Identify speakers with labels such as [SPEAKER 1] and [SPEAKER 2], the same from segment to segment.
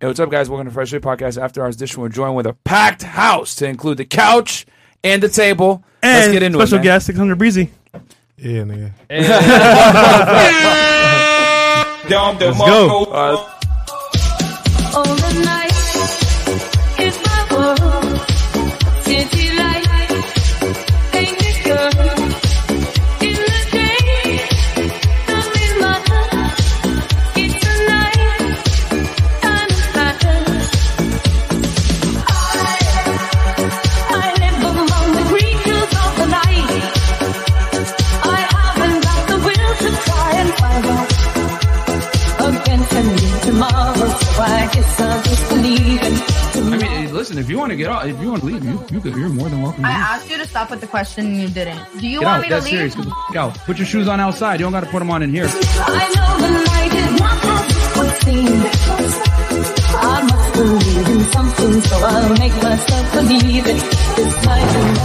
[SPEAKER 1] Hey, what's up, guys? Welcome to Fresh Air Podcast After Hours Edition. We're joined with a packed house to include the couch and the table.
[SPEAKER 2] And
[SPEAKER 1] Let's get into
[SPEAKER 2] special
[SPEAKER 1] it, man.
[SPEAKER 2] guest, 600 Breezy.
[SPEAKER 3] Yeah, nigga.
[SPEAKER 1] Let's Uh,
[SPEAKER 3] go.
[SPEAKER 4] I haven't got the will to try and find out again for me tomorrow. So I guess I'll just believe in
[SPEAKER 5] I mean, hey, listen, if you want to get off, if you want to leave, you, you could, you're more than welcome to
[SPEAKER 6] I
[SPEAKER 5] leave.
[SPEAKER 6] asked you to stop with the question and you didn't. Do you
[SPEAKER 5] Get
[SPEAKER 6] want
[SPEAKER 5] out.
[SPEAKER 6] me to
[SPEAKER 5] That's
[SPEAKER 6] leave?
[SPEAKER 5] serious. Get the f- out. Put your shoes on outside. You don't got to put them on in here.
[SPEAKER 4] I know the night is not as it would seem. I must believe in something, so I'll make myself believe it. This night is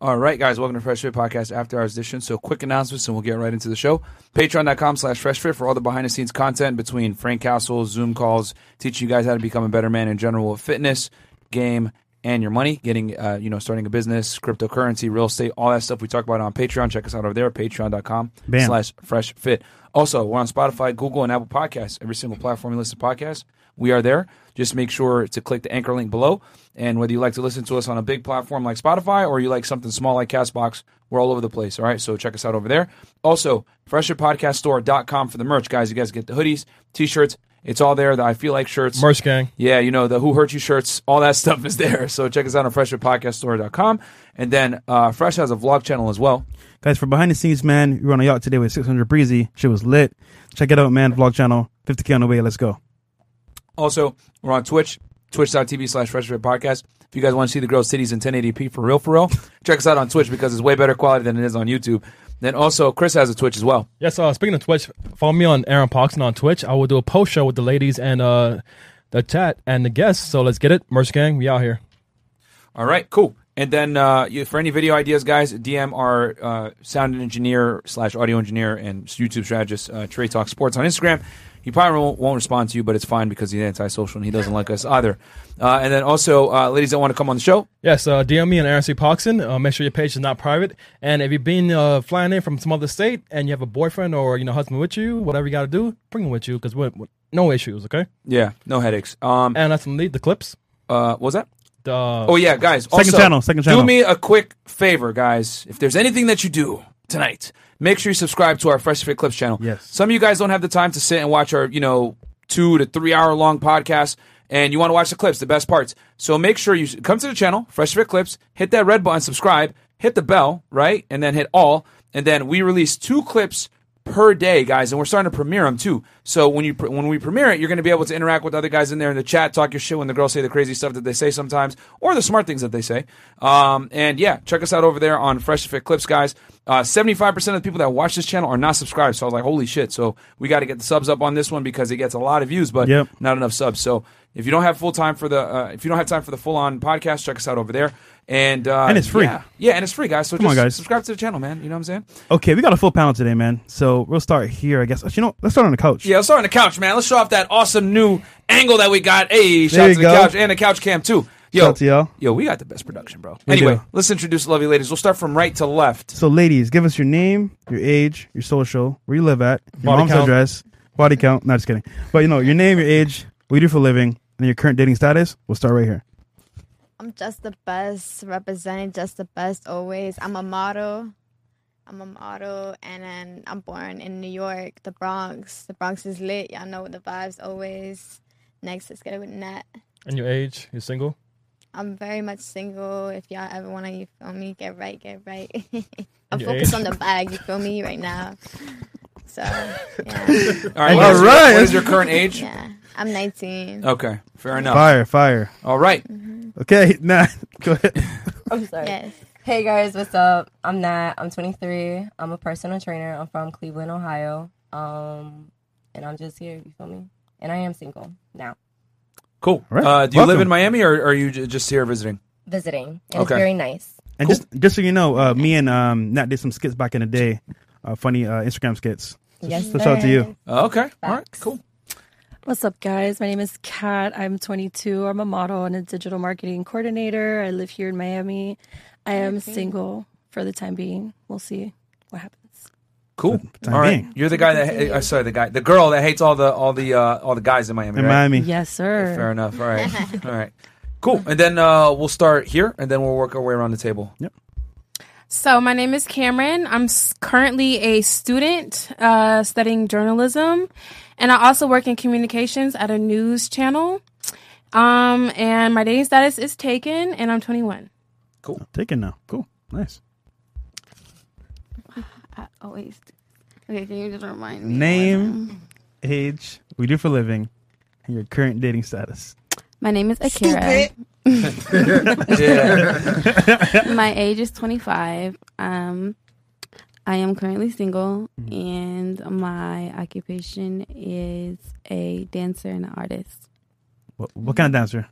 [SPEAKER 1] All right, guys, welcome to Fresh Fit Podcast After Hours Edition. So, quick announcements, and we'll get right into the show. Patreon.com slash Fresh Fit for all the behind the scenes content between Frank Castle, Zoom calls, teaching you guys how to become a better man in general with fitness, game, and your money, getting, uh, you know, starting a business, cryptocurrency, real estate, all that stuff we talk about on Patreon. Check us out over there, patreon.com
[SPEAKER 2] Bam.
[SPEAKER 1] slash Fresh Fit. Also, we're on Spotify, Google, and Apple Podcasts, every single platform you listen to podcasts. We are there. Just make sure to click the anchor link below. And whether you like to listen to us on a big platform like Spotify or you like something small like Castbox, we're all over the place. All right. So check us out over there. Also, fresherpodcaststore.com for the merch, guys. You guys get the hoodies, t shirts. It's all there. The I Feel Like shirts.
[SPEAKER 3] Merch gang.
[SPEAKER 1] Yeah, you know, the Who Hurt You shirts, all that stuff is there. So check us out on fresherpodcaststore.com. And then uh, Fresh has a vlog channel as well.
[SPEAKER 2] Guys, for behind the scenes, man, we were on a yacht today with 600 Breezy. Shit was lit. Check it out, man. Vlog channel, 50K on the way. Let's go.
[SPEAKER 1] Also, we're on Twitch, twitch.tv slash Fresh Fit Podcast. If you guys want to see the girls' titties in 1080p for real, for real, check us out on Twitch because it's way better quality than it is on YouTube. Then also, Chris has a Twitch as well.
[SPEAKER 3] Yes, uh, speaking of Twitch, follow me on Aaron Poxon on Twitch. I will do a post show with the ladies and uh, the chat and the guests. So let's get it. Merch gang, we out here.
[SPEAKER 1] All right, cool. And then uh, you, for any video ideas, guys, DM our uh, sound engineer slash audio engineer and YouTube strategist, uh, Trey Talk Sports on Instagram. He probably won't, won't respond to you, but it's fine because he's antisocial and he doesn't like us either. Uh, and then also, uh, ladies that want to come on the show,
[SPEAKER 3] Yes, uh, DM me on Aaron C. Poxon. Uh, make sure your page is not private. And if you've been uh, flying in from some other state and you have a boyfriend or you know husband with you, whatever you got to do, bring him with you because we're, we're- no issues, okay?
[SPEAKER 1] yeah, no headaches. Um,
[SPEAKER 3] And that's lead the clips.
[SPEAKER 1] uh, what was that?
[SPEAKER 3] The,
[SPEAKER 1] Oh yeah, guys. also,
[SPEAKER 2] channel, second channel.
[SPEAKER 1] Do me a quick favor, guys. If there's anything that you do tonight, make sure you subscribe to our Fresh Fit Clips channel.
[SPEAKER 2] Yes.
[SPEAKER 1] Some of you guys don't have the time to sit and watch our, you know, two to three hour long podcast, and you want to watch the clips, the best parts. So make sure you s- come to the channel, Fresh Fit Clips, hit that red button, subscribe, hit the bell, right, and then hit all, and then we release two clips per day, guys, and we're starting to premiere them too. So when you pr- when we premiere it, you're going to be able to interact with other guys in there in the chat, talk your shit when the girls say the crazy stuff that they say sometimes, or the smart things that they say. Um, and yeah, check us out over there on Fresh Fit Clips, guys. Seventy five percent of the people that watch this channel are not subscribed, so I was like, holy shit! So we got to get the subs up on this one because it gets a lot of views, but
[SPEAKER 2] Yep.
[SPEAKER 1] not enough subs. So if you don't have full time for the uh, if you don't have time for the full on podcast, check us out over there. And uh,
[SPEAKER 2] And it's free.
[SPEAKER 1] yeah, Yeah, and it's free, guys. So
[SPEAKER 2] on,
[SPEAKER 1] just
[SPEAKER 2] guys.
[SPEAKER 1] subscribe to the channel, man. You know what I'm saying?
[SPEAKER 2] Okay, we got a full panel today, man. So we'll start here, I guess. Actually, you know, let's start on the couch.
[SPEAKER 1] Yeah, let's start on the couch, man. Let's show off that awesome new angle that we got. Hey, shout
[SPEAKER 2] There
[SPEAKER 1] out
[SPEAKER 2] you
[SPEAKER 1] to the
[SPEAKER 2] go.
[SPEAKER 1] couch and the couch cam too. Yo,
[SPEAKER 2] Shout out to y'all.
[SPEAKER 1] yo, we got the best production, bro.
[SPEAKER 2] We
[SPEAKER 1] anyway,
[SPEAKER 2] do.
[SPEAKER 1] let's introduce the lovely ladies. We'll start from right to left.
[SPEAKER 2] So, ladies, give us your name, your age, your social, where you live at, your
[SPEAKER 3] Body
[SPEAKER 2] mom's
[SPEAKER 3] count.
[SPEAKER 2] address, body count. No, just kidding. But, you know, your name, your age, what you do for a living, and your current dating status. We'll start right here.
[SPEAKER 7] I'm just the best, representing just the best always. I'm a model. I'm a model, and then I'm born in New York, the Bronx. The Bronx is lit. Y'all know the vibes always. Next, let's get it with Nat.
[SPEAKER 3] and your age, you're single.
[SPEAKER 7] I'm very much single. If y'all ever want to, you feel me, get right, get right. I'm
[SPEAKER 3] Yeah.
[SPEAKER 7] focused on the bag, you feel me, right now. So, yeah.
[SPEAKER 1] All right, what
[SPEAKER 2] All
[SPEAKER 1] is your-
[SPEAKER 2] right.
[SPEAKER 1] what is your current age?
[SPEAKER 7] yeah. I'm 19.
[SPEAKER 1] Okay, fair enough.
[SPEAKER 2] Fire, fire.
[SPEAKER 1] All right,
[SPEAKER 2] Okay, nah, go ahead.
[SPEAKER 8] I'm sorry.
[SPEAKER 7] Yes.
[SPEAKER 8] Hey guys, what's up? I'm Nat. I'm 23. I'm a personal trainer. I'm from Cleveland, Ohio. Um, and I'm just here. You feel me? And I am single now,
[SPEAKER 1] cool.
[SPEAKER 2] All right.
[SPEAKER 1] Uh, do you live
[SPEAKER 2] Welcome.
[SPEAKER 1] in Miami or are you ju- just here visiting?
[SPEAKER 8] visiting. And It's
[SPEAKER 1] Okay.
[SPEAKER 8] very nice.
[SPEAKER 2] And just just so you know, uh, me and um, Nat did some skits back in the day, uh, funny uh, Instagram skits.
[SPEAKER 8] Yes,
[SPEAKER 2] So shout out to you.
[SPEAKER 8] sir.
[SPEAKER 1] Uh, Okay. All right.
[SPEAKER 9] Facts.
[SPEAKER 1] Cool.
[SPEAKER 9] What's up, guys? My name is Kat. I'm 22. I'm a model and a digital marketing coordinator. I live here in Miami. I am single for the time being. We'll see what happens.
[SPEAKER 1] Cool.
[SPEAKER 2] time
[SPEAKER 1] All right.
[SPEAKER 2] being.
[SPEAKER 1] You're the guy that uh, sorry, the guy, the girl that hates all the all the uh, all the guys in Miami.
[SPEAKER 2] In
[SPEAKER 1] right?
[SPEAKER 2] Miami,
[SPEAKER 9] Yes, sir.
[SPEAKER 1] Fair enough. All right. all right. Cool. And then uh, we'll start here, and then we'll work our way around the table.
[SPEAKER 10] So my name is Cameron. I'm s- currently a student uh, studying journalism, and I also work in communications at a news channel. Um, and my dating status is taken, and I'm 21.
[SPEAKER 2] taken now. Cool, nice
[SPEAKER 7] I always. do. Uh, oh, Okay, can you just remind me?
[SPEAKER 2] name, age, we do for a living, and your current dating status.
[SPEAKER 7] My name is Akira.
[SPEAKER 1] Yeah.
[SPEAKER 7] My age is 25. Um, I am currently single,
[SPEAKER 5] Mm-hmm.
[SPEAKER 7] and my occupation is a dancer and an artist.
[SPEAKER 2] What, what kind of dancer?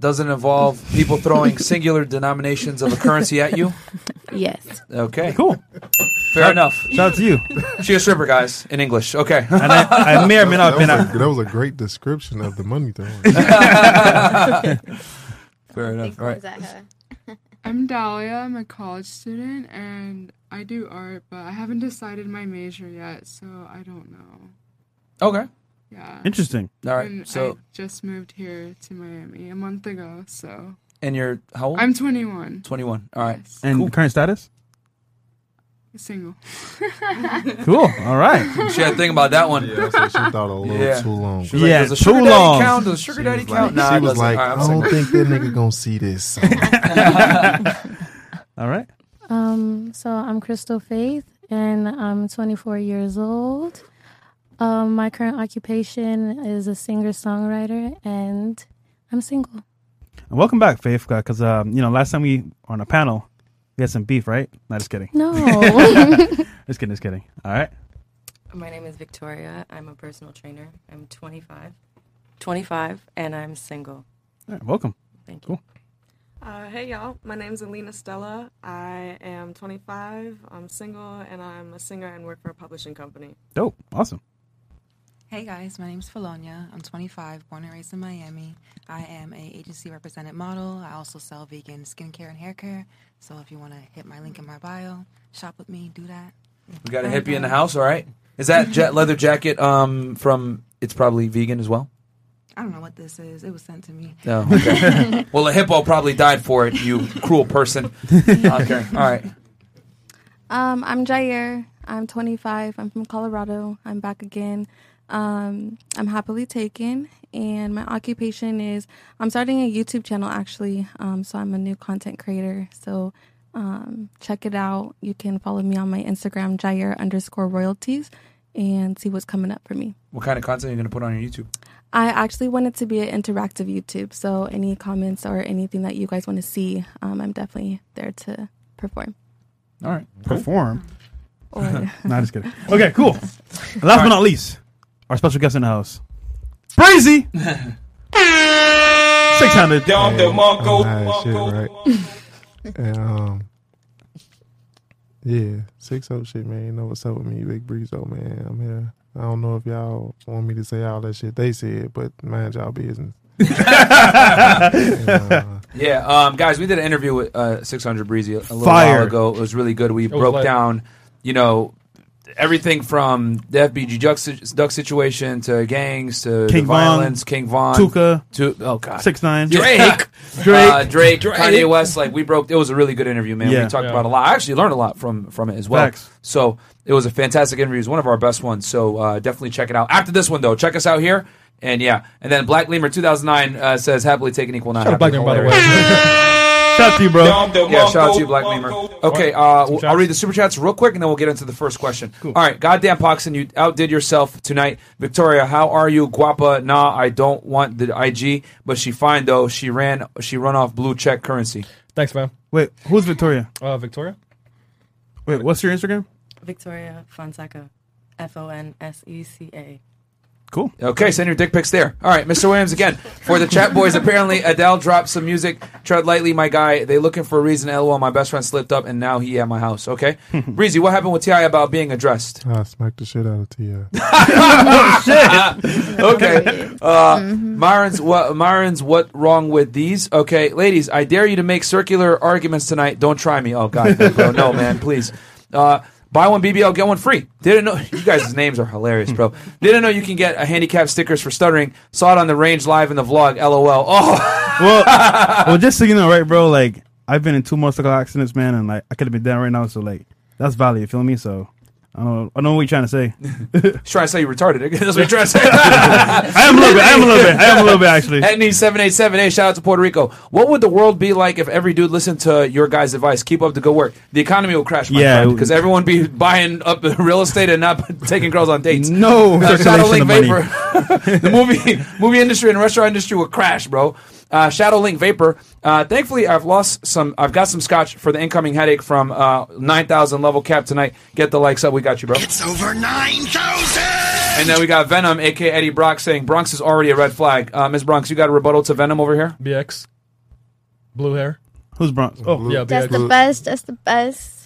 [SPEAKER 1] Doesn't involve people throwing singular denominations of a currency at you.
[SPEAKER 7] Yes.
[SPEAKER 1] Okay.
[SPEAKER 2] Cool.
[SPEAKER 1] Fair enough.
[SPEAKER 2] Shout out to you.
[SPEAKER 1] She a stripper, guys, in English. Okay.
[SPEAKER 2] And I, I may or may not
[SPEAKER 11] That
[SPEAKER 2] have
[SPEAKER 11] was,
[SPEAKER 2] been out.
[SPEAKER 11] a, that was a great description of the money thing.
[SPEAKER 1] Fair enough. All right.
[SPEAKER 10] I'm Dahlia. I'm a college student, and I do art, but I haven't decided my major yet, so I don't know.
[SPEAKER 1] Okay.
[SPEAKER 10] Yeah.
[SPEAKER 2] Interesting.
[SPEAKER 1] All right. So,
[SPEAKER 10] just moved here to Miami a month ago, so
[SPEAKER 1] and you're how old?
[SPEAKER 10] 21,
[SPEAKER 1] 21. All right.
[SPEAKER 2] And
[SPEAKER 1] Cool.
[SPEAKER 2] current status?
[SPEAKER 10] single.
[SPEAKER 2] Cool. All right.
[SPEAKER 1] She had to think about that one.
[SPEAKER 11] yeah, I said she thought a little
[SPEAKER 1] Yeah.
[SPEAKER 11] too long.
[SPEAKER 1] She was like,
[SPEAKER 2] Yeah,
[SPEAKER 1] does a sugar
[SPEAKER 2] too
[SPEAKER 1] daddy
[SPEAKER 2] long.
[SPEAKER 1] count? Does a sugar daddy count? nah,
[SPEAKER 11] she
[SPEAKER 1] it
[SPEAKER 11] was
[SPEAKER 1] doesn't.
[SPEAKER 11] like,
[SPEAKER 1] All right, I'm
[SPEAKER 11] I
[SPEAKER 1] single.
[SPEAKER 11] don't think that nigga gonna see this. So.
[SPEAKER 2] All right.
[SPEAKER 10] Um, so I'm Crystal Faith, and I'm 24 years old. Um, my current occupation is a singer songwriter, and I'm single.
[SPEAKER 2] And welcome back, Faith, because um, you know last time we were on a panel, we had some beef, right? No, just kidding.
[SPEAKER 10] No.
[SPEAKER 2] Just kidding. Just kidding. All right.
[SPEAKER 9] My name is Victoria. I'm a personal trainer. I'm 25. 25, and I'm single.
[SPEAKER 2] All right. Welcome.
[SPEAKER 9] Thank
[SPEAKER 2] you.
[SPEAKER 9] Uh, hey, y'all. My name's Alina Stella. I am 25. I'm single, and I'm a singer and work for a publishing company.
[SPEAKER 2] Dope. Awesome.
[SPEAKER 9] Hey, guys. My name's Felonia. I'm 25, born and raised in Miami. I am a agency represented model. I also sell vegan skincare and hair care. So if you want to hit my link in my bio, shop with me, do that.
[SPEAKER 1] We got a hippie in the house. All right. Is that jet leather jacket um, from? It's probably vegan as well.
[SPEAKER 9] I don't know what this is. It was sent to me.
[SPEAKER 1] No. Oh, Okay. well, a hippo probably died for it. You cruel person. Okay. All right.
[SPEAKER 10] um, I'm Jair. I'm 25. I'm from Colorado. I'm back again. Um, I'm happily taken, and my occupation is I'm starting a YouTube channel actually. Um, so I'm a new content creator. So um, check it out. You can follow me on my Instagram, Jair underscore royalties, and see what's coming up for me.
[SPEAKER 1] What kind of content are you going to put on your YouTube?
[SPEAKER 10] I actually want it to be an interactive YouTube. So any comments or anything that you guys want to see, um, I'm definitely there to perform.
[SPEAKER 2] All right. Perform.
[SPEAKER 10] Or
[SPEAKER 2] no, just kidding. Okay. Cool. And last but not least, our special guest in the house, Brazy. Six hundred.
[SPEAKER 1] Dom the Monko.
[SPEAKER 11] Nah, shit, right? and, um, yeah, six up shit, man. You know what's up with me, Big Breezo, man. I'm here. I don't know if y'all want me to say all that shit they said, but mind y'all business. And, uh,
[SPEAKER 1] Yeah, um, guys, we did an interview with uh, 600 Breezy a little
[SPEAKER 2] Fire.
[SPEAKER 1] while ago. It was really good. We
[SPEAKER 3] was
[SPEAKER 1] broke
[SPEAKER 3] lit.
[SPEAKER 1] down, you know, everything from the FBG duck, si- duck situation to gangs to
[SPEAKER 2] King
[SPEAKER 1] the
[SPEAKER 2] Von,
[SPEAKER 1] violence, King Von,
[SPEAKER 2] Tuka.
[SPEAKER 1] to oh god,
[SPEAKER 2] Six nine.
[SPEAKER 1] Drake,
[SPEAKER 2] Drake.
[SPEAKER 1] uh, Drake,
[SPEAKER 3] Drake.
[SPEAKER 1] Kanye West. Like we broke. It was a really good interview, man.
[SPEAKER 2] Yeah.
[SPEAKER 1] We talked
[SPEAKER 3] Yeah.
[SPEAKER 1] about a lot. I actually learned a lot from from it as well.
[SPEAKER 2] Facts.
[SPEAKER 1] So it was a fantastic interview. It was one of our best ones. So uh, definitely check it out. After this one though, check us out here. And yeah, and then Black Lemur 2009 uh, says happily taken equal not
[SPEAKER 3] Shout out
[SPEAKER 1] happy.
[SPEAKER 3] Black Man, by the
[SPEAKER 1] Hilarious.
[SPEAKER 3] way.
[SPEAKER 2] Shout out to you, bro.
[SPEAKER 1] Yeah, shout out to you, Black Lemur. Okay, uh,
[SPEAKER 3] Some
[SPEAKER 1] I'll
[SPEAKER 3] chats?
[SPEAKER 1] read the super chats real quick, and then we'll get into the first question. All right, goddamn Poxon, you outdid yourself tonight. Victoria, how are you, Guapa? Nah, I don't want the IG, but she fine though. She ran, she run off blue check currency.
[SPEAKER 3] Thanks, man.
[SPEAKER 2] Wait, who's Victoria?
[SPEAKER 3] Uh, Victoria.
[SPEAKER 2] Wait, what's your Instagram?
[SPEAKER 9] Victoria Fonseca, F O N S E C A.
[SPEAKER 2] Cool.
[SPEAKER 1] Okay, send your dick pics there. All right, Mr. Williams again for the chat boys. Apparently, Adele dropped some music. Tread lightly, my guy. They looking for a reason. LOL. My best friend slipped up, and now he at my house. Okay, Breezy, what happened with Ti about being addressed?
[SPEAKER 11] I smacked the shit out of Ti.
[SPEAKER 1] Oh, okay, uh, Myron's what? Myron's what wrong with these? Okay, ladies, I dare you to make circular arguments tonight. Don't try me. Oh God, no, bro, no man, please. Uh, buy one BBL, get one free. Didn't know you guys' names are hilarious, bro. Didn't know you can get a handicap stickers for stuttering. Saw it on the range live in the vlog. LOL. Oh.
[SPEAKER 2] well, well, just so you know, right, bro. Like I've been in two motorcycle accidents, man, and like I could have been dead right now. So like that's valid. You feel me? So I don't, I know what you're trying to say.
[SPEAKER 1] He's trying to say you retarded. That's what he's trying to say.
[SPEAKER 2] I am a little bit. I am a little bit. I am a little bit actually.
[SPEAKER 1] Etney seven eight seven eight. Shout out to Puerto Rico. What would the world be like if every dude listened to your guys' advice? Keep up the good work. The economy will crash, my
[SPEAKER 2] Yeah, it
[SPEAKER 1] yeah,
[SPEAKER 2] would-
[SPEAKER 1] because everyone be buying up real estate and not taking girls on dates.
[SPEAKER 2] No
[SPEAKER 1] uh,
[SPEAKER 2] circulation
[SPEAKER 1] Shadow
[SPEAKER 2] of
[SPEAKER 1] Link
[SPEAKER 2] money.
[SPEAKER 1] Vapor. the movie movie industry and restaurant industry will crash, bro. Uh, Shadow Link Vapor. Uh, thankfully, I've lost some. I've got some scotch for the incoming headache from uh, nine thousand level cap tonight. Get the likes up. We got you, bro.
[SPEAKER 4] over 9,000!
[SPEAKER 1] And then we got Venom, aka Eddie Brock, saying Bronx is already a red flag. Uh, Ms. Bronx, you got a rebuttal to Venom over here?
[SPEAKER 3] BX. Blue hair.
[SPEAKER 2] Who's Bronx?
[SPEAKER 3] Oh, yeah,
[SPEAKER 7] Just the
[SPEAKER 3] BX.
[SPEAKER 7] best, just the best.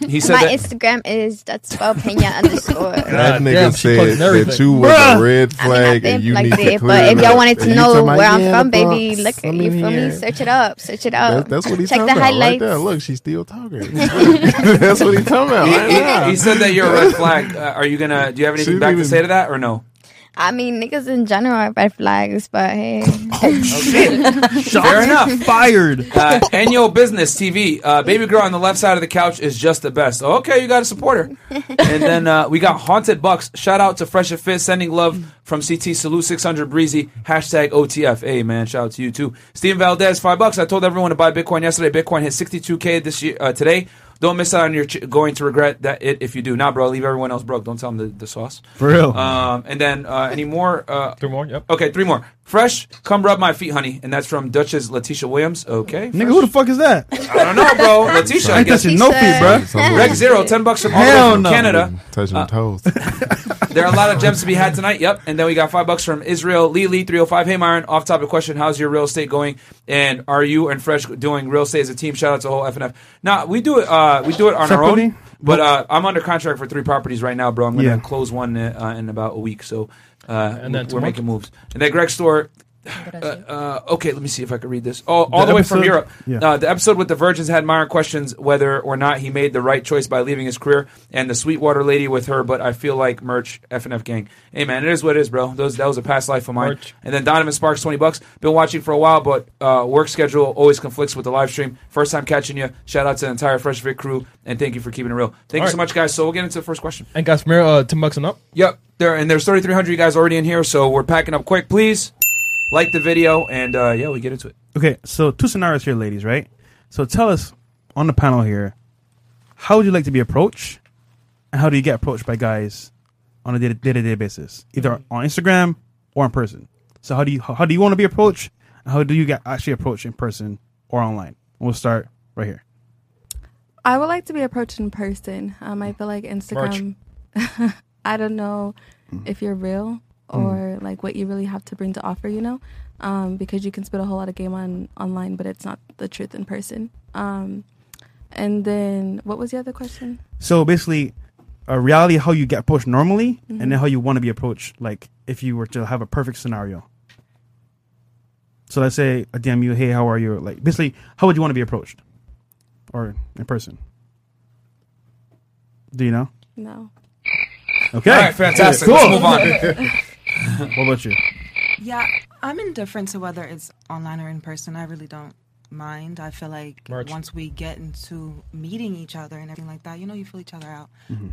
[SPEAKER 1] He
[SPEAKER 7] My Instagram is that's well Pena underscore.
[SPEAKER 11] That
[SPEAKER 3] God
[SPEAKER 11] nigga
[SPEAKER 3] damn, she
[SPEAKER 11] said
[SPEAKER 3] plugging
[SPEAKER 11] that
[SPEAKER 3] everything.
[SPEAKER 11] you was
[SPEAKER 7] Bruh.
[SPEAKER 11] a red flag
[SPEAKER 7] I
[SPEAKER 11] and you
[SPEAKER 7] think like
[SPEAKER 11] need to
[SPEAKER 7] that,
[SPEAKER 11] clear
[SPEAKER 7] but if
[SPEAKER 11] it
[SPEAKER 7] y'all
[SPEAKER 11] up.
[SPEAKER 7] wanted to
[SPEAKER 11] And you
[SPEAKER 7] know
[SPEAKER 11] talking
[SPEAKER 7] where
[SPEAKER 11] about,
[SPEAKER 7] I'm
[SPEAKER 11] yeah,
[SPEAKER 7] from,
[SPEAKER 11] the Bronx,
[SPEAKER 7] baby, look,
[SPEAKER 11] I'm
[SPEAKER 7] you
[SPEAKER 11] in
[SPEAKER 7] feel me?
[SPEAKER 11] here.
[SPEAKER 7] Search it up, search it
[SPEAKER 11] That-
[SPEAKER 7] up.
[SPEAKER 11] that's what he's
[SPEAKER 7] Check
[SPEAKER 11] talking about
[SPEAKER 7] the
[SPEAKER 11] right
[SPEAKER 7] highlights.
[SPEAKER 11] there. Look, she's still talking. that's what he's talking about.
[SPEAKER 1] He,
[SPEAKER 11] Right
[SPEAKER 1] he-
[SPEAKER 11] now.
[SPEAKER 1] he said that you're a red flag. Uh, are you gonna? Do you have anything
[SPEAKER 11] She
[SPEAKER 1] back
[SPEAKER 11] didn't
[SPEAKER 1] to say to that or no?
[SPEAKER 7] I mean, niggas in general are red flags, but hey,
[SPEAKER 1] Fair enough.
[SPEAKER 2] Fired.
[SPEAKER 1] Uh, Annual Business TV. Uh, baby girl on the left side of the couch is just the best. Okay, you got to support her. And then uh, we got Haunted Bucks. Shout out to Fresh and Fit. Sending love from CT Salute 600 Breezy. Hashtag OTF. Hey, man. Shout out to you, too. Steven Valdez, 5 bucks. I told everyone to buy Bitcoin yesterday. Bitcoin hit 62K this year, uh, today. Don't miss out on your ch- going to regret that it if you do. Nah, bro, leave everyone else broke. Don't tell them the, the sauce.
[SPEAKER 2] For real.
[SPEAKER 1] Um, and then uh, any more? Uh,
[SPEAKER 3] three more. Yep.
[SPEAKER 1] Okay, three more. Fresh, come rub my feet, honey. And that's from Duchess Letitia Williams. Okay.
[SPEAKER 2] Nigga, who the fuck is that?
[SPEAKER 1] I don't know, bro. Letitia, I
[SPEAKER 2] ain't
[SPEAKER 1] guess.
[SPEAKER 2] touching no feet, bro.
[SPEAKER 1] Reg Zero, 10 bucks from all the way
[SPEAKER 2] Hell
[SPEAKER 1] from
[SPEAKER 2] no.
[SPEAKER 1] Oh, Canada. Uh,
[SPEAKER 11] Touching the toes.
[SPEAKER 1] There are a lot of gems to be had tonight. Yep. And then we got five bucks from Israel Lee Lee 305. Hey, Myron, off topic question. How's your real estate going? And are you and Fresh doing real estate as a team? Shout out to the whole FNF. Now, we do it, uh, we do it on our
[SPEAKER 2] Separately?
[SPEAKER 1] own. But uh, I'm under contract for three properties right now, bro. I'm going to
[SPEAKER 2] Yeah.
[SPEAKER 1] close one uh, in about a week. So uh,
[SPEAKER 3] And that's
[SPEAKER 1] we're
[SPEAKER 3] a month?
[SPEAKER 1] making moves. And then Greg Store, uh, uh, okay, let me see if I can read this. Oh, all the, way from
[SPEAKER 2] episode-
[SPEAKER 1] Europe.
[SPEAKER 2] yeah.
[SPEAKER 1] Uh, the episode with the Virgins had Myron questions whether or not he made the right choice by leaving his career, and the Sweetwater lady with her. But I feel like merch F and F gang. Hey man, it is what it is, bro. Those that was a past life of mine.
[SPEAKER 3] Merch.
[SPEAKER 1] And then Donovan Sparks, twenty bucks. Been watching for a while, but uh, work schedule always conflicts with the live stream. First time catching you. Shout out to the entire Fresh Vic crew, and thank you for keeping it real. Thank you
[SPEAKER 3] All
[SPEAKER 1] so
[SPEAKER 3] right.
[SPEAKER 1] much, guys. So we'll get into the first question.
[SPEAKER 3] And guys, from here, uh, ten bucks and up.
[SPEAKER 1] Yep, there and there's 3,300 of you guys already in here, so we're packing up quick. Please like the video, and uh, yeah, we get into it.
[SPEAKER 2] Okay, so two scenarios here, ladies, right? So tell us on the panel here, how would you like to be approached, and how do you get approached by guys on a day to day basis, either on Instagram or in person? So how do you how, how do you want to be approached, and how do you get actually approached in person or online? We'll start right here.
[SPEAKER 10] I would like to be approached in person. Um, I feel like Instagram. I don't know if you're real or like what you really have to bring to offer. You know, um, because you can spit a whole lot of game on online, but it's not the truth in person. Um, and then what was the other question?
[SPEAKER 2] So basically, a reality of how you get approached normally, and then how you want to be approached, like if you were to have a perfect scenario. So let's say I DM you, hey, how are you? Like basically, how would you want to be approached, or in person? Do you know?
[SPEAKER 10] No.
[SPEAKER 2] Okay,
[SPEAKER 1] All right, fantastic.
[SPEAKER 2] Cool.
[SPEAKER 1] Let's move on.
[SPEAKER 2] what about you?
[SPEAKER 9] Yeah, I'm indifferent to whether it's online or in person. I really don't mind. I feel like
[SPEAKER 3] Merch.
[SPEAKER 9] once we get into meeting each other and everything like that, you know, you feel each other out.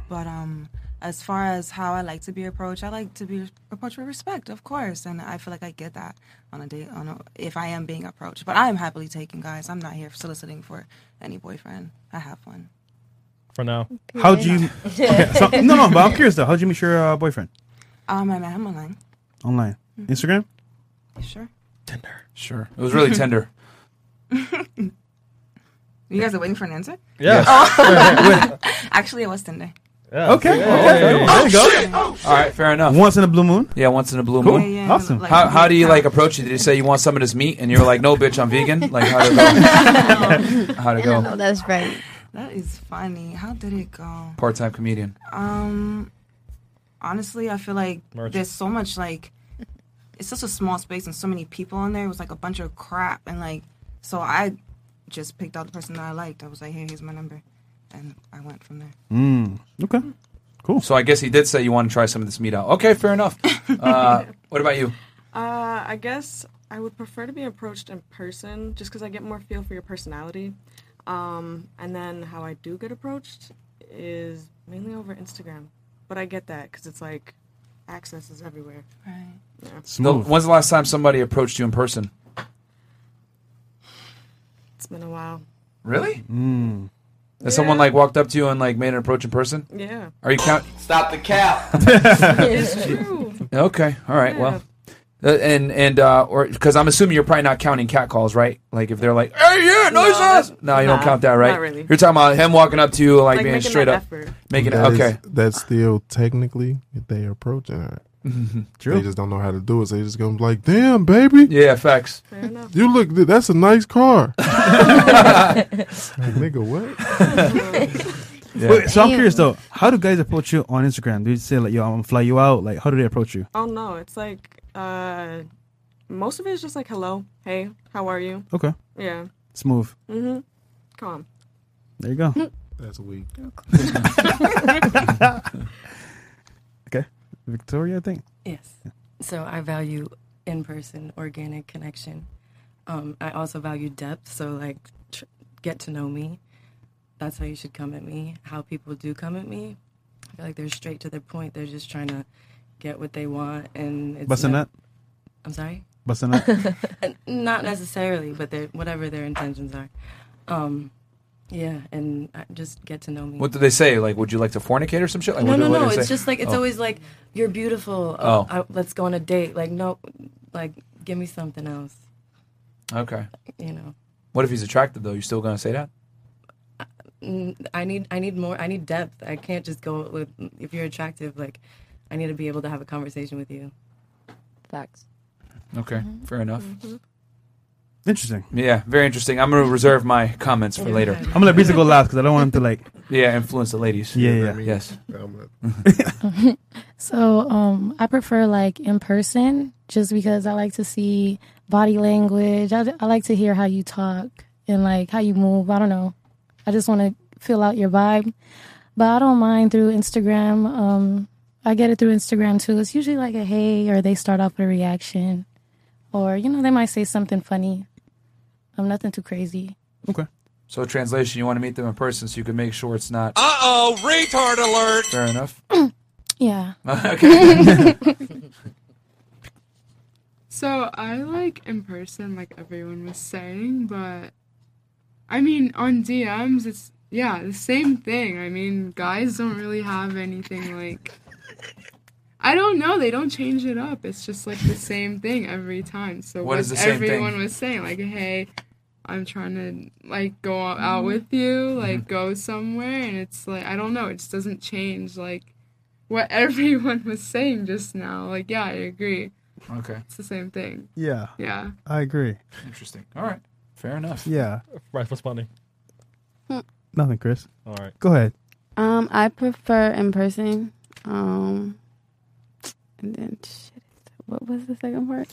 [SPEAKER 9] But um, as far as how I like to be approached, I like to be approached with respect, of course, and I feel like I get that on a day on a, if I am being approached. But I am happily taken, guys. I'm not here soliciting for any boyfriend. I have one.
[SPEAKER 3] For now.
[SPEAKER 2] How do you? Okay, so- no, no, but I'm curious though. How would you meet your uh, boyfriend
[SPEAKER 9] Um, I met him online.
[SPEAKER 2] online, Instagram?
[SPEAKER 9] Sure.
[SPEAKER 3] Tinder.
[SPEAKER 1] Sure, it was really tender.
[SPEAKER 9] You guys are waiting for an answer? Oh.
[SPEAKER 3] Yeah.
[SPEAKER 9] Actually, it was Tinder.
[SPEAKER 2] Okay, okay. Oh, There you
[SPEAKER 9] Oh,
[SPEAKER 2] go.
[SPEAKER 1] All right, fair enough.
[SPEAKER 2] Once in a blue moon.
[SPEAKER 1] Yeah, once in a blue
[SPEAKER 2] Cool.
[SPEAKER 1] moon.
[SPEAKER 2] Yeah, yeah, Awesome. like-
[SPEAKER 1] how, how do you like approach it? Did you say you want some of this meat, and you were like, "No, bitch, I'm vegan." Like how to go? how to
[SPEAKER 7] I
[SPEAKER 1] go?
[SPEAKER 7] know that's right.
[SPEAKER 9] That is funny. How did it go?
[SPEAKER 1] Part time comedian.
[SPEAKER 9] Um, honestly, I feel like
[SPEAKER 1] Merch.
[SPEAKER 9] there's so much like it's such a small space and so many people on there. It was like a bunch of crap and like so I just picked out the person that I liked. I was like, here, here's my number, and I went from there.
[SPEAKER 1] Mm.
[SPEAKER 2] Hmm, Okay. Cool.
[SPEAKER 1] So I guess he did say you want to try some of this meat out. Okay, fair enough. Uh, what about you?
[SPEAKER 12] Uh, I guess I would prefer to be approached in person just because I get more feel for your personality. Um, and then how I do get approached is mainly over Instagram. But I get that because it's like access is everywhere.
[SPEAKER 9] Right.
[SPEAKER 12] Yeah.
[SPEAKER 1] No, when's the last time somebody approached you in person?
[SPEAKER 12] It's been a while.
[SPEAKER 1] Really? Has Mm. someone like walked up to you and like made an approach in person?
[SPEAKER 12] Yeah.
[SPEAKER 1] Are you count?
[SPEAKER 13] Stop the cap.
[SPEAKER 12] It's true.
[SPEAKER 1] Okay. All right. Well. Uh, and and uh, or because I'm assuming you're probably not counting cat calls, right? Like if they're like, "Hey, yeah, nice ass." No, you don't
[SPEAKER 11] nah,
[SPEAKER 1] count that, right?
[SPEAKER 11] not really.
[SPEAKER 1] You're talking about him walking up to you, like,
[SPEAKER 11] Like
[SPEAKER 1] being
[SPEAKER 11] making
[SPEAKER 1] straight
[SPEAKER 11] that
[SPEAKER 1] up,
[SPEAKER 11] effort.
[SPEAKER 1] making it.
[SPEAKER 11] That is-
[SPEAKER 1] Okay,
[SPEAKER 11] that's still technically they approaching her.
[SPEAKER 1] Mhm. True.
[SPEAKER 11] They just don't know how to do it. So they just go like, "Damn, baby."
[SPEAKER 1] Yeah, facts.
[SPEAKER 11] You look. That's a nice car. like, nigga, what?
[SPEAKER 2] Wait, so I'm curious though, how do guys approach you on Instagram? Do you say like, "Yo, I'm gonna fly you out"? Like, how do they approach you?
[SPEAKER 12] Oh no, it's like uh, most of it is just like hello, hey, how are you?
[SPEAKER 2] Okay.
[SPEAKER 12] Yeah.
[SPEAKER 2] Smooth.
[SPEAKER 12] Mm-hmm. Calm.
[SPEAKER 2] There you go.
[SPEAKER 11] That's weak.
[SPEAKER 12] Um,
[SPEAKER 2] Okay, Victoria, I think.
[SPEAKER 14] Yes. So I value in person, organic connection. Um, I also value depth. So, like, tr- get to know me. That's how you should come at me. How people do come at me. I feel like they're straight to their point. They're just trying to get what they want. And it's.
[SPEAKER 2] Busting
[SPEAKER 14] no-
[SPEAKER 2] up?
[SPEAKER 14] I'm sorry?
[SPEAKER 2] Busting up?
[SPEAKER 14] Not necessarily, but they're, whatever their intentions are. Um, yeah, and I, just get to know me.
[SPEAKER 1] what do they say? Like, would you like to fornicate or some shit? Like,
[SPEAKER 14] no,
[SPEAKER 1] what,
[SPEAKER 14] no,
[SPEAKER 1] what do
[SPEAKER 14] no.
[SPEAKER 1] they
[SPEAKER 14] It's
[SPEAKER 1] say?
[SPEAKER 14] just like it's
[SPEAKER 1] Oh.
[SPEAKER 14] always like you're beautiful.
[SPEAKER 1] Oh.
[SPEAKER 14] Oh, I, let's go on a date. Like no, like give me something else.
[SPEAKER 1] okay.
[SPEAKER 14] You know,
[SPEAKER 1] What if he's attractive though? You still gonna say that?
[SPEAKER 14] Mm, I need I need more. I need depth. I can't just go with if you're attractive. Like I need to be able to have a conversation with you. Facts.
[SPEAKER 1] Okay,
[SPEAKER 14] Mm-hmm.
[SPEAKER 1] fair enough.
[SPEAKER 2] Interesting.
[SPEAKER 1] Yeah, very interesting. I'm gonna reserve my comments for later.
[SPEAKER 2] I'm gonna let Reza go last because I don't want him to like.
[SPEAKER 1] Yeah, influence the ladies.
[SPEAKER 2] Yeah, yeah.
[SPEAKER 1] Yes.
[SPEAKER 15] so um, I prefer like in person just because I like to see body language. I, I like to hear how you talk and like how you move. I don't know. I just want to feel out your vibe. But I don't mind through Instagram. Um, I get it through Instagram too. It's usually like a hey, or they start off with a reaction, or you know they might say something funny. I'm nothing too crazy.
[SPEAKER 1] So translation, you want to meet them in person so you can make sure it's not.
[SPEAKER 4] Uh oh, retard alert!
[SPEAKER 1] Fair enough.
[SPEAKER 15] Yeah.
[SPEAKER 1] okay.
[SPEAKER 16] So I like in person, like everyone was saying, but I mean on DMs, it's yeah the same thing. I mean, guys don't really have anything like. I don't know. They don't change it up. It's just like the same thing every time. So
[SPEAKER 1] What is the same thing?
[SPEAKER 16] everyone was saying, like, hey, I'm trying to like go out with you, like go somewhere, and it's like I don't know. It just doesn't change like what everyone was saying just now. Like, yeah, I agree.
[SPEAKER 1] Okay.
[SPEAKER 16] It's the same thing.
[SPEAKER 2] Yeah.
[SPEAKER 16] Yeah.
[SPEAKER 2] I agree.
[SPEAKER 1] Interesting. All right. Fair enough.
[SPEAKER 2] Yeah.
[SPEAKER 3] Right, what's funny?
[SPEAKER 2] Nothing, Chris.
[SPEAKER 3] All right.
[SPEAKER 2] Go ahead.
[SPEAKER 17] Um, I prefer in person. Um, and then shit. What was the second part?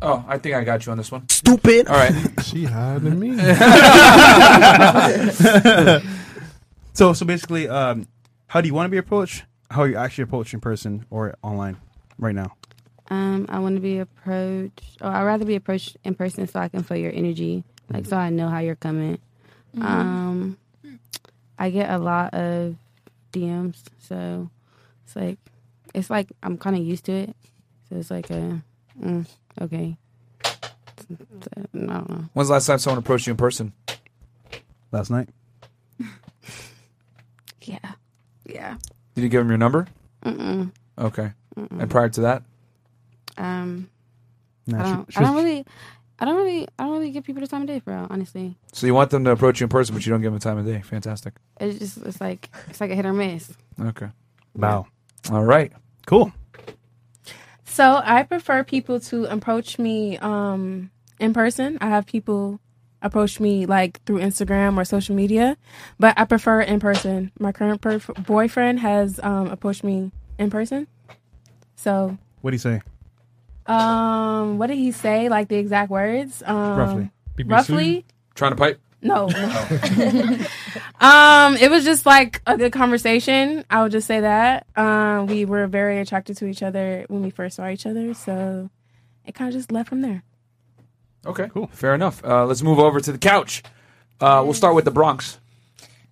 [SPEAKER 1] Oh, I think I got you on this one. Stupid. All right.
[SPEAKER 11] She hiding me.
[SPEAKER 2] so, so basically, um, how do you want to be approached? How are you actually approached in person or online right now?
[SPEAKER 17] Um, I want to be approached, or I'd rather be approached in person so I can feel your energy, like so I know how you're coming.
[SPEAKER 15] Mhm.
[SPEAKER 17] Um, I get a lot of DMs, so it's like it's like I'm kind of used to it. So it's like a mm, okay. So, I don't know.
[SPEAKER 1] When's the last time someone approached you in person?
[SPEAKER 2] Last night.
[SPEAKER 17] Yeah, yeah.
[SPEAKER 1] Did you give him your number?
[SPEAKER 17] Mm-mm.
[SPEAKER 1] Okay.
[SPEAKER 17] Mm-mm.
[SPEAKER 1] And prior to that?
[SPEAKER 17] Um,
[SPEAKER 1] Nah,
[SPEAKER 17] I
[SPEAKER 1] she-
[SPEAKER 17] don't.
[SPEAKER 1] she
[SPEAKER 17] I don't
[SPEAKER 1] was-
[SPEAKER 17] really. I don't really, I don't really give people the time of day, bro. Honestly,
[SPEAKER 1] So you want them to approach you in person, but you don't give them time of day. Fantastic.
[SPEAKER 17] it's just, it's like, it's like a hit or miss.
[SPEAKER 1] Okay.
[SPEAKER 2] Wow.
[SPEAKER 1] All right.
[SPEAKER 2] Cool.
[SPEAKER 13] So I prefer people to approach me um, in person. I have people approach me like through Instagram or social media, but I prefer in person. My current perf- boyfriend has um, approached me in person. So,
[SPEAKER 2] What do you say?
[SPEAKER 13] um, what did he say? Like the exact words? Um,
[SPEAKER 2] Roughly. BBC?
[SPEAKER 13] Roughly.
[SPEAKER 1] Trying to pipe. Oh.
[SPEAKER 13] No. um, it was just like a good conversation. I would just say that. Um, we were very attracted to each other when we first saw each other, so it kind of just left from there.
[SPEAKER 1] Okay. Cool. Fair enough. Uh, let's move over to the couch. Uh, we'll start with the Bronx.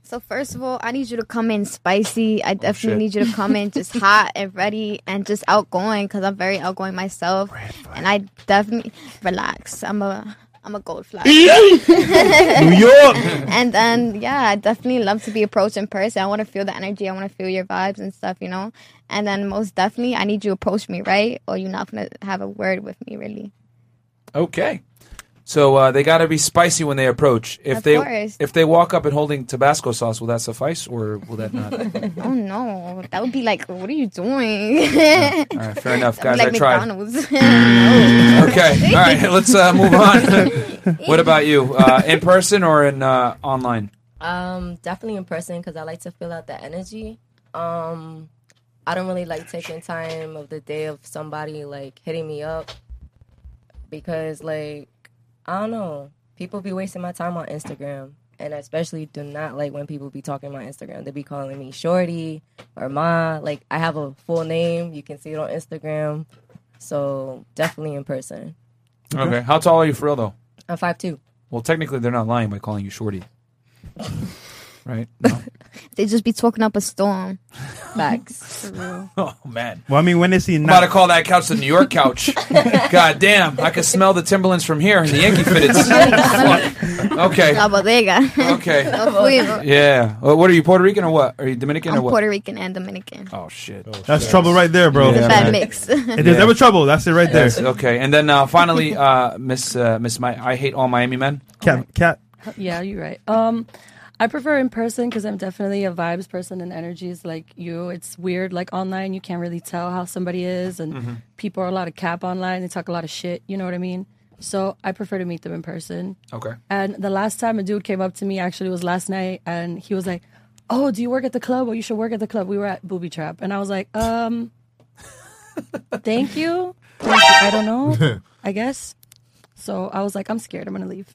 [SPEAKER 7] So first of all, I need you to come in spicy.
[SPEAKER 11] Oh,
[SPEAKER 7] I definitely
[SPEAKER 1] shit.
[SPEAKER 7] need you to come in just hot and ready and just outgoing because I'm very outgoing myself, and I definitely relax. I'm a I'm a gold flag.
[SPEAKER 4] New York.
[SPEAKER 7] and then yeah, I definitely love to be approached in person. I want to feel the energy. I want to feel your vibes and stuff, you know. And then most definitely, I need you to approach me right, or you're not gonna have a word with me really.
[SPEAKER 1] Okay. So uh, they got to be spicy when they approach. If
[SPEAKER 7] Of
[SPEAKER 1] they
[SPEAKER 7] course.
[SPEAKER 1] if they walk up and holding Tabasco sauce, will that suffice or will that not? All
[SPEAKER 7] oh no, that would be like, what are you doing?
[SPEAKER 1] right, fair enough,
[SPEAKER 7] That
[SPEAKER 1] guys.
[SPEAKER 7] would be like
[SPEAKER 1] I tried.
[SPEAKER 7] McDonald's.
[SPEAKER 1] Okay. All right. Let's uh, move on. what about you? Uh, in person or in uh, online?
[SPEAKER 8] Um, definitely in person because I like to feel out the energy. Um, I don't really like taking time of the day of somebody like hitting me up because, like, I don't know, people be wasting my time on Instagram, and I especially do not like when people be talking on Instagram. They be calling me shorty or ma. Like, I have a full name. You can see it on Instagram. So definitely in person.
[SPEAKER 1] Okay. How tall are you for real though?
[SPEAKER 8] I'm five two.
[SPEAKER 1] Well, technically, they're not lying by calling you shorty, right? No?
[SPEAKER 7] they just be talking up a storm.
[SPEAKER 8] Facts.
[SPEAKER 1] oh man.
[SPEAKER 2] Well, I mean, when they see
[SPEAKER 1] I'm
[SPEAKER 2] not
[SPEAKER 1] about to call that couch the New York couch. God damn, I can smell the Timberlands from here and the Yankee fitteds. okay,
[SPEAKER 7] La bodega.
[SPEAKER 1] Okay.
[SPEAKER 7] No fuego.
[SPEAKER 1] yeah. Well, what are you, Puerto Rican or what? Are you Dominican
[SPEAKER 7] I'm
[SPEAKER 1] or what?
[SPEAKER 7] Puerto Rican and Dominican.
[SPEAKER 1] Oh shit,
[SPEAKER 2] That's trouble right there, bro.
[SPEAKER 7] It's a bad mix.
[SPEAKER 2] If there's
[SPEAKER 1] Yeah.
[SPEAKER 2] ever trouble, that's it right there.
[SPEAKER 1] Yes, okay, and then uh, finally, uh, Miss uh, Miss, Mi- I hate all Miami men.
[SPEAKER 2] Cat, cat.
[SPEAKER 18] Yeah, you're right. Um, I prefer in person because I'm definitely a vibes person and energy is like you. It's weird. Like online, you can't really tell how somebody is, and
[SPEAKER 1] Mhm.
[SPEAKER 18] people are a lot of cap online. They talk a lot of shit. You know what I mean? So I prefer to meet them in person.
[SPEAKER 1] Okay.
[SPEAKER 18] And the last time a dude came up to me actually was last night, and he was like, "Oh, do you work at the club? Well, you should work at the club. We were at Booby Trap." And I was like, "Um, thank you. I don't know. I guess." So I was like, "I'm scared. I'm gonna leave."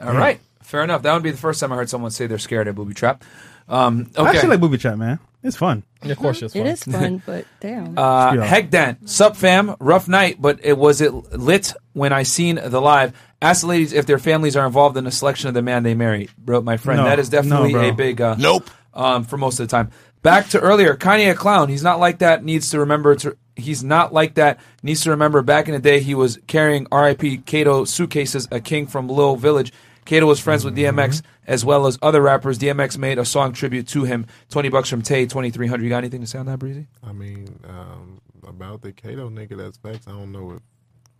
[SPEAKER 1] All right, fair enough. That would be the first time I heard someone say they're scared at booby trap. Um,
[SPEAKER 2] I
[SPEAKER 1] okay,
[SPEAKER 2] actually like booby chat, man. It's fun.
[SPEAKER 3] of course, it's
[SPEAKER 18] It is fun, but damn.
[SPEAKER 1] Uh,
[SPEAKER 2] Yeah.
[SPEAKER 1] Heck Dent, sup fam, rough night, but it was it lit when I seen the live. Ask the ladies if their families are involved in the selection of the man they marry, bro. My friend,
[SPEAKER 2] No.
[SPEAKER 1] that is definitely
[SPEAKER 2] No, bro.
[SPEAKER 1] a big uh, nope um, for most of the time. Back to earlier, Kanye a clown. He's not like that. Needs to remember to. He's not like that. Needs to remember back in the day he was carrying R.I.P. Kato suitcases, a king from Lil Village. Kato was friends with DMX as well as other rappers. DMX made a song tribute to him. Twenty bucks from Tay, twenty three hundred. You got anything to say on that, Breezy?
[SPEAKER 11] I mean, um, about the Kato nigga, that's facts. I don't know what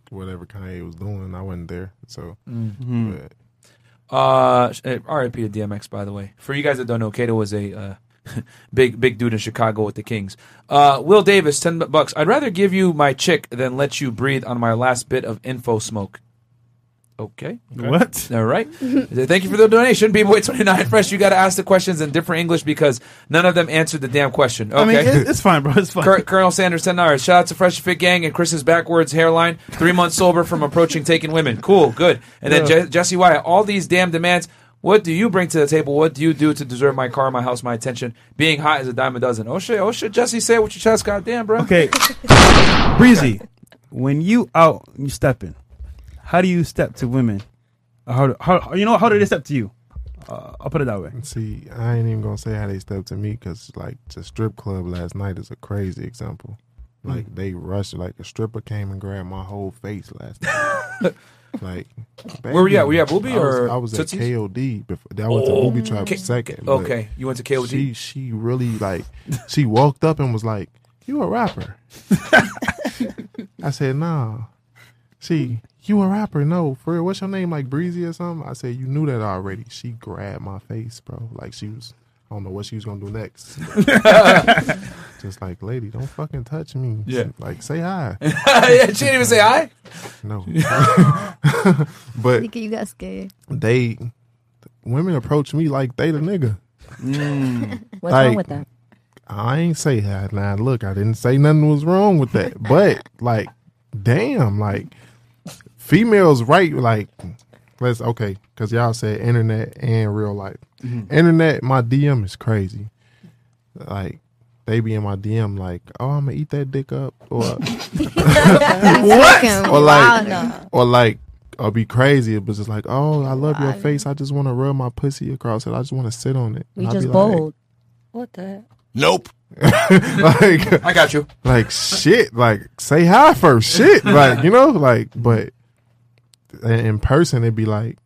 [SPEAKER 11] whatever Kanye was doing. I wasn't there, so.
[SPEAKER 1] Mhm.
[SPEAKER 11] but-
[SPEAKER 1] Uh, sh- uh, RIP to DMX, by the way. For you guys that don't know, Kato was a uh, big big dude in Chicago with the Kings. Uh, Will Davis, ten bu- bucks. I'd rather give you my chick than let you breathe on my last bit of info smoke. Okay.
[SPEAKER 2] What?
[SPEAKER 1] All right. Thank you for the donation, B-Boy 29 Fresh. You got to ask the questions in different English because none of them answered the damn question. Okay.
[SPEAKER 2] I mean, it, it's fine, bro. It's fine.
[SPEAKER 1] Cur- Colonel Sanders, ten dollars. Shout out to Fresh Fit Gang and Chris's backwards hairline. Three months sober from approaching taking women. Cool, good. And then
[SPEAKER 2] Yeah.
[SPEAKER 1] Je- Jesse Wyatt. All these damn demands. What do you bring to the table? What do you do to deserve my car, my house, my attention? Being hot is a dime a dozen. Oh shit, oh shit, Jesse, say it with your chest, goddamn, bro.
[SPEAKER 2] Okay. Breezy, when you out, and you stepping. How do you step to women? Or How, do, how you know? How do they step to you? Uh, I'll put it that way.
[SPEAKER 11] See, I ain't even gonna say how they stepped to me because like the strip club last night is a crazy example.
[SPEAKER 1] Hmm.
[SPEAKER 11] Like they rushed, like a stripper came and grabbed my whole face last night. like,
[SPEAKER 1] Where were you at?
[SPEAKER 11] baby,
[SPEAKER 1] Were you at Booby
[SPEAKER 11] I was-
[SPEAKER 1] or
[SPEAKER 11] I was at
[SPEAKER 1] Tootsie's?
[SPEAKER 11] KOD. Before I went to
[SPEAKER 1] Oh.
[SPEAKER 11] Booby Trap
[SPEAKER 1] K-
[SPEAKER 11] second. but
[SPEAKER 1] okay, you went to KOD.
[SPEAKER 11] She she really like she walked up and was like, "You a rapper?" I said, "No." She, you a rapper? No, for real. What's your name? Like Breezy or something? I said, you knew that already. She grabbed my face, bro. Like she was, I don't know what she was gonna do next. Just like, lady, don't fucking touch me.
[SPEAKER 1] Yeah.
[SPEAKER 11] Like, say hi.
[SPEAKER 1] yeah, she didn't even say hi.
[SPEAKER 11] No. but
[SPEAKER 7] Nika, you got scared.
[SPEAKER 11] they women approach me like they the nigga.
[SPEAKER 1] Mm.
[SPEAKER 7] What's wrong with
[SPEAKER 11] that? I ain't say that. Now look, I didn't say nothing was wrong with that. But like, damn, like females right like let's okay, because y'all said internet and real life.
[SPEAKER 5] Mhm.
[SPEAKER 11] Internet, my DM is crazy. Like they be in my DM like, oh, I'm gonna eat that dick up, or
[SPEAKER 4] What?
[SPEAKER 11] or
[SPEAKER 4] Wild
[SPEAKER 11] like,
[SPEAKER 4] now.
[SPEAKER 11] or like, I'll be crazy, but just like, oh, I love your face. I just want to rub my pussy across it. I just want to sit on it.
[SPEAKER 18] We
[SPEAKER 11] And I'll
[SPEAKER 18] just
[SPEAKER 11] be like,
[SPEAKER 18] bold. What the? heck?
[SPEAKER 11] Nope. like
[SPEAKER 1] I got you.
[SPEAKER 11] Like shit. Like say hi first. Shit. Like you know. Like but in in person it'd be like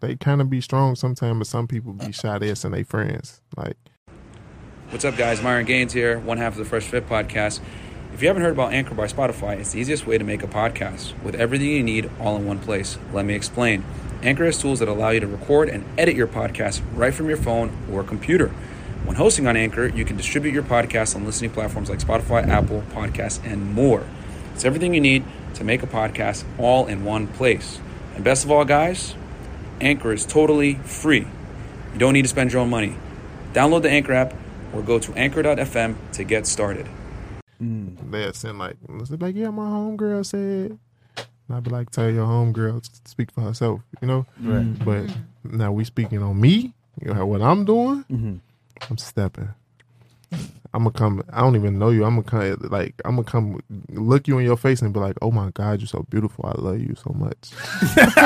[SPEAKER 11] they kind of be strong sometimes, but some people be shy to us and they friends. Like
[SPEAKER 1] What's up, guys? Myron Gaines here, one half of the Fresh Fit podcast. If you haven't heard about Anchor by Spotify, it's the easiest way to make a podcast with everything you need all in one place. Let me explain. Anchor has tools that allow you to record and edit your podcast right from your phone or computer. When hosting on Anchor, you can distribute your podcast on listening platforms like Spotify, Apple Podcasts, and more. It's everything you need to make a podcast all in one place. And best of all, guys, Anchor is totally free. You don't need to spend your own money. Download the Anchor app or go to anchor.fm to get started. Mm.
[SPEAKER 11] they'll send like, they'll be like, yeah, my homegirl said. And I'd be like, tell your homegirl to speak for herself, you know?
[SPEAKER 2] Right.
[SPEAKER 11] But now we speaking on me, you know, what I'm doing,
[SPEAKER 2] Mm-hmm.
[SPEAKER 11] I'm stepping. I'm gonna come. I don't even know you. I'm gonna come. Like I'm gonna come look you in your face and be like, "Oh my God, you're so beautiful. I love you so much." They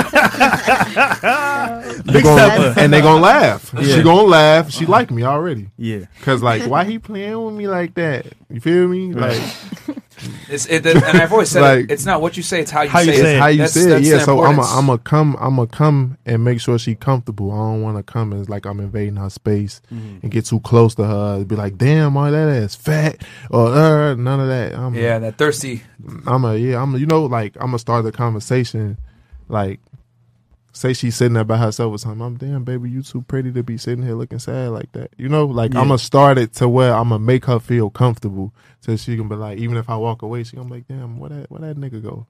[SPEAKER 2] Big
[SPEAKER 11] gonna-
[SPEAKER 2] stepper.
[SPEAKER 11] and they gonna laugh.
[SPEAKER 2] Yeah.
[SPEAKER 11] She gonna laugh. She like me already.
[SPEAKER 2] Yeah.
[SPEAKER 11] Cause like, why he playing with me like that? You feel me? Like,
[SPEAKER 1] It's, it, and I've always said
[SPEAKER 11] Like-
[SPEAKER 1] it, it's not what you say, it's how you
[SPEAKER 11] how
[SPEAKER 1] say it.
[SPEAKER 11] How you
[SPEAKER 1] That's-
[SPEAKER 11] say it?
[SPEAKER 1] that's
[SPEAKER 11] Yeah.
[SPEAKER 1] the
[SPEAKER 11] So I'm a,
[SPEAKER 1] importance.
[SPEAKER 11] I'm a come. I'm a come and make sure she comfortable. I don't want to come and it's like I'm invading her space
[SPEAKER 1] Mm-hmm.
[SPEAKER 11] and get too close to her. It'd be like, damn, all that ass fat or uh, none of that. I'm,
[SPEAKER 1] Yeah, that thirsty.
[SPEAKER 11] I'm a yeah. I'm a, you know like I'm gonna start the conversation. Like, say she's sitting there by herself or something. I'm damn baby, you too pretty to be sitting here looking sad like that. You know, like
[SPEAKER 2] Yeah.
[SPEAKER 11] I'm gonna start it to where I'm gonna make her feel comfortable, so she can be like, even if I walk away, she gonna be like, damn, where that where that nigga go?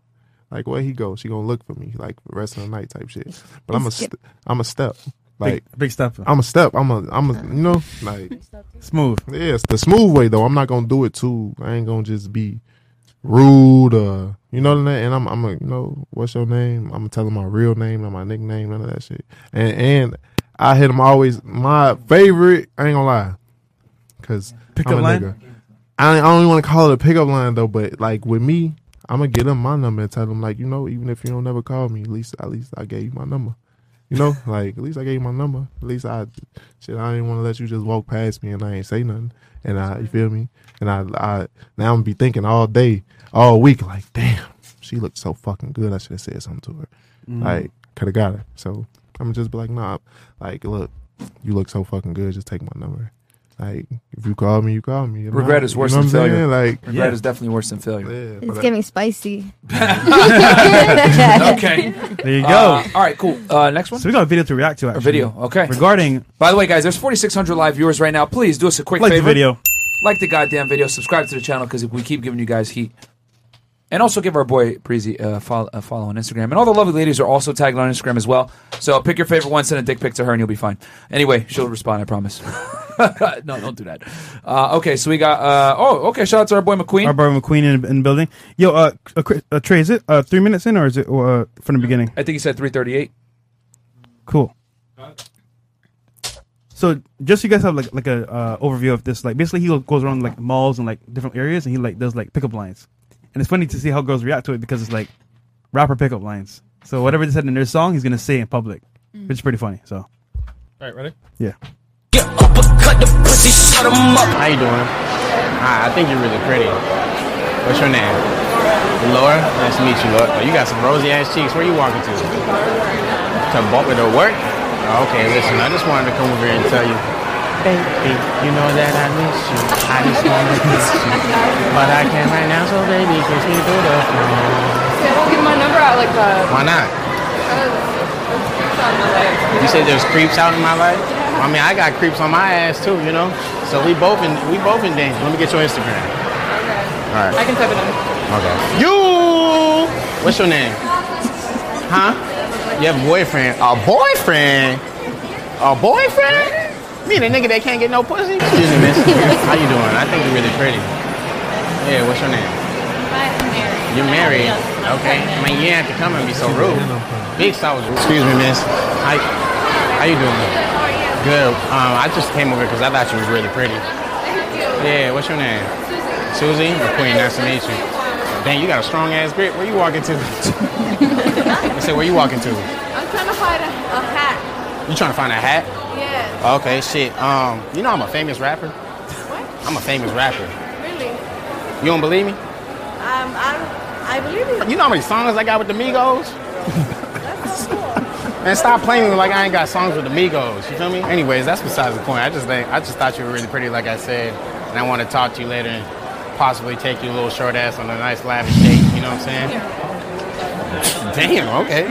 [SPEAKER 11] Like where he go? She gonna look for me like the rest of the night type shit. But I'm a
[SPEAKER 2] Skip.
[SPEAKER 11] st- I'm a step.
[SPEAKER 2] Big-
[SPEAKER 11] Like
[SPEAKER 2] big step.
[SPEAKER 11] I'm a step. I'm a I'm a you know like
[SPEAKER 2] smooth.
[SPEAKER 11] Yeah, it's the smooth way though. I'm not gonna do it too. I ain't gonna just be rude or you know what I mean. And I'm I'm a you know what's your name? I'm gonna tell him my real name and my nickname, none of that shit. And and I hit him always my favorite. I ain't gonna lie, cause
[SPEAKER 2] Pickup
[SPEAKER 11] I'm a
[SPEAKER 2] line?
[SPEAKER 11] Nigga. I I don't even want to call it a pickup line though, but like with me, I'm gonna get him my number and tell him like you know even if you don't never call me, at least at least I gave you my number. You know, like at least I gave you my number. At least I, shit, I didn't want to let you just walk past me and I ain't say nothing. And I, you feel me? And I, I now I'm be thinking all day, all week, like damn, she looked so fucking good. I should have said something to her.
[SPEAKER 2] Mm.
[SPEAKER 11] Like could have got her. So I'm gonna just be like, nah, like look, you look so fucking good. Just take my number. Like if you call me, you call me. If
[SPEAKER 1] Regret
[SPEAKER 11] not,
[SPEAKER 1] is worse
[SPEAKER 11] you know
[SPEAKER 1] than
[SPEAKER 11] what I'm
[SPEAKER 1] failure.
[SPEAKER 11] saying? Like
[SPEAKER 1] Regret is definitely worse than failure.
[SPEAKER 7] It's
[SPEAKER 11] but-
[SPEAKER 7] getting spicy.
[SPEAKER 1] okay.
[SPEAKER 2] There you go.
[SPEAKER 1] Uh, all right, cool. Uh, next one.
[SPEAKER 2] So we got a video to react to. Actually.
[SPEAKER 1] video, okay.
[SPEAKER 2] Regarding
[SPEAKER 1] By the way, guys, there's 4,600 live viewers right now. Please do us a quick
[SPEAKER 2] Like the
[SPEAKER 1] favor.
[SPEAKER 2] video.
[SPEAKER 1] Like the goddamn video. Subscribe to the channel because we keep giving you guys heat. And also give our boy Breezy a follow, a follow on Instagram. And all the lovely ladies are also tagged on Instagram as well. So pick your favorite one, send a dick pic to her, and you'll be fine. Anyway, she'll respond, I promise. no, don't do that. Uh, okay, so we got. Uh, oh, okay. Shout out to our boy McQueen.
[SPEAKER 2] our brother McQueen in, in the building. Yo, uh, uh, Chris- uh, Trey, is it uh, three minutes in or is it uh, from the beginning?
[SPEAKER 1] I think he said 338.
[SPEAKER 2] Cool. So just so you guys have like like a uh, overview of this, like basically he goes around like malls and like different areas and he like does like pickup lines, and it's funny to see how girls react to it because it's like rapper pickup lines. So whatever they said in their song, he's gonna say in public, which is pretty funny. So
[SPEAKER 3] All right, ready?
[SPEAKER 2] yeah,
[SPEAKER 19] How you doing? Hi, I think you're really pretty. What's your name? Laura. Nice to meet you, Laura. Oh, you got some rosy ass cheeks. Where you walking to? To Boca to work? Oh, okay, listen, I just wanted to come over here and tell you. Baby, you know that I miss you. I just wanna kiss you. But I can't right now, so baby, kiss me through the phone.
[SPEAKER 20] I don't give my number out like uh, that.
[SPEAKER 19] Why not? You said there's creeps out in my life. I mean, I got creeps on my ass too, you know. So we both in we both in danger. Let me get your Instagram. All right.
[SPEAKER 20] I can type it in.
[SPEAKER 19] Okay. You. What's your name? Huh? You have a boyfriend. A boyfriend. A boyfriend? Me, the nigga that can't get no pussy. Excuse me, miss. How you doing? I think you're really pretty. Yeah. What's your name? You're married. Okay. I mean, you didn't have to come and be so rude. Big I was rude. Excuse me, miss. How, how you doing? Good. Um, I just came over because I thought you was really pretty. Yeah, what's your name? Susie? The queen, nice to meet you. Dang, you got a strong ass grip. Where you walking to? I said, where you walking to?
[SPEAKER 20] I'm trying to find a, a hat.
[SPEAKER 19] You trying to find a hat?
[SPEAKER 20] Yeah.
[SPEAKER 19] Okay, shit. Um, you know I'm a famous rapper? I'm a famous rapper.
[SPEAKER 20] Really?
[SPEAKER 19] You don't believe me?
[SPEAKER 20] Um, I, I believe it.
[SPEAKER 19] You know how many songs I got with the Migos? Man, stop playing with me like I ain't got songs with the Migos. You feel me? Anyways, that's besides the point. I just think I just thought you were really pretty, like I said, and I want to talk to you later and possibly take you a little short ass on a nice lavish date. You know what I'm saying? Damn. Okay.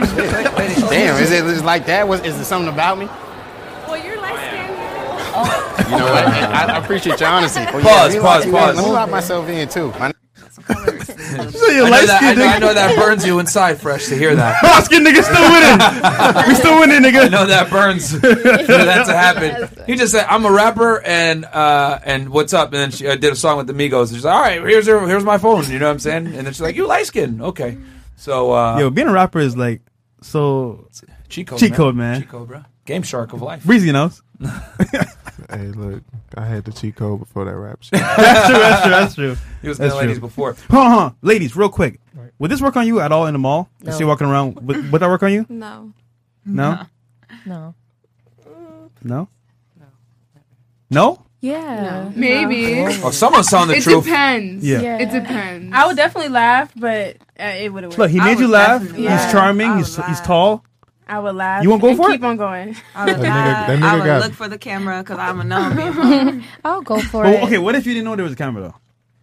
[SPEAKER 19] Shit. Damn. Is it just like that? Was is there something about me?
[SPEAKER 20] Well, you're light skinned.
[SPEAKER 19] You know what? I, I appreciate your honesty. But
[SPEAKER 1] Pause,
[SPEAKER 19] yeah,
[SPEAKER 1] pause,
[SPEAKER 19] let me lock-
[SPEAKER 1] pause.
[SPEAKER 19] Let me lock myself in too. My-
[SPEAKER 1] I know, that, I, know, I know that burns you inside, fresh. To hear that,
[SPEAKER 2] Light skin nigga still winning. we still winning, nigga.
[SPEAKER 1] I know that burns for that to happen. He just said, "I'm a rapper," and uh, and what's up? And then she uh, did a song with the Migos. And she's like, "All right, here's her, here's my phone." You know what I'm saying? And then she's like, "You light skin, okay?" So uh,
[SPEAKER 2] Yo, being a rapper is like so
[SPEAKER 1] cheat code,
[SPEAKER 2] cheat
[SPEAKER 1] man.
[SPEAKER 2] code, man.
[SPEAKER 1] Cheat code, bro. Game shark of life.
[SPEAKER 2] Breezy knows.
[SPEAKER 11] hey, look, I had the cheat code before that rap shit.
[SPEAKER 2] that's true. That's true. That's true.
[SPEAKER 1] He was
[SPEAKER 2] that's
[SPEAKER 1] mailing ladies before.
[SPEAKER 2] Hold on, hold on. ladies, real quick. Would this work on you at all in the mall? You
[SPEAKER 15] No.
[SPEAKER 2] see walking around. Would, would that work on you?
[SPEAKER 10] No.
[SPEAKER 2] No.
[SPEAKER 15] No.
[SPEAKER 2] No. No.
[SPEAKER 10] Yeah.
[SPEAKER 16] Maybe.
[SPEAKER 1] Oh, someone's telling the
[SPEAKER 16] it
[SPEAKER 1] truth.
[SPEAKER 16] depends.
[SPEAKER 2] Yeah.
[SPEAKER 16] It depends.
[SPEAKER 13] I would definitely laugh, but uh, it would have.
[SPEAKER 2] Look, he made you laugh. He's charming. He's he's tall.
[SPEAKER 13] I would laugh.
[SPEAKER 2] You won't go
[SPEAKER 13] and
[SPEAKER 2] for
[SPEAKER 13] Keep on going.
[SPEAKER 9] I would,
[SPEAKER 2] That nigga- that nigga
[SPEAKER 9] I would
[SPEAKER 2] got-
[SPEAKER 9] look for the camera because I'm a no.
[SPEAKER 13] I'll go for
[SPEAKER 2] But, okay, what if you didn't know there was a camera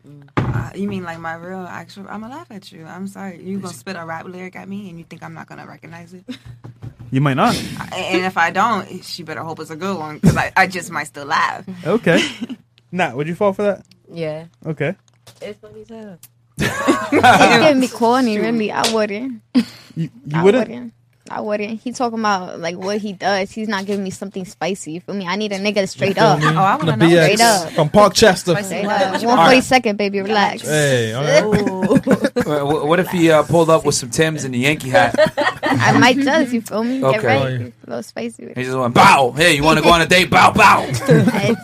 [SPEAKER 2] though?
[SPEAKER 9] Uh, you mean like my real actual? I'm gonna laugh at you. I'm sorry. You gonna spit a rap lyric at me, and you think I'm not gonna recognize it?
[SPEAKER 2] You might not.
[SPEAKER 9] I- and if I don't, she better hope it's a good one because I, I just might still laugh.
[SPEAKER 2] Okay. Nat, would you fall for that?
[SPEAKER 8] Yeah.
[SPEAKER 2] Okay.
[SPEAKER 8] It's funny too.
[SPEAKER 3] Uh,
[SPEAKER 7] He's getting me corny, really. I wouldn't.
[SPEAKER 2] You,
[SPEAKER 7] I
[SPEAKER 2] you wouldn't.
[SPEAKER 7] I wouldn't. He talking about like what he does. He's not giving me something spicy. You feel me? I need a nigga that's straight up.
[SPEAKER 3] Oh, I wanna
[SPEAKER 7] to
[SPEAKER 3] The know. BX
[SPEAKER 7] Straight up.
[SPEAKER 3] from Parkchester.
[SPEAKER 7] Straight up.
[SPEAKER 3] All
[SPEAKER 7] One
[SPEAKER 3] right.
[SPEAKER 7] forty second, baby. Relax.
[SPEAKER 3] Hey, all right.
[SPEAKER 1] Uh, wh- what if he uh, pulled up with some Tims and a Yankee hat?
[SPEAKER 7] I might just. You feel me? Get
[SPEAKER 1] Okay.
[SPEAKER 7] ready.
[SPEAKER 3] Oh,
[SPEAKER 7] A little spicy. with
[SPEAKER 1] He just went bow. Hey, you want to go on a date? Bow bow.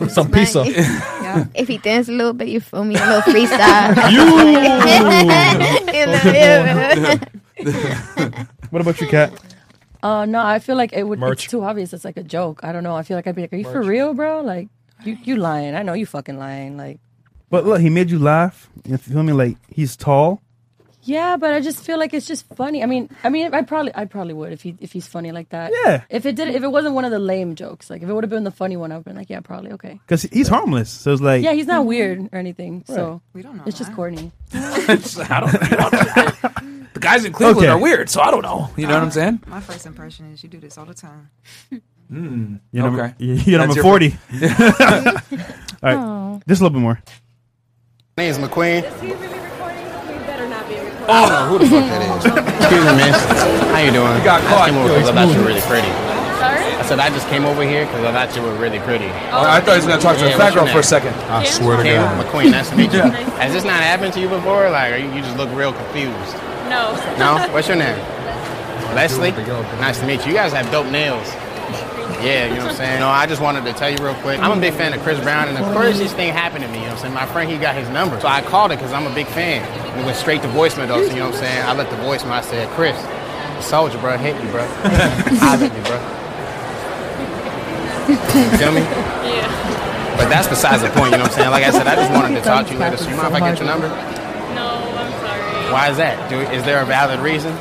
[SPEAKER 3] Some pizza.
[SPEAKER 7] it. If he dance a little bit, you feel me? A little freestyle.
[SPEAKER 2] You.
[SPEAKER 7] You know, yeah.
[SPEAKER 2] What about you, Kat?
[SPEAKER 18] Uh, no, I feel like it would.
[SPEAKER 2] Merch.
[SPEAKER 18] It's too obvious. It's like a joke. I don't know. I feel like I'd be like, "Are you for real, bro? Like, you you lying? I know you fucking lying. Like,
[SPEAKER 2] But look, he made you laugh. You feel me? Like he's tall.
[SPEAKER 18] yeah, but I just feel like it's just funny. I mean, I mean, I probably I probably would if he if he's funny like that.
[SPEAKER 2] Yeah.
[SPEAKER 18] If it did, if it wasn't one of the lame jokes, like if it would have been the funny one, I've been like, yeah, probably okay.
[SPEAKER 2] Cause he's harmless, so it's like
[SPEAKER 18] yeah, he's not weird
[SPEAKER 1] Mm-hmm.
[SPEAKER 18] or anything.
[SPEAKER 2] Right.
[SPEAKER 18] So we don't know. It's just corny.
[SPEAKER 1] I don't, I don't know. The guys in Cleveland
[SPEAKER 2] Okay.
[SPEAKER 1] are weird, so I don't know. You
[SPEAKER 18] Uh,
[SPEAKER 1] know what I'm saying?
[SPEAKER 9] Uh, My first impression is you do this all the time.
[SPEAKER 1] Mm.
[SPEAKER 2] You're number,
[SPEAKER 1] okay.
[SPEAKER 2] you- You're
[SPEAKER 1] That's
[SPEAKER 2] number
[SPEAKER 1] your-
[SPEAKER 2] forty. All right,
[SPEAKER 18] Oh.
[SPEAKER 1] Aw.
[SPEAKER 2] just a little bit more.
[SPEAKER 19] My name is McQueen.
[SPEAKER 20] Oh,
[SPEAKER 19] who the fuck that is? Excuse me, miss. How you doing? You got caught. I just came over because I thought you were really pretty.
[SPEAKER 20] Sorry?
[SPEAKER 19] I said I just came over here because I thought you were really pretty.
[SPEAKER 1] Oh, I thought he was gonna talk to the
[SPEAKER 19] Yeah,
[SPEAKER 1] fat
[SPEAKER 19] what's your
[SPEAKER 1] girl for a
[SPEAKER 19] name?
[SPEAKER 1] second. I swear to
[SPEAKER 19] Kim
[SPEAKER 1] God.
[SPEAKER 19] McQueen, nice to meet you.
[SPEAKER 1] Yeah.
[SPEAKER 19] Has this not happened to you before? Like, are you, you just look real confused?
[SPEAKER 20] No.
[SPEAKER 19] No? What's your name? Leslie. Nice to meet you. You guys have dope nails. Yeah, you know what I'm saying? No, I just wanted to tell you real quick. I'm a big fan of Chris Brown, and of course, this thing happened to me. You know what I'm saying? My friend, he got his number. So I called it because I'm a big fan. It went straight to voicemail, though, so you know what I'm saying? I left the voicemail. I said, Chris, soldier, bro. Hit me, bro. I hit you, bro. You feel me? Yeah. But that's besides the point, you know what I'm saying? Like I said, I just wanted to talk to you later. So you mind if I get your number?
[SPEAKER 20] No, I'm sorry.
[SPEAKER 19] Why is that? Do, is there a valid reason?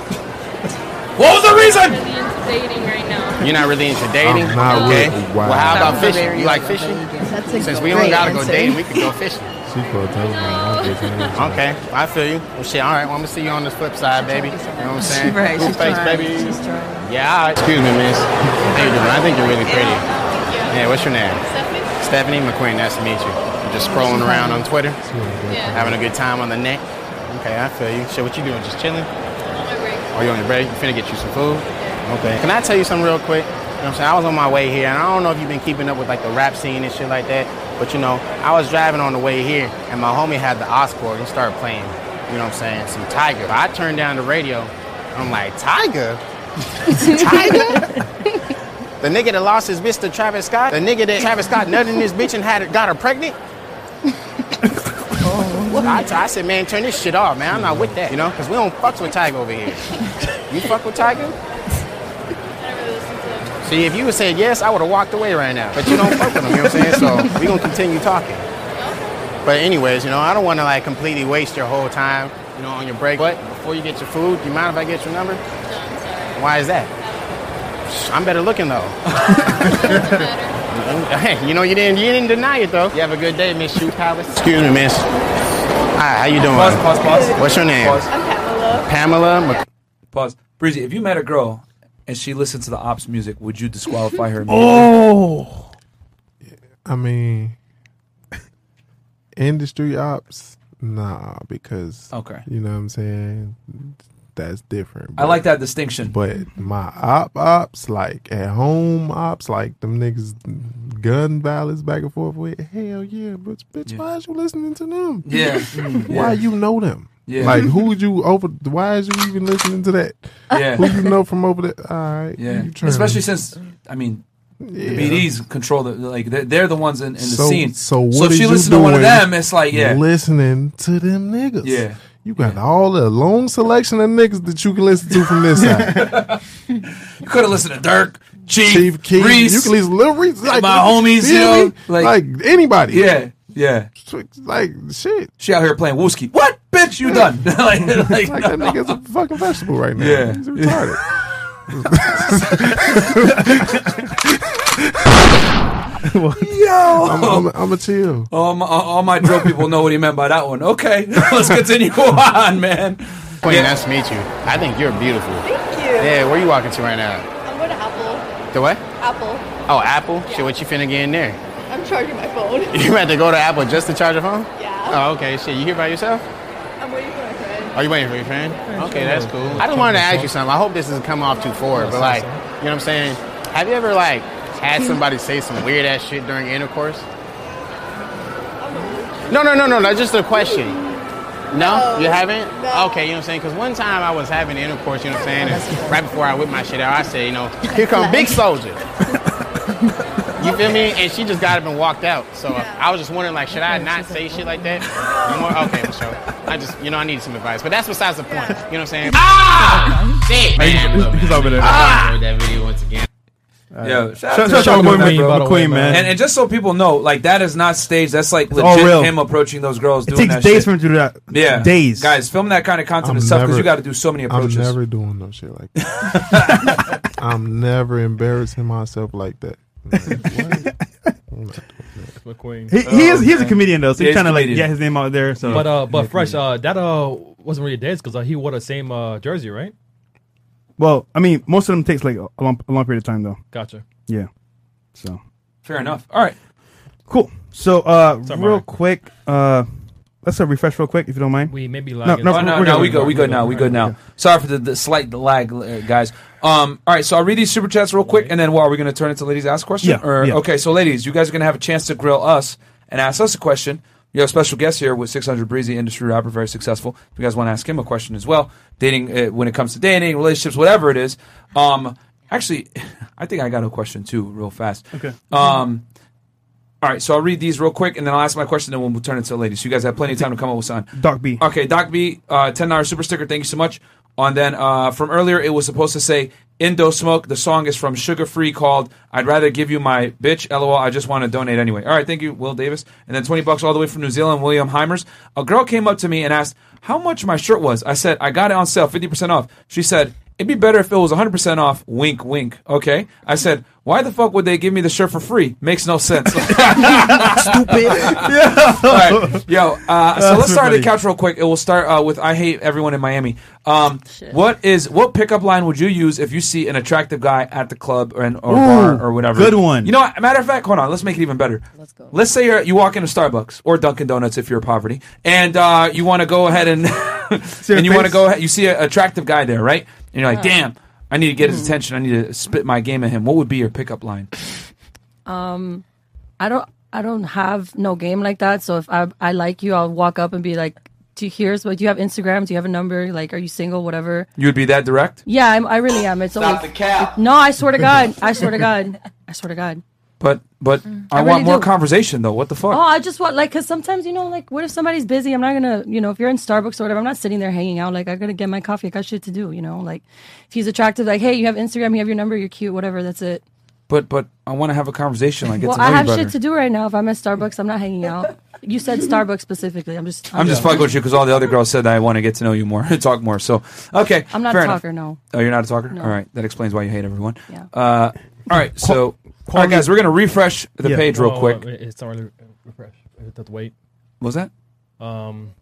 [SPEAKER 1] What was the reason?
[SPEAKER 20] I'm really into dating right now.
[SPEAKER 19] You're not really into dating?
[SPEAKER 11] I'm not
[SPEAKER 19] okay.
[SPEAKER 11] really-
[SPEAKER 19] Well,
[SPEAKER 11] wow.
[SPEAKER 19] how about
[SPEAKER 20] That was a
[SPEAKER 19] fishing?
[SPEAKER 20] very
[SPEAKER 19] You like fishing?
[SPEAKER 20] That's a
[SPEAKER 19] Since we
[SPEAKER 20] great
[SPEAKER 19] don't gotta go
[SPEAKER 20] answer.
[SPEAKER 19] dating, we can go fishing.
[SPEAKER 11] She called telling me I'm just hanging out.
[SPEAKER 19] Okay, I feel you. Well, shit, all right, well, I'm gonna see you on the flip side, baby. You know what I'm saying?
[SPEAKER 11] Right,
[SPEAKER 19] Blue
[SPEAKER 11] she's
[SPEAKER 19] face,
[SPEAKER 11] trying,
[SPEAKER 19] baby. Yeah, all right. Excuse me, miss. How you doing? I think you're really pretty. Yeah, what's your name? Stephanie. Stephanie McQueen, nice to meet you. You're just scrolling around on Twitter, having a good time on the net. Okay, I feel you. Shit, what you doing? Just chilling? Are you on your break? You finna get you some food? Okay. Can I tell you something real quick? You know what I'm saying? I was on my way here, and I don't know if you've been keeping up with like the rap scene and shit like that, but you know, I was driving on the way here, and my homie had the Oscord and started playing, you know what I'm saying, some Tiger. I turned down the radio. I'm like, Tiger? The nigga that lost his bitch to Travis Scott? The nigga that Travis Scott nutted his bitch and had got her pregnant? I, I said, man, turn this shit off, man. I'm not with that, you know? Because we don't fucks with Tiger over here. You fuck with Tiger? See, if you would said yes, I would have walked away right now. But you don't fuck with him, you know what I'm saying? So we going to continue talking. But anyways, you know, I don't want to like completely waste your whole time, you know, on your break. But before you get your food, do you mind if I get your number? Why is that? I'm better looking though. hey, you know you didn't you didn't deny it though. You have a good day, Miss Shoe Palace. Excuse me, Miss. Hi, how you doing?
[SPEAKER 1] Pause, pause, pause.
[SPEAKER 19] What's your name?
[SPEAKER 1] Pause.
[SPEAKER 19] Pamela. Mc-
[SPEAKER 1] Pause. Breezy, if you met a girl and she listened to the ops music, would you disqualify her?
[SPEAKER 11] Oh, I mean, industry ops, nah, because
[SPEAKER 1] Okay.
[SPEAKER 11] you know what I'm saying. That's different.
[SPEAKER 1] I like that distinction.
[SPEAKER 11] But my op ops, like at home ops, like them niggas gun violence back and forth with. Hell yeah, bitch, bitch, why is you listening to them?
[SPEAKER 1] Yeah.
[SPEAKER 19] Mm.
[SPEAKER 11] why you know them?
[SPEAKER 1] Yeah.
[SPEAKER 11] Like who you over? Why is you even listening to that?
[SPEAKER 1] Yeah.
[SPEAKER 11] Who you know from over there? All right.
[SPEAKER 1] Yeah,
[SPEAKER 11] you trying.
[SPEAKER 1] especially since I mean,
[SPEAKER 11] Yeah.
[SPEAKER 1] the BDs control the like they're, they're the ones in, in the
[SPEAKER 11] so,
[SPEAKER 1] scene.
[SPEAKER 11] So what
[SPEAKER 1] so if
[SPEAKER 11] is
[SPEAKER 1] she
[SPEAKER 11] you
[SPEAKER 1] listened to one of
[SPEAKER 11] doing
[SPEAKER 1] them, it's like yeah,
[SPEAKER 11] listening to them niggas.
[SPEAKER 1] Yeah.
[SPEAKER 11] you got all the long selection of niggas that you can listen to from this side.
[SPEAKER 1] you could have listened to Dirk, Chief,
[SPEAKER 11] Chief Keef,
[SPEAKER 1] Reese,
[SPEAKER 11] you can listen to Lil Reese, like
[SPEAKER 1] my homies, you
[SPEAKER 11] feel me?
[SPEAKER 1] know, like-
[SPEAKER 11] like, anybody.
[SPEAKER 1] Yeah, yeah,
[SPEAKER 11] like shit.
[SPEAKER 1] She out here playing whiskey. What bitch? You done? like, like,
[SPEAKER 11] Like, that
[SPEAKER 1] no.
[SPEAKER 11] nigga's a fucking vegetable right now.
[SPEAKER 1] Yeah.
[SPEAKER 11] He's retarded.
[SPEAKER 1] Yo,
[SPEAKER 11] I'm, I'm, I'm a chill.
[SPEAKER 1] all my, all my drill people know what he meant by that one. Okay, let's continue on, man.
[SPEAKER 19] Queen, nice to meet you. I think you're beautiful. Thank
[SPEAKER 4] you.
[SPEAKER 19] Yeah, where you walking to right now?
[SPEAKER 4] I'm going to Apple.
[SPEAKER 19] The what?
[SPEAKER 4] Apple.
[SPEAKER 19] Oh, Apple. Shit, what you finna get in there?
[SPEAKER 4] I'm charging my phone.
[SPEAKER 19] You had to go to Apple just to charge your phone?
[SPEAKER 4] Yeah.
[SPEAKER 19] Oh, okay. Shit, you here by yourself?
[SPEAKER 4] I'm waiting for my friend.
[SPEAKER 19] Are you waiting for your friend? Okay,
[SPEAKER 4] sure.
[SPEAKER 19] that's cool. I just wanted to ask you something. I hope this doesn't come off too forward, but like, you know what I'm saying? Have you ever like had somebody say some weird ass shit during intercourse? No, no, no, no, no. Just a question. No, you haven't. Okay, you know what I'm saying? Because one time I was having intercourse, you know what I'm saying?
[SPEAKER 4] Oh,
[SPEAKER 19] And right before I whipped my shit out, I said, you know, here come Big Soldier. You feel me? And she just got up and walked out. So uh, I was just wondering, like, should I not say shit like that? No more? Okay, for sure. I just, you know, I need some advice. But that's besides the point. You know what I'm saying? Ah! Shit! Man,
[SPEAKER 2] He's over there.
[SPEAKER 19] Ah! that video once again.
[SPEAKER 1] Yeah,
[SPEAKER 2] Shout out to Sean McQueen, by the way, man.
[SPEAKER 1] And, and just so people know, like that is not staged. That's like
[SPEAKER 2] all real.
[SPEAKER 1] legit him approaching those girls.
[SPEAKER 2] It
[SPEAKER 1] doing
[SPEAKER 2] takes
[SPEAKER 1] that
[SPEAKER 2] days
[SPEAKER 1] shit.
[SPEAKER 2] for him to do that.
[SPEAKER 1] Yeah,
[SPEAKER 2] Days.
[SPEAKER 1] guys, filming that kind of content is tough because you got to do so many approaches.
[SPEAKER 11] I'm never doing no shit like that. I'm never embarrassing myself like that.
[SPEAKER 3] McQueen.
[SPEAKER 2] He, he is he's a comedian though, so he's trying to like get his name out there. So,
[SPEAKER 3] But uh, but fresh. Uh, that uh wasn't really dates because uh, he wore the same uh jersey, right?
[SPEAKER 2] well, I mean, most of them takes like a long, a long period of time though.
[SPEAKER 3] Gotcha.
[SPEAKER 2] Yeah. So
[SPEAKER 1] Fair enough. All right.
[SPEAKER 2] cool. So uh,
[SPEAKER 3] Sorry,
[SPEAKER 2] real
[SPEAKER 3] Mario.
[SPEAKER 2] quick, uh, let's uh, refresh real quick if you don't mind.
[SPEAKER 3] We may be
[SPEAKER 2] No,
[SPEAKER 3] lagging.
[SPEAKER 2] no,
[SPEAKER 1] Oh, no,
[SPEAKER 2] we're
[SPEAKER 1] no,
[SPEAKER 2] good.
[SPEAKER 1] we good. We good now. We good now. Sorry for the, the slight lag, uh, guys. Um, all right, so I'll read these super chats real quick, and then what, are we going to turn it to ladies ask question?
[SPEAKER 2] Yeah,
[SPEAKER 1] Or-
[SPEAKER 2] yeah.
[SPEAKER 1] Okay, so ladies, you guys are going to have a chance to grill us and ask us a question. You have a special guest here with 600 Breezy, industry rapper, very successful. If you guys want to ask him a question as well, dating uh, when it comes to dating, relationships, whatever it is. Um, actually, I think I got a question too, real fast.
[SPEAKER 2] Okay.
[SPEAKER 1] Um, all right, so I'll read these real quick, and then I'll ask my question, and then we'll turn it to the ladies. So you guys have plenty of time to come up with something.
[SPEAKER 2] Doc B.
[SPEAKER 1] Okay, Doc B, uh, ten dollar super sticker. Thank you so much. And then uh, from earlier, it was supposed to say Indo Smoke. The song is from Sugar Free called "I'd Rather Give You My Bitch." LOL. I just want to donate anyway. All right, thank you, Will Davis. And then twenty bucks all the way from New Zealand, William Himers. A girl came up to me and asked how much my shirt was. I said I got it on sale, fifty percent off. She said It'd be better if it was 100% off. Wink, wink. Okay. I said, why the fuck would they give me the shirt for free? Makes no sense. Stupid. yeah. All right. Yo, uh, so
[SPEAKER 2] That's
[SPEAKER 1] let's start at the
[SPEAKER 2] funny.
[SPEAKER 1] couch real quick. It will start uh, with I hate everyone in Miami. Um, what is what pickup line would you use if you see an attractive guy at the club or, an, or
[SPEAKER 2] Ooh,
[SPEAKER 1] bar or whatever?
[SPEAKER 2] good one.
[SPEAKER 1] You know, what? matter of fact, hold on. Let's make it even better. Let's go. Let's say you're, you walk into Starbucks or Dunkin' Donuts if you're poverty, and uh, you want to go ahead and and you want to
[SPEAKER 2] face?
[SPEAKER 1] go. ahead You see an attractive guy there, right? And you're like,
[SPEAKER 18] Yeah.
[SPEAKER 1] damn. I need to get his attention. I need to spit my game at him. What would be your pickup line?
[SPEAKER 18] Um, I don't, I don't have no game like that. So if I, I like you, I'll walk up and be like, "Do you here's what? Do you have Instagram? Do you have a number? Like, are you single? Whatever."
[SPEAKER 1] You would be that direct?
[SPEAKER 18] Yeah, I'm, I really am. It's
[SPEAKER 1] Stop
[SPEAKER 18] always,
[SPEAKER 1] the cap.
[SPEAKER 18] No, I swear to God. I swear to God. I swear to God.
[SPEAKER 1] But but I,
[SPEAKER 18] Mm. I really
[SPEAKER 1] want more
[SPEAKER 18] do.
[SPEAKER 1] conversation though. What the fuck?
[SPEAKER 18] Oh, I just want like because sometimes you know like what if somebody's busy? I'm not gonna you know if you're in Starbucks or whatever, I'm not sitting there hanging out. Like I gotta get my coffee. I got shit to do. You know like if he's attractive, like hey, you have Instagram, you have your number, you're cute, whatever. That's it.
[SPEAKER 1] But but I want to have a conversation. Like get
[SPEAKER 18] well,
[SPEAKER 1] to know
[SPEAKER 18] I
[SPEAKER 1] you
[SPEAKER 18] have
[SPEAKER 1] better.
[SPEAKER 18] shit to do right now. If I'm at Starbucks, I'm not hanging out. You said Starbucks specifically. I'm just.
[SPEAKER 1] I'm just fucking with you because all the other girls said I want to get to know you more, talk more. So okay,
[SPEAKER 18] I'm not
[SPEAKER 1] fair
[SPEAKER 18] a
[SPEAKER 1] enough.
[SPEAKER 18] talker. No.
[SPEAKER 1] Oh, you're not a talker.
[SPEAKER 18] No.
[SPEAKER 1] All right, that explains why you hate everyone. Uh, all right, so all right,
[SPEAKER 2] quality-
[SPEAKER 1] guys, we're gonna refresh the
[SPEAKER 2] Yeah.
[SPEAKER 1] page real
[SPEAKER 2] Oh,
[SPEAKER 1] quick.
[SPEAKER 3] It's not really refresh. It does wait.
[SPEAKER 1] Was that?
[SPEAKER 3] Um,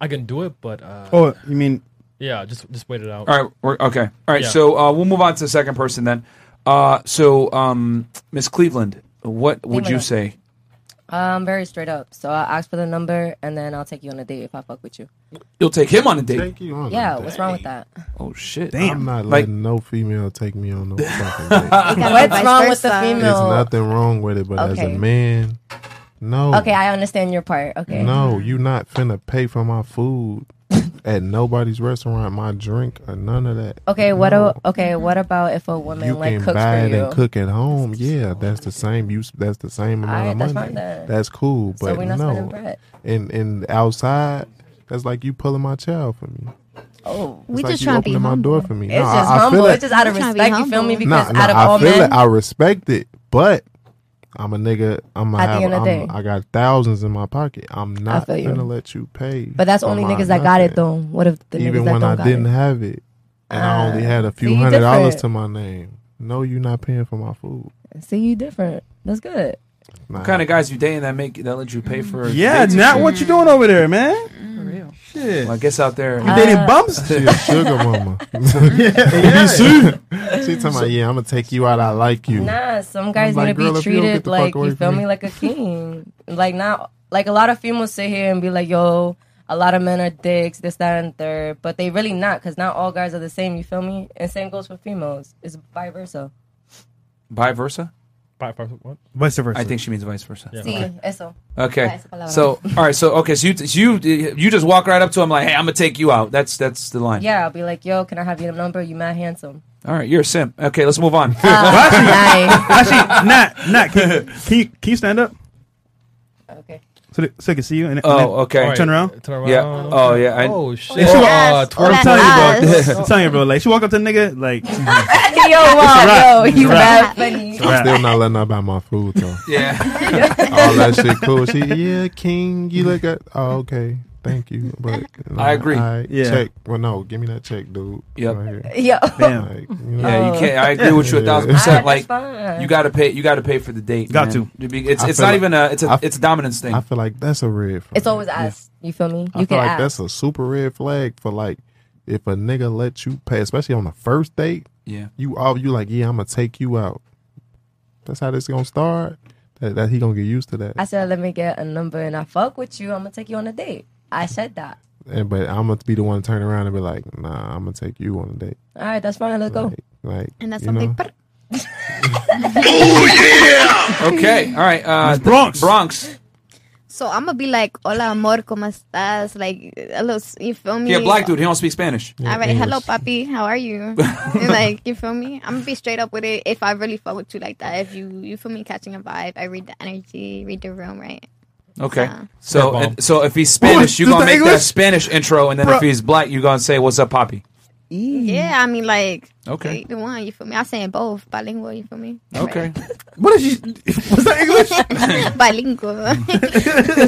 [SPEAKER 3] I can do it, but uh,
[SPEAKER 2] Oh, you mean
[SPEAKER 3] yeah, just just wait it
[SPEAKER 2] oh.
[SPEAKER 3] out.
[SPEAKER 1] All right, we're, okay. All right,
[SPEAKER 3] Yeah.
[SPEAKER 1] so uh, we'll move on to the second person then. Uh, so um, Miss Cleveland, what
[SPEAKER 18] Oh
[SPEAKER 1] would you
[SPEAKER 8] Cleveland.
[SPEAKER 1] say?
[SPEAKER 8] I'm Um, very straight up. So I'll ask for the number and then I'll take you on a date if I fuck with you.
[SPEAKER 1] You'll take him on a date.
[SPEAKER 11] Take you on a
[SPEAKER 8] yeah,
[SPEAKER 11] date.
[SPEAKER 8] what's wrong with that?
[SPEAKER 1] Oh shit!
[SPEAKER 11] I'm not
[SPEAKER 1] Like-
[SPEAKER 11] letting no female take me on no fucking
[SPEAKER 8] It
[SPEAKER 11] date.
[SPEAKER 8] can What's be wrong with the
[SPEAKER 11] There's
[SPEAKER 8] female?
[SPEAKER 11] nothing wrong with it, but as
[SPEAKER 8] Okay.
[SPEAKER 11] a man, no.
[SPEAKER 8] Okay, I understand your part. Okay.
[SPEAKER 11] Oh. No, you not finna pay for my food at nobody's restaurant, my drink, or none of that.
[SPEAKER 8] Okay, what a, okay, what about if a woman
[SPEAKER 11] You
[SPEAKER 8] like
[SPEAKER 11] can
[SPEAKER 8] cooks
[SPEAKER 11] buy
[SPEAKER 8] for
[SPEAKER 11] it
[SPEAKER 8] you?
[SPEAKER 11] and cook at home. Yeah, that's the same. You that's the same amount of
[SPEAKER 8] Alright, that's
[SPEAKER 11] money.
[SPEAKER 8] fine then.
[SPEAKER 11] cool,
[SPEAKER 8] So
[SPEAKER 11] but
[SPEAKER 8] we're not spending
[SPEAKER 11] no.
[SPEAKER 8] bread.
[SPEAKER 11] And and outside, that's like you pulling my child for me.
[SPEAKER 8] Oh,
[SPEAKER 11] It's like you opening my door for me.
[SPEAKER 8] It's
[SPEAKER 11] No, I-
[SPEAKER 8] just
[SPEAKER 11] I feel
[SPEAKER 8] humble.
[SPEAKER 11] it.
[SPEAKER 8] It's just out of
[SPEAKER 7] We're trying to be
[SPEAKER 8] respect. You feel me?
[SPEAKER 7] humble.
[SPEAKER 8] Because
[SPEAKER 11] Nah,
[SPEAKER 8] out of
[SPEAKER 11] nah,
[SPEAKER 8] all
[SPEAKER 11] I feel
[SPEAKER 8] men,
[SPEAKER 11] it. I respect it, but I'm a nigga. I'm a
[SPEAKER 8] At the
[SPEAKER 11] have.
[SPEAKER 8] end of the
[SPEAKER 11] I'm-
[SPEAKER 8] day.
[SPEAKER 11] I got thousands in my pocket. I'm not
[SPEAKER 8] feel you.
[SPEAKER 11] gonna let you pay.
[SPEAKER 8] but that's
[SPEAKER 11] for
[SPEAKER 8] only
[SPEAKER 11] my
[SPEAKER 8] niggas that got
[SPEAKER 11] nothing.
[SPEAKER 8] it though. What if the
[SPEAKER 11] Even
[SPEAKER 8] niggas that
[SPEAKER 11] when
[SPEAKER 8] don't
[SPEAKER 11] I
[SPEAKER 8] got
[SPEAKER 11] didn't
[SPEAKER 8] it?
[SPEAKER 11] have it, and I only
[SPEAKER 8] Ah,
[SPEAKER 11] had a
[SPEAKER 8] see,
[SPEAKER 11] few
[SPEAKER 8] you
[SPEAKER 11] hundred dollars
[SPEAKER 8] different.
[SPEAKER 11] to my name. No, you're not paying for my food.
[SPEAKER 8] See, you different. That's good.
[SPEAKER 11] Nah.
[SPEAKER 1] What kind of guys you dating that make that let you pay for?
[SPEAKER 2] yeah,
[SPEAKER 1] dates and
[SPEAKER 2] not
[SPEAKER 1] shit?
[SPEAKER 2] what you doing over there, man. Shit.
[SPEAKER 1] Well, I guess out there,
[SPEAKER 2] You dating
[SPEAKER 8] Ah.
[SPEAKER 2] bumps?
[SPEAKER 11] She a sugar mama.
[SPEAKER 2] Yeah.
[SPEAKER 11] She talking about, yeah, I'm gonna take you out. I like you.
[SPEAKER 8] Nah, some guys
[SPEAKER 11] like,
[SPEAKER 8] need to
[SPEAKER 11] "Girl,
[SPEAKER 8] be
[SPEAKER 11] if you don't get
[SPEAKER 8] treated
[SPEAKER 11] the
[SPEAKER 8] like
[SPEAKER 11] fuck away
[SPEAKER 8] you feel
[SPEAKER 11] from
[SPEAKER 8] me,
[SPEAKER 11] me."
[SPEAKER 8] like a king. Like not like a lot of females sit here and be like, "Yo, a lot of men are dicks, this, that, and third, but they really not, cause not all guys are the same. You feel me? And same goes for females. It's vice versa.
[SPEAKER 1] vice versa.
[SPEAKER 3] Bye, bye, what?
[SPEAKER 2] Vice versa.
[SPEAKER 1] I think she means vice versa.
[SPEAKER 8] See, eso. Ah,
[SPEAKER 1] Okay.
[SPEAKER 8] Esa palabra.
[SPEAKER 1] So all right. So okay. So you so you you just walk right up to him like, hey, I'm gonna take you out. That's that's the line.
[SPEAKER 8] Yeah, I'll be like, "Yo, can I have your number? You mad handsome."
[SPEAKER 1] All right. You're a simp. Okay. Let's move on.
[SPEAKER 2] Ah, Actually, not not. Can, you- can you can you stand up?
[SPEAKER 8] Okay.
[SPEAKER 2] So, they- so I can see you. And, and then
[SPEAKER 1] Oh, okay.
[SPEAKER 2] Turn around.
[SPEAKER 1] Yeah. Oh, yeah. I-
[SPEAKER 3] Oh,
[SPEAKER 2] If
[SPEAKER 3] shit.
[SPEAKER 2] she walk-
[SPEAKER 3] Uh, twerk.
[SPEAKER 2] I'm telling you, bro. I'm telling you, bro. Like she walk up to the nigga, like
[SPEAKER 4] uh,
[SPEAKER 8] yo,
[SPEAKER 2] wrap.
[SPEAKER 8] wow, yo,
[SPEAKER 2] It's a
[SPEAKER 8] you
[SPEAKER 2] wrap.
[SPEAKER 8] mad funny.
[SPEAKER 11] I'm still not letting her buy my food though.
[SPEAKER 1] Yeah.
[SPEAKER 11] All that shit cool. She yeah, King, you look at oh okay. Thank you. But
[SPEAKER 1] I agree.
[SPEAKER 11] yeah.
[SPEAKER 1] Yeah.
[SPEAKER 11] check. Well no, give me that check, dude.
[SPEAKER 1] Yep.
[SPEAKER 8] Yo.
[SPEAKER 2] Damn.
[SPEAKER 11] Oh.
[SPEAKER 1] Yeah, you can't. I agree with you a
[SPEAKER 11] Ah,
[SPEAKER 1] thousand percent. Like
[SPEAKER 8] fine.
[SPEAKER 1] you gotta pay. You gotta pay for the date.
[SPEAKER 2] Got
[SPEAKER 1] man.
[SPEAKER 2] to.
[SPEAKER 1] Be- It's,
[SPEAKER 11] I
[SPEAKER 1] it's
[SPEAKER 11] feel
[SPEAKER 1] not
[SPEAKER 11] like-
[SPEAKER 1] even a. It's a.
[SPEAKER 11] I-
[SPEAKER 1] it's a dominance thing.
[SPEAKER 11] I feel like that's a red flag.
[SPEAKER 8] It's always us. You feel me? You
[SPEAKER 11] I
[SPEAKER 8] can
[SPEAKER 11] feel like
[SPEAKER 8] ask.
[SPEAKER 11] that's a super red flag for like if a nigga let you pay, especially on the first date.
[SPEAKER 1] Yeah.
[SPEAKER 11] You all you like, yeah, I'm gonna take you out. That's how this gonna start. That, that he gonna get used to that.
[SPEAKER 8] I said, "Let me get a number, and I fuck with you. I'm gonna take you on a date." I said that.
[SPEAKER 11] And but I'm gonna be the one to turn around and be like, nah, I'm gonna take you on a date.
[SPEAKER 8] All right, that's fine. Let's go.
[SPEAKER 11] Like
[SPEAKER 8] And that's
[SPEAKER 11] you
[SPEAKER 8] something
[SPEAKER 11] know?
[SPEAKER 1] okay. All right. Uh,
[SPEAKER 2] Bronx.
[SPEAKER 1] Bronx.
[SPEAKER 7] So I'm gonna be like, "Hola, amor, cómo estás?" Like, hello, you feel me?
[SPEAKER 1] Yeah, black dude. He don't speak Spanish.
[SPEAKER 7] All right, hello, papi, how are you? And, like, you feel me? I'm gonna be straight up with it if I really fuck with you like that. If you, you feel me, catching a vibe, I read the energy, read the room, right?
[SPEAKER 1] Okay.
[SPEAKER 7] Nah.
[SPEAKER 1] So
[SPEAKER 3] Red
[SPEAKER 1] and- so if he's Spanish, you
[SPEAKER 2] What?
[SPEAKER 1] gonna
[SPEAKER 2] Just
[SPEAKER 1] make
[SPEAKER 2] the
[SPEAKER 1] that
[SPEAKER 2] English?
[SPEAKER 1] Spanish intro, and then
[SPEAKER 2] Bro.
[SPEAKER 1] if he's black, you gonna say, "What's up, Poppy?"
[SPEAKER 7] Yeah, I mean, like,
[SPEAKER 1] Okay.
[SPEAKER 7] the one, you feel me? I'm saying both bilingual, you feel me?
[SPEAKER 1] Okay.
[SPEAKER 2] What is you? Was that English?
[SPEAKER 7] bilingual.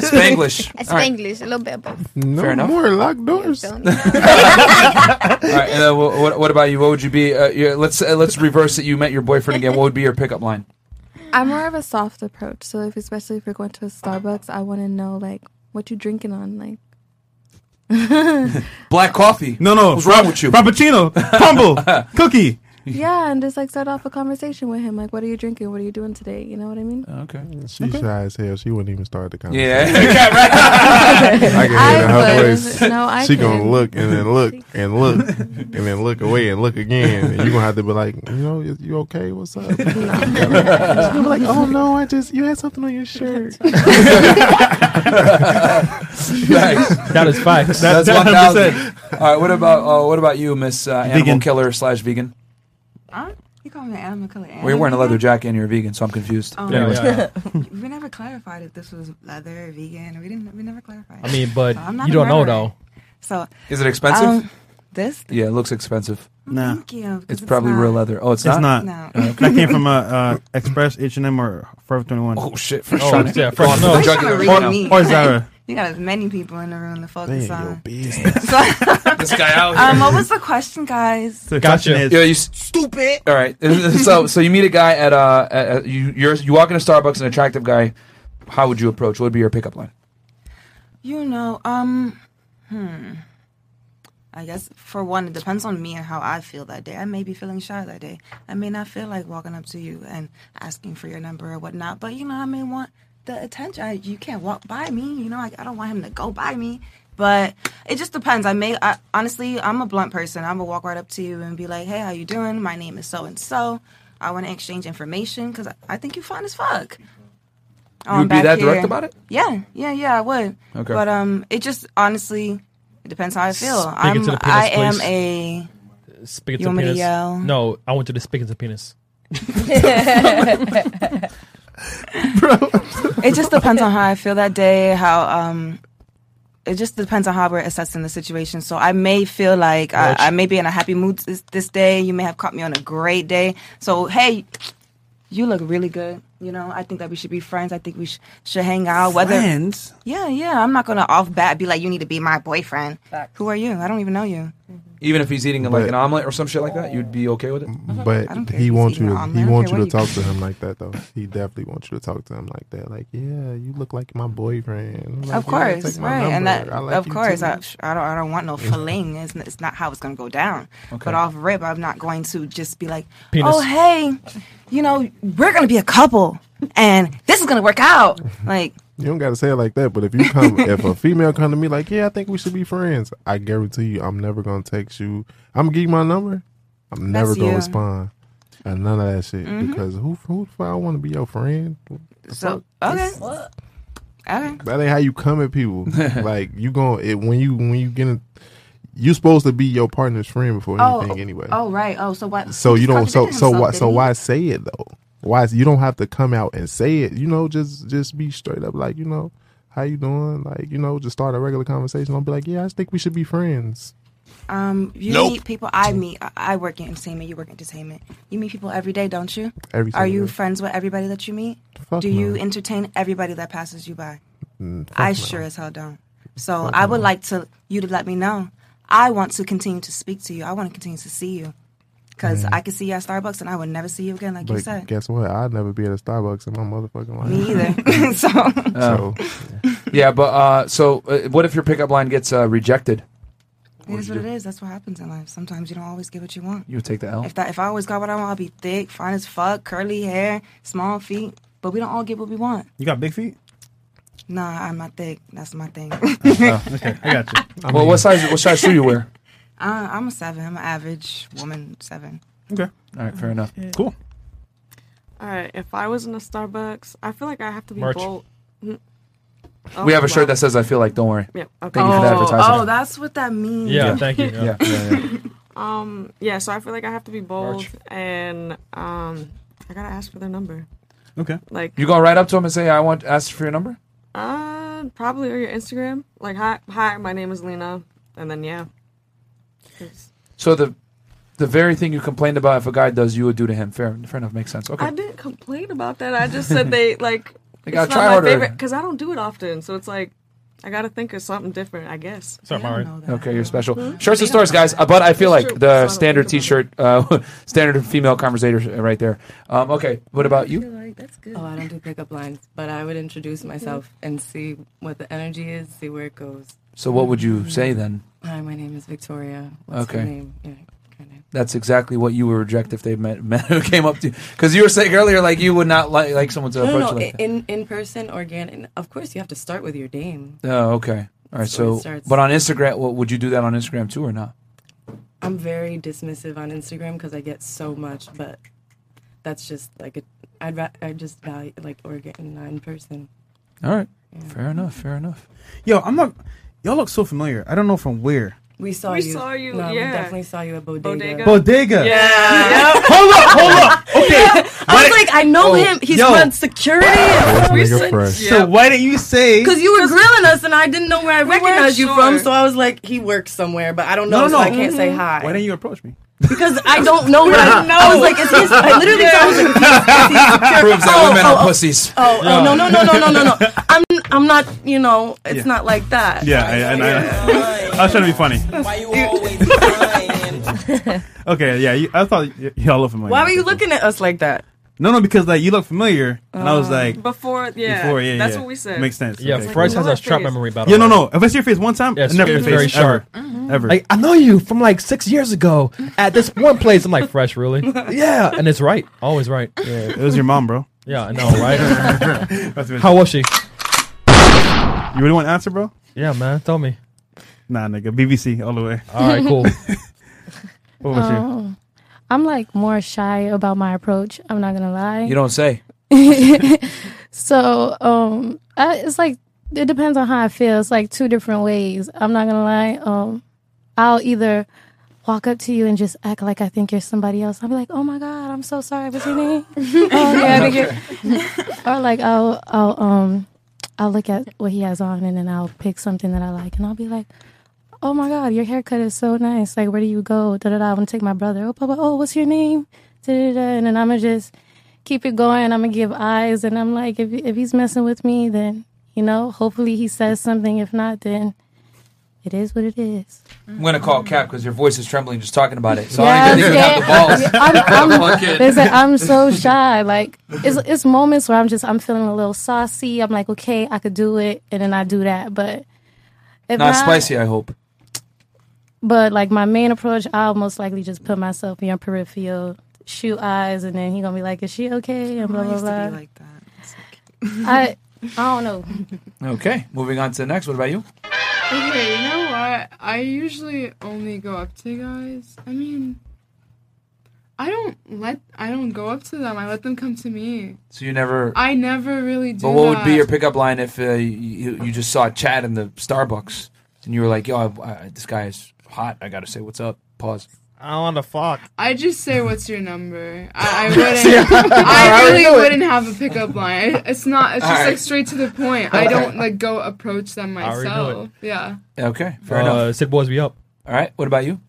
[SPEAKER 1] Spanglish.
[SPEAKER 7] It's
[SPEAKER 1] All right.
[SPEAKER 7] Spanglish, a little bit of both.
[SPEAKER 11] No
[SPEAKER 1] Fair enough.
[SPEAKER 11] more locked doors.
[SPEAKER 1] All right, and, uh, wh- what, what about you? What would you be? Uh, yeah, let's uh, let's reverse it. You met your boyfriend again. What would be your pickup line?
[SPEAKER 10] I'm more of a soft approach. So if especially if we're going to a Starbucks, I want to know like what you drinking on, like.
[SPEAKER 1] Black coffee.
[SPEAKER 2] No, no.
[SPEAKER 1] What's wrong with you?
[SPEAKER 2] Frappuccino, crumble, cookie.
[SPEAKER 10] Yeah, and just like start off a conversation with him, like, what are you drinking? What are you doing today? You know what I mean?
[SPEAKER 1] Okay.
[SPEAKER 11] She shy as hell. She wouldn't even start the conversation.
[SPEAKER 1] Yeah. Yeah, right.
[SPEAKER 11] I can hear it in
[SPEAKER 1] I
[SPEAKER 11] her
[SPEAKER 1] couldn't.
[SPEAKER 11] voice.
[SPEAKER 1] No, I
[SPEAKER 11] she gonna
[SPEAKER 1] couldn't.
[SPEAKER 11] look and then look and look and then look away and look again. And you gonna have to be like, you know, you you okay? What's up? She's gonna be like, oh no, I just you had something on your shirt.
[SPEAKER 1] Facts.
[SPEAKER 3] That is facts.
[SPEAKER 1] That's
[SPEAKER 3] That-
[SPEAKER 1] one thousand.
[SPEAKER 3] 100%.
[SPEAKER 1] All right. What about uh, what about you, Miss uh, Animal
[SPEAKER 2] Vegan.
[SPEAKER 1] Killer slash Vegan?
[SPEAKER 9] Huh? You call me an animal color.
[SPEAKER 1] Well, you're wearing a leather jacket and you're vegan, so I'm confused.
[SPEAKER 9] Oh,
[SPEAKER 1] But anyways.
[SPEAKER 9] we never clarified if this was leather or vegan. We didn't. We never clarified.
[SPEAKER 1] I mean, but
[SPEAKER 9] So I'm not
[SPEAKER 1] you
[SPEAKER 9] a
[SPEAKER 1] don't know,
[SPEAKER 9] member.
[SPEAKER 1] though.
[SPEAKER 9] So
[SPEAKER 1] Is it expensive?
[SPEAKER 9] um, this
[SPEAKER 1] yeah, it looks expensive.
[SPEAKER 2] Nah.
[SPEAKER 9] Thank you, because
[SPEAKER 1] It's
[SPEAKER 9] it's
[SPEAKER 1] probably
[SPEAKER 9] not.
[SPEAKER 1] real leather. Oh, it's,
[SPEAKER 2] It's not.
[SPEAKER 9] No.
[SPEAKER 2] Uh, that came from uh, uh, Express, H and M, or Forever Twenty One.
[SPEAKER 1] Oh shit!
[SPEAKER 2] Fresh
[SPEAKER 1] Oh, Tonic. yeah, Fresh Tonic.
[SPEAKER 9] You're gonna read me.
[SPEAKER 2] Or, or Zara.
[SPEAKER 9] You got as many people in the room to focus
[SPEAKER 2] They ain't
[SPEAKER 9] on.
[SPEAKER 1] This guy out here.
[SPEAKER 9] Um, what was the question, guys?
[SPEAKER 2] So
[SPEAKER 1] Yeah, you stupid. All right. so so you meet a guy at uh at, at- you you're, you walk into Starbucks, an attractive guy. How would you approach? What would be your pickup line?
[SPEAKER 9] You know, um, hmm. I guess for one, it depends on me and how I feel that day. I may be feeling shy that day. I may not feel like walking up to you and asking for your number or whatnot. But you know, I may want the attention. I, you can't walk by me. You know, like I don't want him to go by me. But it just depends. I may I, honestly, I'm a blunt person. I'm gonna walk right up to you and be like, "Hey, how you doing? My name is so and so. I want to exchange information because I, I think you fine as fuck."
[SPEAKER 1] You would be
[SPEAKER 9] back
[SPEAKER 1] that direct about it?
[SPEAKER 9] Yeah, yeah, yeah. I would.
[SPEAKER 1] Okay.
[SPEAKER 9] But um, it just honestly, it depends how I feel.
[SPEAKER 3] Speak
[SPEAKER 9] I'm,
[SPEAKER 3] into the penis,
[SPEAKER 9] I am
[SPEAKER 3] please.
[SPEAKER 9] a.
[SPEAKER 3] Speak it
[SPEAKER 9] You
[SPEAKER 3] to
[SPEAKER 9] want me to
[SPEAKER 3] penis.
[SPEAKER 9] yell?
[SPEAKER 3] No, I want you to speak it to penis.
[SPEAKER 9] it just depends on how I feel that day. How um, it just depends on how we're assessing the situation. So I may feel like I,
[SPEAKER 3] Which-
[SPEAKER 9] I may be in a happy mood this, this day. You may have caught me on a great day. So hey, you look really good. You know, I think that we should be friends. I think we sh- should hang out. Whether
[SPEAKER 2] Friends?
[SPEAKER 9] yeah, yeah. I'm not gonna off bat be like, you need to be my boyfriend. Who are you? I don't even know you.
[SPEAKER 1] Even if he's eating like
[SPEAKER 11] But-
[SPEAKER 1] an omelet or some shit like that, you'd be okay with it.
[SPEAKER 11] But
[SPEAKER 1] I don't care
[SPEAKER 11] he
[SPEAKER 1] if
[SPEAKER 11] wants
[SPEAKER 1] he's
[SPEAKER 11] you
[SPEAKER 1] eating
[SPEAKER 11] to
[SPEAKER 1] omelet. I
[SPEAKER 11] he
[SPEAKER 1] don't
[SPEAKER 11] wants
[SPEAKER 1] care
[SPEAKER 11] you to
[SPEAKER 1] what he-
[SPEAKER 11] talk to him like that though. He definitely wants you to talk to him like that. Like, yeah, you look like my boyfriend. Like,
[SPEAKER 9] of
[SPEAKER 11] you wanna
[SPEAKER 9] course,
[SPEAKER 11] take my
[SPEAKER 9] right? And
[SPEAKER 11] number.
[SPEAKER 9] that,
[SPEAKER 11] I like
[SPEAKER 9] of
[SPEAKER 11] you
[SPEAKER 9] course,
[SPEAKER 11] too.
[SPEAKER 9] I, I don't, I don't want no fling. It's, it's not how it's gonna go down.
[SPEAKER 11] Okay.
[SPEAKER 9] But off rip, I'm not going to just be like,
[SPEAKER 11] Penis.
[SPEAKER 9] oh hey, you know, we're gonna be a couple, and this is gonna work out. Like,
[SPEAKER 11] You don't gotta say it like that, but if you come, if a female come to me like, "Yeah, I think we should be friends," I guarantee you, I'm never gonna text you. I'm gonna give you my number. I'm never
[SPEAKER 9] That's
[SPEAKER 11] gonna
[SPEAKER 9] you.
[SPEAKER 11] respond and none of that shit
[SPEAKER 9] Mhm.
[SPEAKER 11] because who, who, the fuck I want to be your friend? The
[SPEAKER 9] so
[SPEAKER 11] fuck?
[SPEAKER 9] okay, okay.
[SPEAKER 11] That ain't how you come at people. like you going it when you when you getting, you supposed to be your partner's friend before anything anyway.
[SPEAKER 9] Oh right. Oh, so what?
[SPEAKER 11] So you don't. So so why?
[SPEAKER 9] what?
[SPEAKER 11] So why say it though? Why you don't have to come out and say it? You know, just just be straight up like you know, how you doing? Like you know, just start a regular conversation. Don't be like, yeah, I just think we should be friends.
[SPEAKER 9] Um, you
[SPEAKER 11] Nope.
[SPEAKER 9] meet people. I meet. I- I work in entertainment. You work in entertainment. You meet people every day, don't you?
[SPEAKER 11] Every
[SPEAKER 9] Are
[SPEAKER 11] single
[SPEAKER 9] you
[SPEAKER 11] day.
[SPEAKER 9] friends with everybody that you meet?
[SPEAKER 11] Fuck
[SPEAKER 9] Do you
[SPEAKER 11] no.
[SPEAKER 9] entertain everybody that passes you by?
[SPEAKER 11] Mm, fuck
[SPEAKER 9] I
[SPEAKER 11] no.
[SPEAKER 9] sure as hell don't. So
[SPEAKER 11] Fuck
[SPEAKER 9] I would
[SPEAKER 11] no.
[SPEAKER 9] like to you to let me know. I want to continue to speak to you. I want to continue to see you because
[SPEAKER 11] Man.
[SPEAKER 9] I could see you at Starbucks and I would never see you again, like you
[SPEAKER 11] But
[SPEAKER 9] said.
[SPEAKER 11] guess what? I'd never be at a Starbucks in my motherfucking life.
[SPEAKER 9] Me either. so
[SPEAKER 11] So
[SPEAKER 1] Uh, yeah, but uh, so uh, what if your pickup line gets uh, rejected?
[SPEAKER 9] it is what it is. That's what happens in life. Sometimes you don't always get what you want.
[SPEAKER 1] You would take the L.
[SPEAKER 9] If that, if I always got what I want, I'll be thick, fine as fuck, curly hair, small feet. But we don't all get what we want.
[SPEAKER 2] You got big feet?
[SPEAKER 9] Nah, I'm not thick. That's my thing.
[SPEAKER 2] Oh, okay, I got you.
[SPEAKER 1] well, what size? What size shoe you wear?
[SPEAKER 9] Uh, I'm a seven. I'm an average woman seven.
[SPEAKER 2] Okay.
[SPEAKER 1] All right, fair enough.
[SPEAKER 2] Cool.
[SPEAKER 12] All right, if I was in a Starbucks, I feel like I have to be
[SPEAKER 1] Merch.
[SPEAKER 12] bold. Mm. Oh,
[SPEAKER 1] we have a shirt
[SPEAKER 12] wow.
[SPEAKER 1] that says "I feel like." Don't worry.
[SPEAKER 12] Yeah.
[SPEAKER 1] Thank you for the advertisement.
[SPEAKER 9] Oh, that's what that means.
[SPEAKER 1] Yeah, thank you, yeah. Yeah, yeah,
[SPEAKER 12] um. Yeah. So I feel like I have to be bold,
[SPEAKER 1] Merch.
[SPEAKER 12] and um, I gotta ask for their number.
[SPEAKER 2] Okay.
[SPEAKER 12] Like
[SPEAKER 1] You going right up to him and say, "I want ask for your number."
[SPEAKER 12] Uh, probably or your Instagram. Like, hi, hi, my name is Lena, and then yeah. 'Cause
[SPEAKER 1] So the the very thing you complained about if a guy does, you would do to him. Fair, fair enough. Makes sense. Okay.
[SPEAKER 12] I didn't complain about that. I just said they like.
[SPEAKER 1] They gotta
[SPEAKER 12] it's
[SPEAKER 1] try
[SPEAKER 12] not
[SPEAKER 1] harder.
[SPEAKER 12] my favorite because I don't do it often. So it's like I gotta think of something different. I guess.
[SPEAKER 1] Sorry, Okay, you're special. Shirts and stores, guys. Uh, but I feel
[SPEAKER 12] It's true.
[SPEAKER 1] like the standard T-shirt, uh, standard female conversator, uh, right there. Um, okay, what about you?
[SPEAKER 14] Oh, I don't do pickup lines, but I would introduce myself and see what the energy is, see where it goes.
[SPEAKER 1] So what would you say then?
[SPEAKER 14] Hi, my name is Victoria. What's your
[SPEAKER 1] Okay.
[SPEAKER 14] name? You know,
[SPEAKER 1] That's exactly what you would reject if they met, met came up to you. Because you were saying earlier, like you would not like like someone to
[SPEAKER 14] No,
[SPEAKER 1] approach
[SPEAKER 14] no,
[SPEAKER 1] you
[SPEAKER 14] no.
[SPEAKER 1] like that.
[SPEAKER 14] In in person, organic. and Of course, you have to start with your name.
[SPEAKER 1] Oh, okay. All right.
[SPEAKER 14] That's where it
[SPEAKER 1] So,
[SPEAKER 14] starts.
[SPEAKER 1] but on Instagram, what would you do that on Instagram too or not?
[SPEAKER 14] I'm very dismissive on Instagram because I get so much, but that's just like a, I'd ra- I just value like organic in person.
[SPEAKER 1] All right. Fair enough. Fair enough.
[SPEAKER 2] Yo, I'm not. Y'all look so familiar. I don't know from where.
[SPEAKER 14] We saw
[SPEAKER 12] We
[SPEAKER 14] you.
[SPEAKER 12] saw you,
[SPEAKER 14] No,
[SPEAKER 12] yeah.
[SPEAKER 14] we definitely saw you at Bodega.
[SPEAKER 2] Bodega. Bodega.
[SPEAKER 14] Yeah.
[SPEAKER 2] Hold up, hold up. Okay. Oh,
[SPEAKER 14] I was like, I know him. He's
[SPEAKER 2] yo.
[SPEAKER 14] on security.
[SPEAKER 2] So why didn't you say?
[SPEAKER 14] Because you were grilling us, and I didn't know where I
[SPEAKER 12] weren't
[SPEAKER 14] recognized you
[SPEAKER 12] sure. Mm-hmm.
[SPEAKER 14] from, so I was like, he works somewhere, but I don't know,
[SPEAKER 2] No, no,
[SPEAKER 14] so
[SPEAKER 2] no.
[SPEAKER 14] I can't say hi.
[SPEAKER 2] Why didn't you approach me?
[SPEAKER 14] Because I don't know where. I, I was like, is he? I literally thought I was like, is he- is he
[SPEAKER 1] Proves that
[SPEAKER 14] Oh,
[SPEAKER 1] women
[SPEAKER 14] oh,
[SPEAKER 1] are
[SPEAKER 14] oh,
[SPEAKER 1] pussies.
[SPEAKER 14] Oh, oh no, no, no, no, no, no, no. I'm, I'm not. You know, it's
[SPEAKER 2] Yeah.
[SPEAKER 14] not like that.
[SPEAKER 2] Yeah, I, I, I, I was trying to be funny.
[SPEAKER 14] Why you
[SPEAKER 2] Okay, yeah, you, I thought y- y'all look familiar.
[SPEAKER 14] Why were you looking at us like that?
[SPEAKER 2] No, no, because like you look familiar, and I was like,
[SPEAKER 12] Before, yeah,
[SPEAKER 2] before, yeah,
[SPEAKER 12] that's
[SPEAKER 2] yeah.
[SPEAKER 12] what we said.
[SPEAKER 2] Makes sense.
[SPEAKER 3] Yeah, Bryce has a sharp memory, by the
[SPEAKER 2] Yeah, no,
[SPEAKER 3] way.
[SPEAKER 2] no. If I see your face one time,
[SPEAKER 3] Yes,
[SPEAKER 2] I never your face
[SPEAKER 3] very sharp.
[SPEAKER 2] ever, ever.
[SPEAKER 3] Like I know you from like six years ago at this one place. I'm like fresh, really? Yeah, and it's right, always right. Yeah,
[SPEAKER 2] it was your mom, bro.
[SPEAKER 3] Yeah, I know, right? How was she?
[SPEAKER 2] You really want to answer, bro?
[SPEAKER 3] Yeah, man. Tell me.
[SPEAKER 2] Nah, nigga, BBC all the way.
[SPEAKER 3] All right, cool.
[SPEAKER 2] what was your?
[SPEAKER 15] Oh. I'm like more shy about my approach. I'm not gonna lie.
[SPEAKER 1] You don't say.
[SPEAKER 15] so um I, it's like it depends on how i feel it's like two different ways i'm not gonna lie um i'll either walk up to you and just act like i think you're somebody else i'll be like oh my god i'm so sorry what's your name oh yeah nigga. or like i'll i'll um i'll look at what he has on and then i'll pick something that i like and i'll be like oh my god your haircut is so nice like where do you go da da da i want to take my brother oh papa oh what's your name da da da and then i'ma just keep it going. I'm gonna give eyes, and I'm like, if if he's messing with me, then you know, hopefully he says something. If not, then it is what it is.
[SPEAKER 1] I'm gonna call Cap because your voice is trembling just talking about it. So
[SPEAKER 15] Yeah,
[SPEAKER 1] I
[SPEAKER 15] I'm
[SPEAKER 1] ain't gonna even have the
[SPEAKER 15] scared.
[SPEAKER 1] balls.
[SPEAKER 15] I'm, I'm,
[SPEAKER 1] Fuck it.
[SPEAKER 15] they said I'm so shy. Like it's it's moments where I'm just I'm feeling a little saucy. I'm like, okay, I could do it, and then I do that. But if
[SPEAKER 1] not spicy. I hope.
[SPEAKER 15] But like my main approach, I'll most likely just put myself in your peripheral, shoot eyes, and then he gonna be like, is she okay? And blah
[SPEAKER 12] I
[SPEAKER 15] blah
[SPEAKER 12] used to
[SPEAKER 15] blah.
[SPEAKER 12] be like that.
[SPEAKER 15] I I don't know.
[SPEAKER 1] Okay, moving on to the next. What about you?
[SPEAKER 16] Okay, you know what? I usually only go up to guys. I mean, I don't let I don't go up to them. I let them come to me.
[SPEAKER 1] So you never.
[SPEAKER 16] I never really do.
[SPEAKER 1] but what would
[SPEAKER 16] that.
[SPEAKER 1] be your pickup line if uh, you, you just saw Chad in the Starbucks and you were like, "Yo, I, I, this guy is hot. I gotta say what's up." Pause.
[SPEAKER 3] I want to fuck.
[SPEAKER 16] I just say, "What's your number?" I, I
[SPEAKER 1] Yeah.
[SPEAKER 16] wouldn't.
[SPEAKER 1] I
[SPEAKER 16] I
[SPEAKER 1] would
[SPEAKER 16] really
[SPEAKER 1] do it.
[SPEAKER 16] wouldn't have a pickup line. It- It's not. It's
[SPEAKER 1] All
[SPEAKER 16] just
[SPEAKER 1] right.
[SPEAKER 16] like straight to the point. I don't like go approach them
[SPEAKER 3] I already know
[SPEAKER 16] myself. Yeah.
[SPEAKER 1] Okay, fair
[SPEAKER 3] Uh,
[SPEAKER 1] enough.
[SPEAKER 3] Sid boys, be up.
[SPEAKER 1] All right. What about you?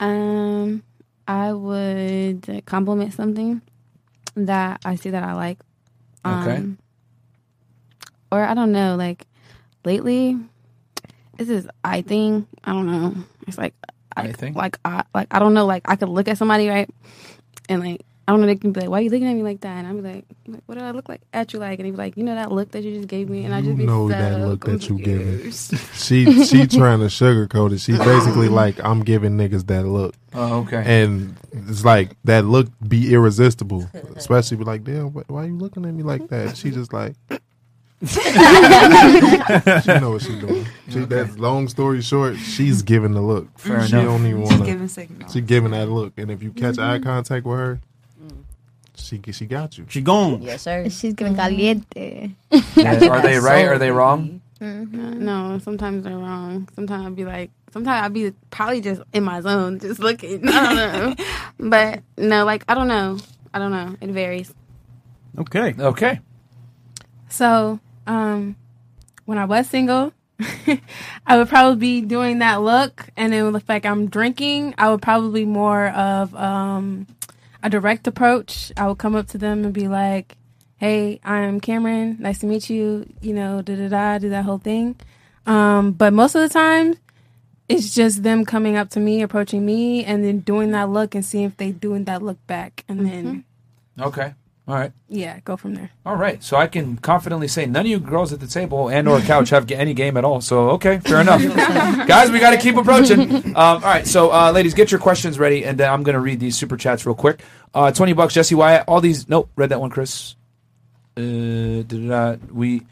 [SPEAKER 17] Um, I would compliment something that I see that I like.
[SPEAKER 1] Okay.
[SPEAKER 17] Um, Or I don't know, like lately, this is I thing. I don't know. It's like I
[SPEAKER 1] think
[SPEAKER 17] like I like I don't know. Like I could look at somebody right, and like I don't know. They can be like, "Why are you looking at me like that?" And I'm like, like, "What did I look like at you like?" And they be like, "You know that look that you just gave me," and I just be
[SPEAKER 11] know
[SPEAKER 17] so
[SPEAKER 11] that look that you giving.
[SPEAKER 17] confused.
[SPEAKER 11] She she trying to sugarcoat it. She basically like I'm giving niggas that look.
[SPEAKER 1] Oh, okay.
[SPEAKER 11] And it's like that look be irresistible, especially be like, damn, why, why you looking at me like that? She just like. she know what she doing. She that's long story short. She's giving the look.
[SPEAKER 1] Fair
[SPEAKER 11] she
[SPEAKER 1] enough.
[SPEAKER 11] don't even
[SPEAKER 1] She's
[SPEAKER 11] want
[SPEAKER 1] giving
[SPEAKER 11] to.
[SPEAKER 1] signals. Mm-hmm.
[SPEAKER 11] She giving that look, and if you catch eye
[SPEAKER 7] Mhm.
[SPEAKER 11] contact with her,
[SPEAKER 1] Mm.
[SPEAKER 11] she she got you.
[SPEAKER 2] She gone.
[SPEAKER 7] Yes, sir. She's giving caliente.
[SPEAKER 1] Yeah, are they right? Are they wrong?
[SPEAKER 17] No, sometimes they're wrong. Sometimes I'll be like, sometimes I'll be probably just in my zone, just looking. I don't know. but no, like, I don't know. I don't know. It varies.
[SPEAKER 2] Okay.
[SPEAKER 1] Okay.
[SPEAKER 16] So, um, when I was single,
[SPEAKER 13] I would probably be doing that look, and it would look like I'm drinking. I would probably be more of um, a direct approach. I would come up to them and be like, "Hey, I'm Cameron. Nice to meet you. You know, da da da, do that whole thing." Um, but most of the time, it's just them coming up to me, approaching me, and then doing that look and seeing if they doing that look back, and then
[SPEAKER 1] Okay. All right.
[SPEAKER 13] yeah, go from there.
[SPEAKER 1] All right. So I can confidently say none of you girls at the table and or couch have g- any game at all. So okay, fair enough. Guys, we got to keep approaching. Um, all right. So uh, ladies, get your questions ready, and uh, I'm going to read these super chats real quick. Uh, Twenty bucks, Jesse Wyatt. All these. Nope. Read that one, Chris. Uh, da-da-da, we.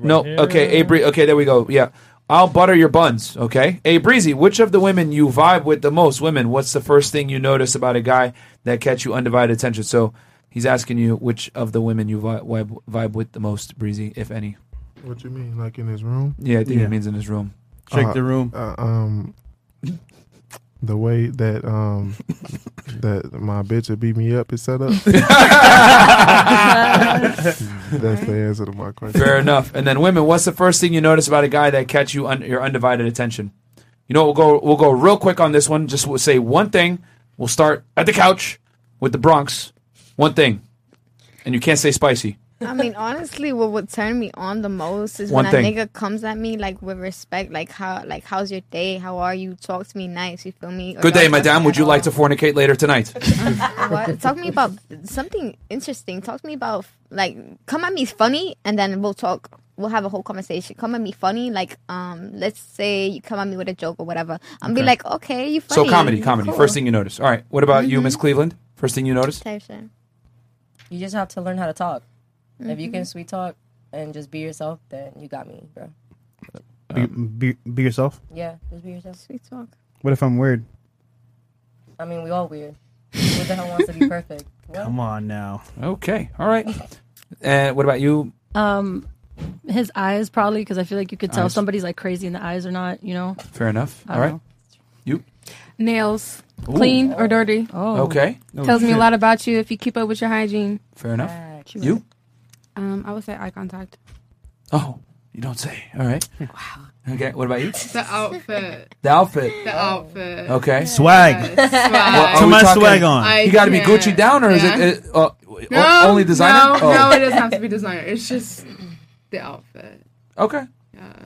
[SPEAKER 1] No, okay, A Bree. Okay, there we go. Yeah, I'll butter your buns. Okay, A Breezy. Which of the women you vibe with the most? Women. What's the first thing you notice about a guy that catch you undivided attention? So he's asking you which of the women you vi- vibe vibe with the most, Breezy, if any.
[SPEAKER 11] What you mean? Like in his room?
[SPEAKER 1] Yeah, I think it means in his room.
[SPEAKER 11] Uh, Uh, um, the way that um that my bitch would beat me up is set up. That's the answer to my question.
[SPEAKER 1] Fair enough. And then women, what's the first thing you notice about a guy that catch you un- your undivided attention? You know, what, we'll go we'll go real quick on this one. Just we'll say one thing. We'll start at the couch with the Bronx. One thing, and you can't say spicy.
[SPEAKER 7] I mean, honestly, what would turn me on the most is
[SPEAKER 1] One
[SPEAKER 7] when
[SPEAKER 1] thing.
[SPEAKER 7] a nigga comes at me like with respect, like how, like how's your day? How are you? Talk to me nice. You feel me? Or
[SPEAKER 1] Good day,
[SPEAKER 7] y'all talk
[SPEAKER 1] madame. Would you like to fornicate later tonight?
[SPEAKER 7] What? Talk to me about something interesting. Talk to me about like come at me funny, and then we'll talk. We'll have a whole conversation. Come at me funny, like um, let's say you come at me with a joke or whatever. I'm be
[SPEAKER 1] Okay.
[SPEAKER 7] like, okay, you funny.
[SPEAKER 1] so comedy, comedy.
[SPEAKER 7] Cool.
[SPEAKER 1] First thing you notice. All right. What about you,
[SPEAKER 7] Mhm.
[SPEAKER 16] Mm-hmm.
[SPEAKER 1] Miss Cleveland? First thing you notice.
[SPEAKER 7] Type shit.
[SPEAKER 8] You just have to learn how to talk. If you can
[SPEAKER 7] Mhm.
[SPEAKER 8] sweet talk and just be yourself, then you got me, bro.
[SPEAKER 2] Be, be, be yourself.
[SPEAKER 8] Yeah, just be yourself. Sweet talk.
[SPEAKER 2] What if I'm weird?
[SPEAKER 8] I mean, we all weird. Who the hell wants to be perfect? What?
[SPEAKER 2] Come on now.
[SPEAKER 1] Okay. All right. And what about you?
[SPEAKER 18] Um, his eyes probably because I feel like you could tell
[SPEAKER 1] Eyes.
[SPEAKER 18] somebody's like crazy in the eyes or not. You know.
[SPEAKER 1] Fair enough.
[SPEAKER 18] I
[SPEAKER 1] All right.
[SPEAKER 18] don't
[SPEAKER 1] You.
[SPEAKER 13] Nails,
[SPEAKER 1] Ooh.
[SPEAKER 13] clean or dirty.
[SPEAKER 18] Oh.
[SPEAKER 1] Okay.
[SPEAKER 13] Tells me a lot about you if you keep up with your hygiene.
[SPEAKER 1] Fair enough.
[SPEAKER 13] She
[SPEAKER 1] You.
[SPEAKER 10] Um, I would say eye contact.
[SPEAKER 1] Oh, you don't say. All right. Wow. Okay. What about you?
[SPEAKER 16] The outfit.
[SPEAKER 1] The outfit.
[SPEAKER 16] The outfit.
[SPEAKER 1] Okay.
[SPEAKER 2] Swag.
[SPEAKER 16] Yes, swag.
[SPEAKER 1] What- are
[SPEAKER 2] Put
[SPEAKER 1] we
[SPEAKER 2] my
[SPEAKER 1] talking-
[SPEAKER 2] swag on. I
[SPEAKER 1] You got to be Gucci
[SPEAKER 16] can't.
[SPEAKER 1] down, or
[SPEAKER 16] Yeah.
[SPEAKER 1] is it uh, uh, o-
[SPEAKER 16] No,
[SPEAKER 1] only designer?
[SPEAKER 16] No,
[SPEAKER 1] Oh.
[SPEAKER 16] no, it doesn't have to be designer. It's just the outfit.
[SPEAKER 1] Okay.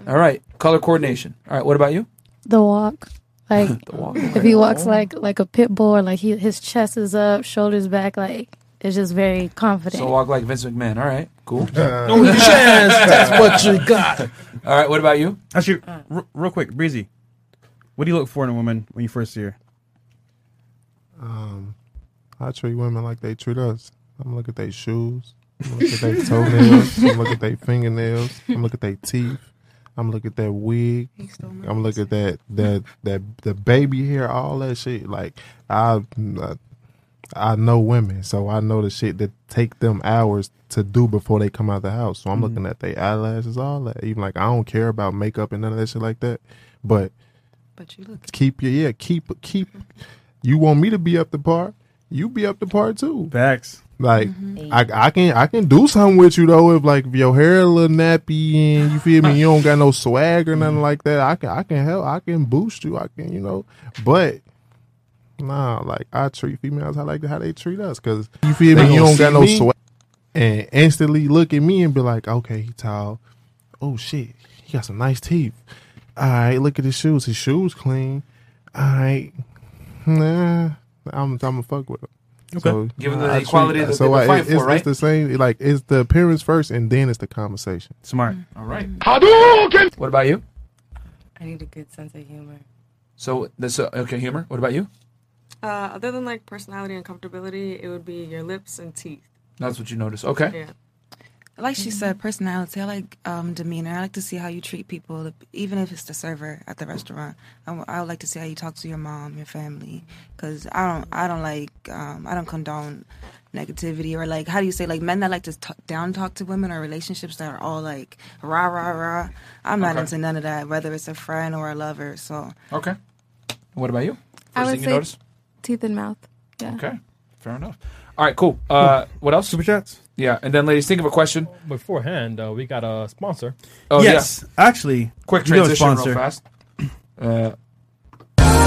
[SPEAKER 1] All right. Color coordination. All right. What about you?
[SPEAKER 15] The walk. Like
[SPEAKER 1] The walk.
[SPEAKER 15] if he
[SPEAKER 12] Oh.
[SPEAKER 15] walks like like a pit bull, or like he, his chest is up, shoulders back, like it's just very confident.
[SPEAKER 1] So walk like Vince McMahon. All right. Cool.
[SPEAKER 2] No chance, that's what you got.
[SPEAKER 1] All right. What about you?
[SPEAKER 2] Actually, r- real quick, Breezy, what do you look for in a woman when you first see her?
[SPEAKER 11] Um, I treat women like they treat us. I'm look at their shoes. I'm look at their toenails. I'm look at their fingernails. I'm look at their teeth. I'm look at that wig. I'm look at that that that the baby hair. All that shit. Like I, I, I know women, so I know the shit that take them hours to do before they come out the house. So I'm
[SPEAKER 2] Mhm.
[SPEAKER 11] looking at their eyelashes, all that. Even like I don't care about makeup and none of that shit like that, but
[SPEAKER 9] But you look.
[SPEAKER 11] keep your yeah keep keep you want me to be up to par you be up to par too
[SPEAKER 2] facts
[SPEAKER 11] like I, I can I can do something with you though if like if your hair a little nappy and you feel me you don't got no swag or nothing like that I can I can help I can boost you I can you know but nah like I treat females I like how they treat us because you feel
[SPEAKER 2] They
[SPEAKER 11] me you
[SPEAKER 2] gonna
[SPEAKER 11] don't got
[SPEAKER 2] see
[SPEAKER 11] no
[SPEAKER 2] me?
[SPEAKER 11] swag and instantly look at me and be like okay he tall oh shit he got some nice teeth all right look at his shoes his shoes clean all right nah I'm I'm gonna fuck with him.
[SPEAKER 1] Okay. Give him the equality that
[SPEAKER 11] so
[SPEAKER 1] they were
[SPEAKER 11] I-
[SPEAKER 1] fighting
[SPEAKER 11] it's,
[SPEAKER 1] for, right?
[SPEAKER 11] it's the same. Like it's the appearance first, and then it's the conversation.
[SPEAKER 2] Smart.
[SPEAKER 1] All right. Hadouken. What about you?
[SPEAKER 14] I need a good sense of humor.
[SPEAKER 1] So this uh, okay humor. What about you?
[SPEAKER 12] Uh, other than like personality and comfortability, it would be your lips and teeth.
[SPEAKER 1] That's what you notice. Okay.
[SPEAKER 12] Yeah.
[SPEAKER 9] Like she said,
[SPEAKER 2] Mm-hmm.
[SPEAKER 9] personality. I like um, demeanor. I like to see how you treat people, even if it's the server at the restaurant. I, w- I would like to see how you talk to your mom, your family, because I don't, I don't like, um, I don't condone negativity or like, how do you say, like men that like to t- down talk to women or relationships that are all like rah rah rah. I'm not
[SPEAKER 1] Okay.
[SPEAKER 9] into none of that, whether it's a friend or a lover. So
[SPEAKER 1] Okay. What about you? First
[SPEAKER 10] I would
[SPEAKER 1] thing you
[SPEAKER 10] say
[SPEAKER 1] notice.
[SPEAKER 10] teeth and mouth. Yeah.
[SPEAKER 1] Okay. Fair enough. All right. Cool. Uh, what else? Super
[SPEAKER 2] chats.
[SPEAKER 1] Yeah, and then ladies, think of a question.
[SPEAKER 3] Beforehand, uh, we got a sponsor.
[SPEAKER 1] Oh
[SPEAKER 2] yes,
[SPEAKER 1] yeah.
[SPEAKER 2] actually,
[SPEAKER 1] quick
[SPEAKER 2] we do have a
[SPEAKER 1] transition real
[SPEAKER 2] sponsor.
[SPEAKER 1] fast. Uh,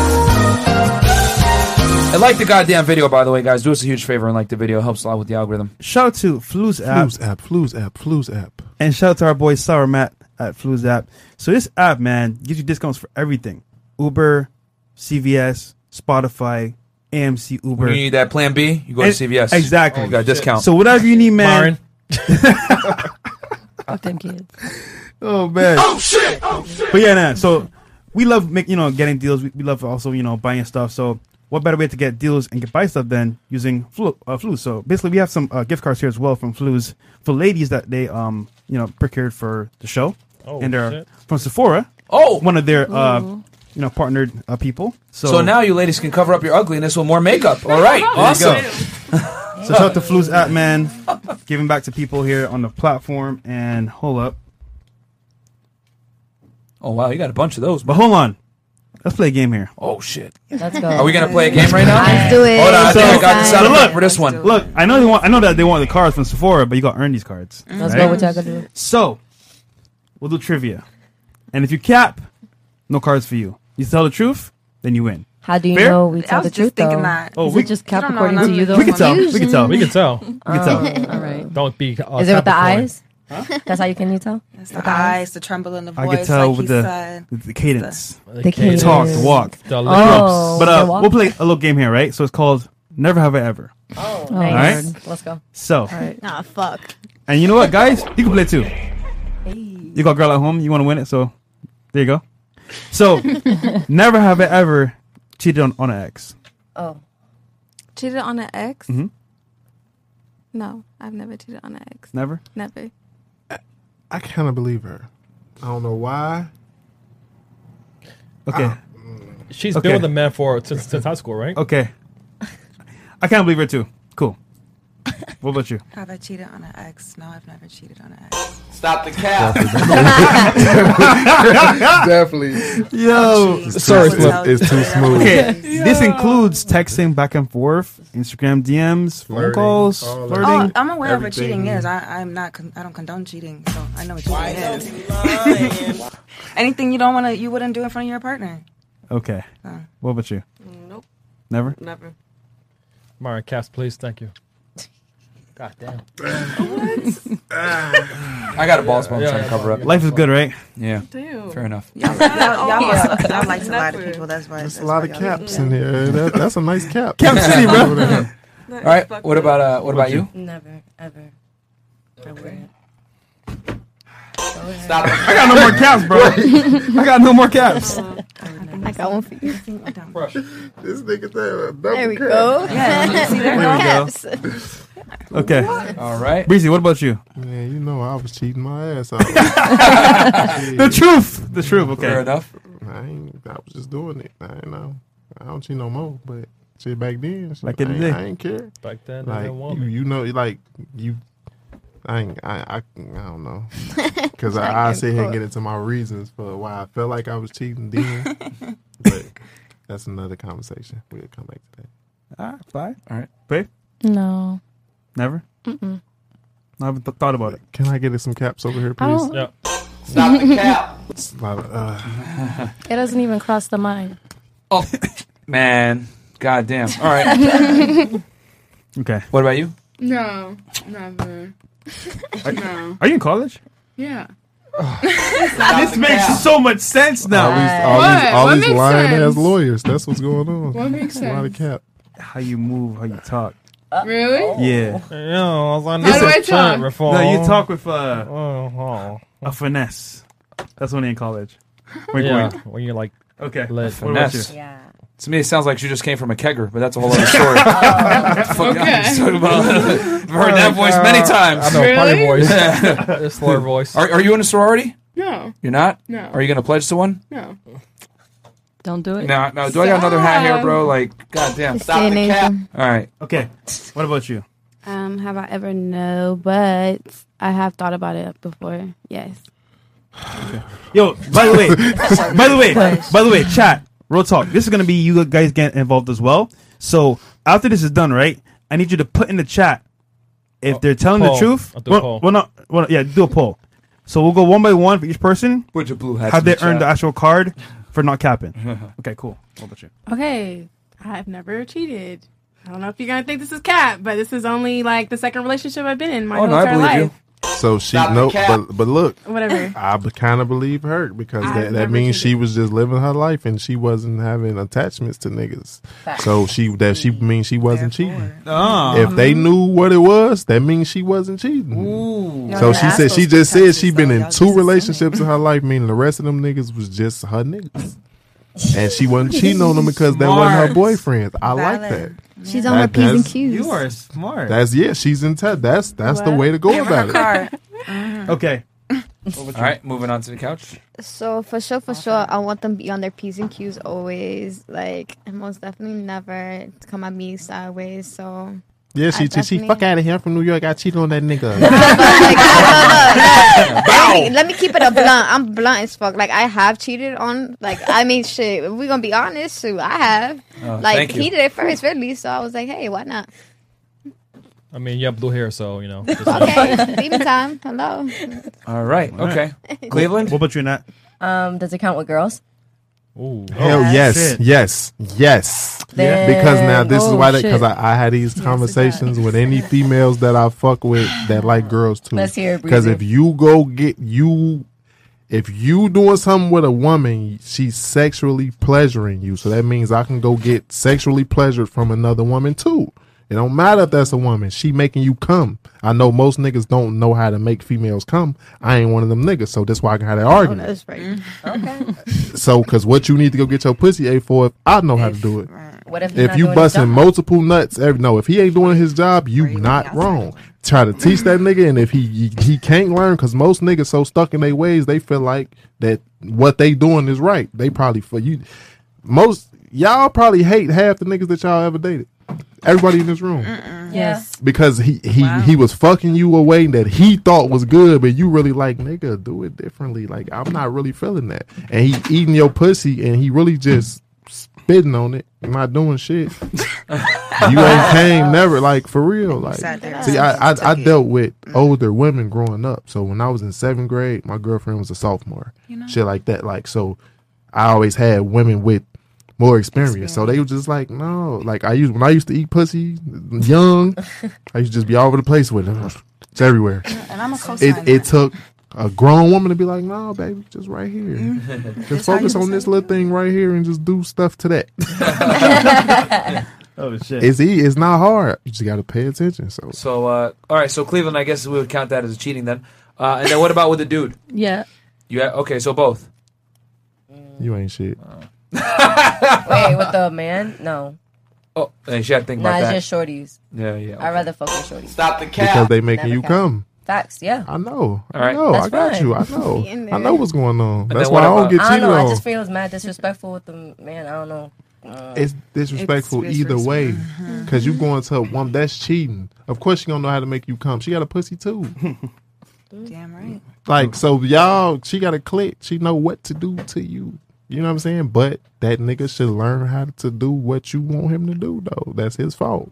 [SPEAKER 1] I like the goddamn video, by the way, guys. Do us a huge favor and like the video. It helps a lot with the algorithm.
[SPEAKER 2] Shout out to Flu's app.
[SPEAKER 11] Flu's app, Flu's app, Flu's app.
[SPEAKER 2] And shout out to our boy Sour Matt at Flu's app. So this app, man, gives you discounts for everything: Uber, CVS, Spotify, AMC, Uber.
[SPEAKER 1] When you need that Plan B, you go to
[SPEAKER 2] And-
[SPEAKER 1] CVS.
[SPEAKER 2] Exactly.
[SPEAKER 1] You got a discount.
[SPEAKER 2] So whatever you need, man.
[SPEAKER 18] Fuck them kids.
[SPEAKER 2] Oh man.
[SPEAKER 18] Oh, shit! Oh, shit!
[SPEAKER 2] But yeah, nah, so we love making you know getting deals. We, we love also you know buying stuff. So what better way to get deals and get buy stuff than using Flu? Uh, Flu. So basically, we have some uh, gift cards here as well from Flu's for ladies that they um you know procured for the show.
[SPEAKER 1] Oh,
[SPEAKER 2] and they're
[SPEAKER 1] shit.
[SPEAKER 2] from Sephora.
[SPEAKER 1] Oh,
[SPEAKER 2] one of their uh
[SPEAKER 1] Ooh.
[SPEAKER 2] you know partnered uh, people. So,
[SPEAKER 1] So, now you ladies can cover up your ugliness with more makeup. All right, awesome.
[SPEAKER 2] So shout out to Flu's app, man. Giving back to people here on the platform. And hold up.
[SPEAKER 1] Oh wow, you got a bunch of those.
[SPEAKER 2] But hold on. Let's play a game here.
[SPEAKER 1] Oh shit.
[SPEAKER 8] Let's
[SPEAKER 1] Are we gonna play a game right now?
[SPEAKER 2] Let's
[SPEAKER 1] do it. Hold on, I think I got this out of
[SPEAKER 2] look,
[SPEAKER 1] look for this one.
[SPEAKER 2] Look, I know they want. I know that they want the cards from Sephora, but you got to earn these cards.
[SPEAKER 1] Mm-hmm. Let's
[SPEAKER 2] right?
[SPEAKER 1] go with y'all gonna do.
[SPEAKER 2] So, we'll do trivia, and if you cap, no cards for you. You tell the truth, then you win.
[SPEAKER 8] How do you
[SPEAKER 2] Fair?
[SPEAKER 8] know we tell the
[SPEAKER 12] was just
[SPEAKER 8] truth
[SPEAKER 12] thinking
[SPEAKER 8] though?
[SPEAKER 12] that.
[SPEAKER 2] Oh,
[SPEAKER 8] Is
[SPEAKER 2] we-
[SPEAKER 8] it just
[SPEAKER 2] I
[SPEAKER 8] cap
[SPEAKER 2] don't know,
[SPEAKER 8] according to
[SPEAKER 2] none
[SPEAKER 8] you
[SPEAKER 2] of
[SPEAKER 8] though?
[SPEAKER 2] We can tell. We can tell.
[SPEAKER 3] We can tell.
[SPEAKER 2] We can tell.
[SPEAKER 8] All right.
[SPEAKER 3] Don't be. Uh,
[SPEAKER 8] Is it with the
[SPEAKER 3] Capricorn.
[SPEAKER 8] eyes? That's how you can you tell.
[SPEAKER 12] It's the eyes, the tremble in the
[SPEAKER 2] I can
[SPEAKER 12] voice,
[SPEAKER 2] tell
[SPEAKER 12] like
[SPEAKER 2] with
[SPEAKER 12] he
[SPEAKER 2] the,
[SPEAKER 12] said.
[SPEAKER 2] with the cadence,
[SPEAKER 12] The- The
[SPEAKER 2] the talk, the
[SPEAKER 12] cadence.
[SPEAKER 2] walk,
[SPEAKER 12] The
[SPEAKER 2] the
[SPEAKER 12] Oh,
[SPEAKER 2] jumps. But
[SPEAKER 12] the
[SPEAKER 2] uh,
[SPEAKER 12] walk.
[SPEAKER 2] we'll play a little game here, right? So it's called Never Have I Ever.
[SPEAKER 7] Oh,
[SPEAKER 2] All right.
[SPEAKER 7] Let's go.
[SPEAKER 2] So,
[SPEAKER 7] Nah, fuck.
[SPEAKER 2] and you know what, guys, you can play too. You got a girl at home, you want to win it, so there you go. So, never have I ever cheated on, on an ex.
[SPEAKER 10] Oh. Cheated on an ex?
[SPEAKER 2] Mhm.
[SPEAKER 10] No, I've never cheated on an ex.
[SPEAKER 2] Never?
[SPEAKER 10] Never.
[SPEAKER 11] I kind of believe her. I don't know why.
[SPEAKER 2] Okay.
[SPEAKER 3] She's
[SPEAKER 2] Okay.
[SPEAKER 3] been with a man for since, since high school, right?
[SPEAKER 2] Okay. I can't believe her too. Cool. What about you?
[SPEAKER 12] Have I cheated on an ex? No, I've never cheated on an ex.
[SPEAKER 19] Stop the cap.
[SPEAKER 2] Yo,
[SPEAKER 11] It's too Sorry, smooth. Flo. It's too smooth.
[SPEAKER 2] Okay,
[SPEAKER 11] Yo.
[SPEAKER 2] this includes texting back and forth, Instagram DMs, phone
[SPEAKER 11] Flirting,
[SPEAKER 2] calls,
[SPEAKER 11] all of it.
[SPEAKER 2] flirting.
[SPEAKER 12] Oh, I'm aware of what cheating
[SPEAKER 2] everything.
[SPEAKER 12] is. I, I'm not. Con- I don't condone cheating, so I know what cheating is. Anything you don't want to, you wouldn't do in front of your partner.
[SPEAKER 2] Okay.
[SPEAKER 12] Uh.
[SPEAKER 2] What about you?
[SPEAKER 12] Nope.
[SPEAKER 2] Never.
[SPEAKER 12] Never.
[SPEAKER 3] Mara, caps, please. Thank you. God damn.
[SPEAKER 1] I got a balls bump trying to cover up.
[SPEAKER 2] Life is good, right?
[SPEAKER 1] Yeah.
[SPEAKER 12] Damn.
[SPEAKER 1] Fair enough.
[SPEAKER 12] Y'all, y'all, y'all, must- y'all likes a lot of people. That's why.
[SPEAKER 11] There's a lot of caps in here. That, that's a nice cap.
[SPEAKER 1] Cap City, bro.
[SPEAKER 11] Over there.
[SPEAKER 1] All right. What about uh? What about you?
[SPEAKER 8] Never, ever. I wouldn't.
[SPEAKER 1] Stop.
[SPEAKER 2] I got no more caps, bro. I got no more caps.
[SPEAKER 7] I got one for you.
[SPEAKER 11] This nigga uh, there.
[SPEAKER 7] There we go.
[SPEAKER 12] Yeah, see, there
[SPEAKER 7] Caps.
[SPEAKER 2] Okay.
[SPEAKER 1] All right.
[SPEAKER 2] Breezy, what about you?
[SPEAKER 11] Man, you know I was cheating my ass off.
[SPEAKER 2] The truth. The truth. Okay.
[SPEAKER 1] Fair enough.
[SPEAKER 11] I, ain't, I was just doing it. I ain't know. I don't cheat no more. But shit, back then, shit,
[SPEAKER 2] Back in
[SPEAKER 11] I,
[SPEAKER 2] the
[SPEAKER 11] ain't-
[SPEAKER 2] day.
[SPEAKER 11] I ain't care.
[SPEAKER 3] Back then, I
[SPEAKER 11] like
[SPEAKER 3] didn't want
[SPEAKER 11] you, you know, like you. I ain't, I, I I don't know because I,
[SPEAKER 2] Back
[SPEAKER 11] I
[SPEAKER 2] and
[SPEAKER 11] sit here and
[SPEAKER 2] forth.
[SPEAKER 11] get into my reasons for why I felt like I was cheating then, but that's another conversation. We'll come back to that.
[SPEAKER 2] All right. Bye.
[SPEAKER 1] All right.
[SPEAKER 2] Babe,
[SPEAKER 15] No.
[SPEAKER 2] never.
[SPEAKER 15] Mm-mm.
[SPEAKER 2] I haven't th- thought about it.
[SPEAKER 11] Can I get some caps over here,
[SPEAKER 15] I
[SPEAKER 11] please?
[SPEAKER 15] don't- Yep. Stop the cap.
[SPEAKER 11] It's a lot of, uh,
[SPEAKER 15] It doesn't even cross the mind.
[SPEAKER 1] Oh, man. God damn. All right.
[SPEAKER 2] okay.
[SPEAKER 1] What about you?
[SPEAKER 16] No, never. no.
[SPEAKER 2] Are you in college?
[SPEAKER 16] Yeah.
[SPEAKER 2] this makes so much sense now.
[SPEAKER 11] all these, all
[SPEAKER 16] What
[SPEAKER 11] these
[SPEAKER 16] makes
[SPEAKER 11] lying
[SPEAKER 16] sense?
[SPEAKER 11] ass lawyers. That's what's going on.
[SPEAKER 16] What makes
[SPEAKER 11] A lot of
[SPEAKER 16] sense?
[SPEAKER 11] cap.
[SPEAKER 2] How you move, how you talk.
[SPEAKER 16] really?
[SPEAKER 2] Yeah.
[SPEAKER 3] Yeah, I was on
[SPEAKER 16] How do I
[SPEAKER 3] this
[SPEAKER 16] talk?
[SPEAKER 3] reform.
[SPEAKER 2] No, you talk with uh,
[SPEAKER 3] oh,
[SPEAKER 2] a finesse. That's when you're in college. Wink,
[SPEAKER 3] yeah,
[SPEAKER 2] wink.
[SPEAKER 3] when you're like
[SPEAKER 2] Okay.
[SPEAKER 3] lit.
[SPEAKER 2] What about
[SPEAKER 1] Finesse.
[SPEAKER 2] you?
[SPEAKER 8] Yeah.
[SPEAKER 1] To me, it sounds like you just came from a kegger, but that's a whole other story. What the fuck
[SPEAKER 3] Oh. Okay.
[SPEAKER 1] I'm just talking about. I've heard
[SPEAKER 3] Oh,
[SPEAKER 1] that voice many
[SPEAKER 3] God.
[SPEAKER 1] times.
[SPEAKER 3] I know, party Really? voice.
[SPEAKER 1] Yeah.
[SPEAKER 3] It's lower voice.
[SPEAKER 1] Are, are you in a sorority?
[SPEAKER 16] No.
[SPEAKER 1] You're not.
[SPEAKER 16] No.
[SPEAKER 1] Are you going to pledge to one?
[SPEAKER 16] No.
[SPEAKER 18] Don't do it.
[SPEAKER 1] No, no. Do I got another hat here,
[SPEAKER 18] Stop.
[SPEAKER 1] bro? Like, goddamn.
[SPEAKER 18] Just Stop the saying cap. anything.
[SPEAKER 1] All right.
[SPEAKER 2] Okay. What about you?
[SPEAKER 10] Um, have I ever? No, but I have thought about it before. Yes.
[SPEAKER 2] Yo, by the way, by the way, by the way, chat, real talk. This is gonna be you guys getting involved as well. So after this is done, right? I need you to put in the chat If they're telling
[SPEAKER 3] Oh, poll.
[SPEAKER 2] the truth,
[SPEAKER 3] I'll do a
[SPEAKER 2] well,
[SPEAKER 3] poll.
[SPEAKER 2] well, not, well, yeah, do a poll. So we'll go one by one for each person.
[SPEAKER 1] Put your blue hats
[SPEAKER 2] Have
[SPEAKER 1] in
[SPEAKER 2] they
[SPEAKER 1] the
[SPEAKER 2] earned
[SPEAKER 1] chat.
[SPEAKER 2] the actual card for not capping? okay, cool. What about you?
[SPEAKER 13] Okay, I've never cheated. I don't know if you're gonna think this is cat, but this is only like the second relationship I've been in
[SPEAKER 1] Oh,
[SPEAKER 13] my whole entire life.
[SPEAKER 11] So she
[SPEAKER 13] Stop the
[SPEAKER 11] no,
[SPEAKER 13] cap.
[SPEAKER 11] but but look,
[SPEAKER 13] Whatever.
[SPEAKER 11] I kind of believe her because that, that
[SPEAKER 13] never
[SPEAKER 11] means she was just living her life and she wasn't having attachments to niggas. So she that she means she wasn't cheating.
[SPEAKER 2] Ah.
[SPEAKER 11] If they knew what it was, that means she wasn't cheating.
[SPEAKER 2] Ooh.
[SPEAKER 11] So she said she just said she been in two relationships in her life, meaning the rest of them niggas was just her niggas. And she wasn't cheating on them because that wasn't her boyfriend. I like that.
[SPEAKER 7] She's on her
[SPEAKER 11] That-
[SPEAKER 7] P's and
[SPEAKER 11] that's-
[SPEAKER 7] Q's.
[SPEAKER 2] You are smart.
[SPEAKER 11] That's yeah, she's in touch. That's that's the
[SPEAKER 7] What?
[SPEAKER 11] way to go
[SPEAKER 7] Give her
[SPEAKER 11] about it.
[SPEAKER 12] Uh-huh.
[SPEAKER 2] Okay.
[SPEAKER 1] All right, moving on to the couch.
[SPEAKER 7] So for sure, for sure, I want them to be on their p's and q's always, like, and most definitely never come at me sideways. So
[SPEAKER 11] Yeah, she, she, she
[SPEAKER 7] definitely-
[SPEAKER 11] fuck out of here from New York. I cheated on that nigga.
[SPEAKER 7] let, me, let me keep it a blunt. I'm blunt as fuck. Like I have cheated on. Like I mean, shit. If we're gonna be honest, too. I have.
[SPEAKER 3] Oh,
[SPEAKER 7] like
[SPEAKER 3] thank you.
[SPEAKER 7] he did it first, really. So I was like, hey, why not?
[SPEAKER 3] I mean, you have blue hair, so you know. just- uh,
[SPEAKER 7] Okay, baby time. Hello.
[SPEAKER 1] All right. Okay. Cleveland.
[SPEAKER 2] What about you, Nat?
[SPEAKER 8] Um, does it count with girls?
[SPEAKER 3] Ooh.
[SPEAKER 8] Oh,
[SPEAKER 11] Hell yes,
[SPEAKER 2] shit.
[SPEAKER 11] yes, yes.
[SPEAKER 8] Then-
[SPEAKER 11] Because now this is
[SPEAKER 8] Oh,
[SPEAKER 11] why because
[SPEAKER 8] shit.
[SPEAKER 11] I, I had these conversations with any females that I fuck with that like girls too.
[SPEAKER 8] Let's hear it,
[SPEAKER 11] Because
[SPEAKER 8] Breezy.
[SPEAKER 11] if you go get you, if you doing something with a woman, she's sexually pleasuring you. So that means I can go get sexually pleasured from another woman too. It don't matter if that's a woman. She making you come. I know most niggas don't know how to make females come. I ain't one of them niggas, so that's why I can
[SPEAKER 8] Oh,
[SPEAKER 11] have that argument.
[SPEAKER 7] Oh, that's
[SPEAKER 8] Mm.
[SPEAKER 7] right.
[SPEAKER 11] So, because what you need to go get your pussy ate for, if I know how to do it.
[SPEAKER 8] What if, he's
[SPEAKER 11] If
[SPEAKER 8] not
[SPEAKER 11] you
[SPEAKER 8] doing his
[SPEAKER 11] busting
[SPEAKER 8] job?
[SPEAKER 11] multiple nuts, every, no, if he ain't doing his job, you not wrong. Try to teach that nigga, and if he he, he can't learn, because most niggas so stuck in their ways, they feel like that what they doing is right. They probably for you, most y'all probably hate half the niggas that y'all ever dated. Everybody in this room
[SPEAKER 8] Yes.
[SPEAKER 11] because he he he was fucking you away that he thought was good, but you really like nigga do it differently. Like I'm not really feeling that, and he eating your pussy, and he really just spitting on it, not doing shit. you ain't came never like for real. Like
[SPEAKER 4] Sat there.
[SPEAKER 11] see, I I, I dealt with
[SPEAKER 4] Mm.
[SPEAKER 11] older women growing up. So when I was in seventh grade, my girlfriend was a sophomore, shit like that. Like so, I always had women with more experience. So they were just like, no, like I used when I used to eat pussy young, I used to just be all over the place with it. It's everywhere.
[SPEAKER 4] And I'm a co-signer.
[SPEAKER 11] It, it took a grown woman to be like, no, baby, just right here.
[SPEAKER 8] Mm-hmm.
[SPEAKER 4] Mhm.
[SPEAKER 11] Just focus on this little thing right here and just do stuff to that.
[SPEAKER 2] Oh shit.
[SPEAKER 11] it's e- it's not hard. You just got to pay attention. So
[SPEAKER 1] So, uh, all right. So Cleveland, I guess we would count that as cheating then. Uh, and then what about with the dude?
[SPEAKER 18] Yeah.
[SPEAKER 1] You ha- okay? So both.
[SPEAKER 11] you ain't shit.
[SPEAKER 8] Wait, with the man? No.
[SPEAKER 1] Oh, hey, she had to think
[SPEAKER 8] Nah,
[SPEAKER 1] about
[SPEAKER 8] it's
[SPEAKER 1] that.
[SPEAKER 8] just shorties.
[SPEAKER 1] Yeah, yeah.
[SPEAKER 8] I'd rather fuck with shorties.
[SPEAKER 1] Stop the
[SPEAKER 11] Because they making you come.
[SPEAKER 8] Facts, yeah.
[SPEAKER 11] I know.
[SPEAKER 1] All right.
[SPEAKER 11] I know.
[SPEAKER 8] That's
[SPEAKER 11] I got
[SPEAKER 8] fine.
[SPEAKER 11] you. I know.
[SPEAKER 8] Be in
[SPEAKER 11] I
[SPEAKER 8] there.
[SPEAKER 11] know what's going on.
[SPEAKER 1] And
[SPEAKER 11] That's
[SPEAKER 1] then
[SPEAKER 11] why I
[SPEAKER 1] what
[SPEAKER 11] don't
[SPEAKER 1] about-
[SPEAKER 11] get
[SPEAKER 8] I don't
[SPEAKER 11] cheated
[SPEAKER 8] know. I
[SPEAKER 11] on.
[SPEAKER 8] just feel it's mad disrespectful with the man. I don't know. Uh,
[SPEAKER 11] It's disrespectful
[SPEAKER 8] It's
[SPEAKER 11] either way
[SPEAKER 8] disrespectful.
[SPEAKER 11] because you going to a woman that's cheating. Of course she gonna know how to make you come. She got a pussy too.
[SPEAKER 9] Damn right.
[SPEAKER 11] like so, y'all. She got a click. She know what to do to you. You know what I'm saying? But that nigga should learn how to do what you want him to do. Though that's his fault.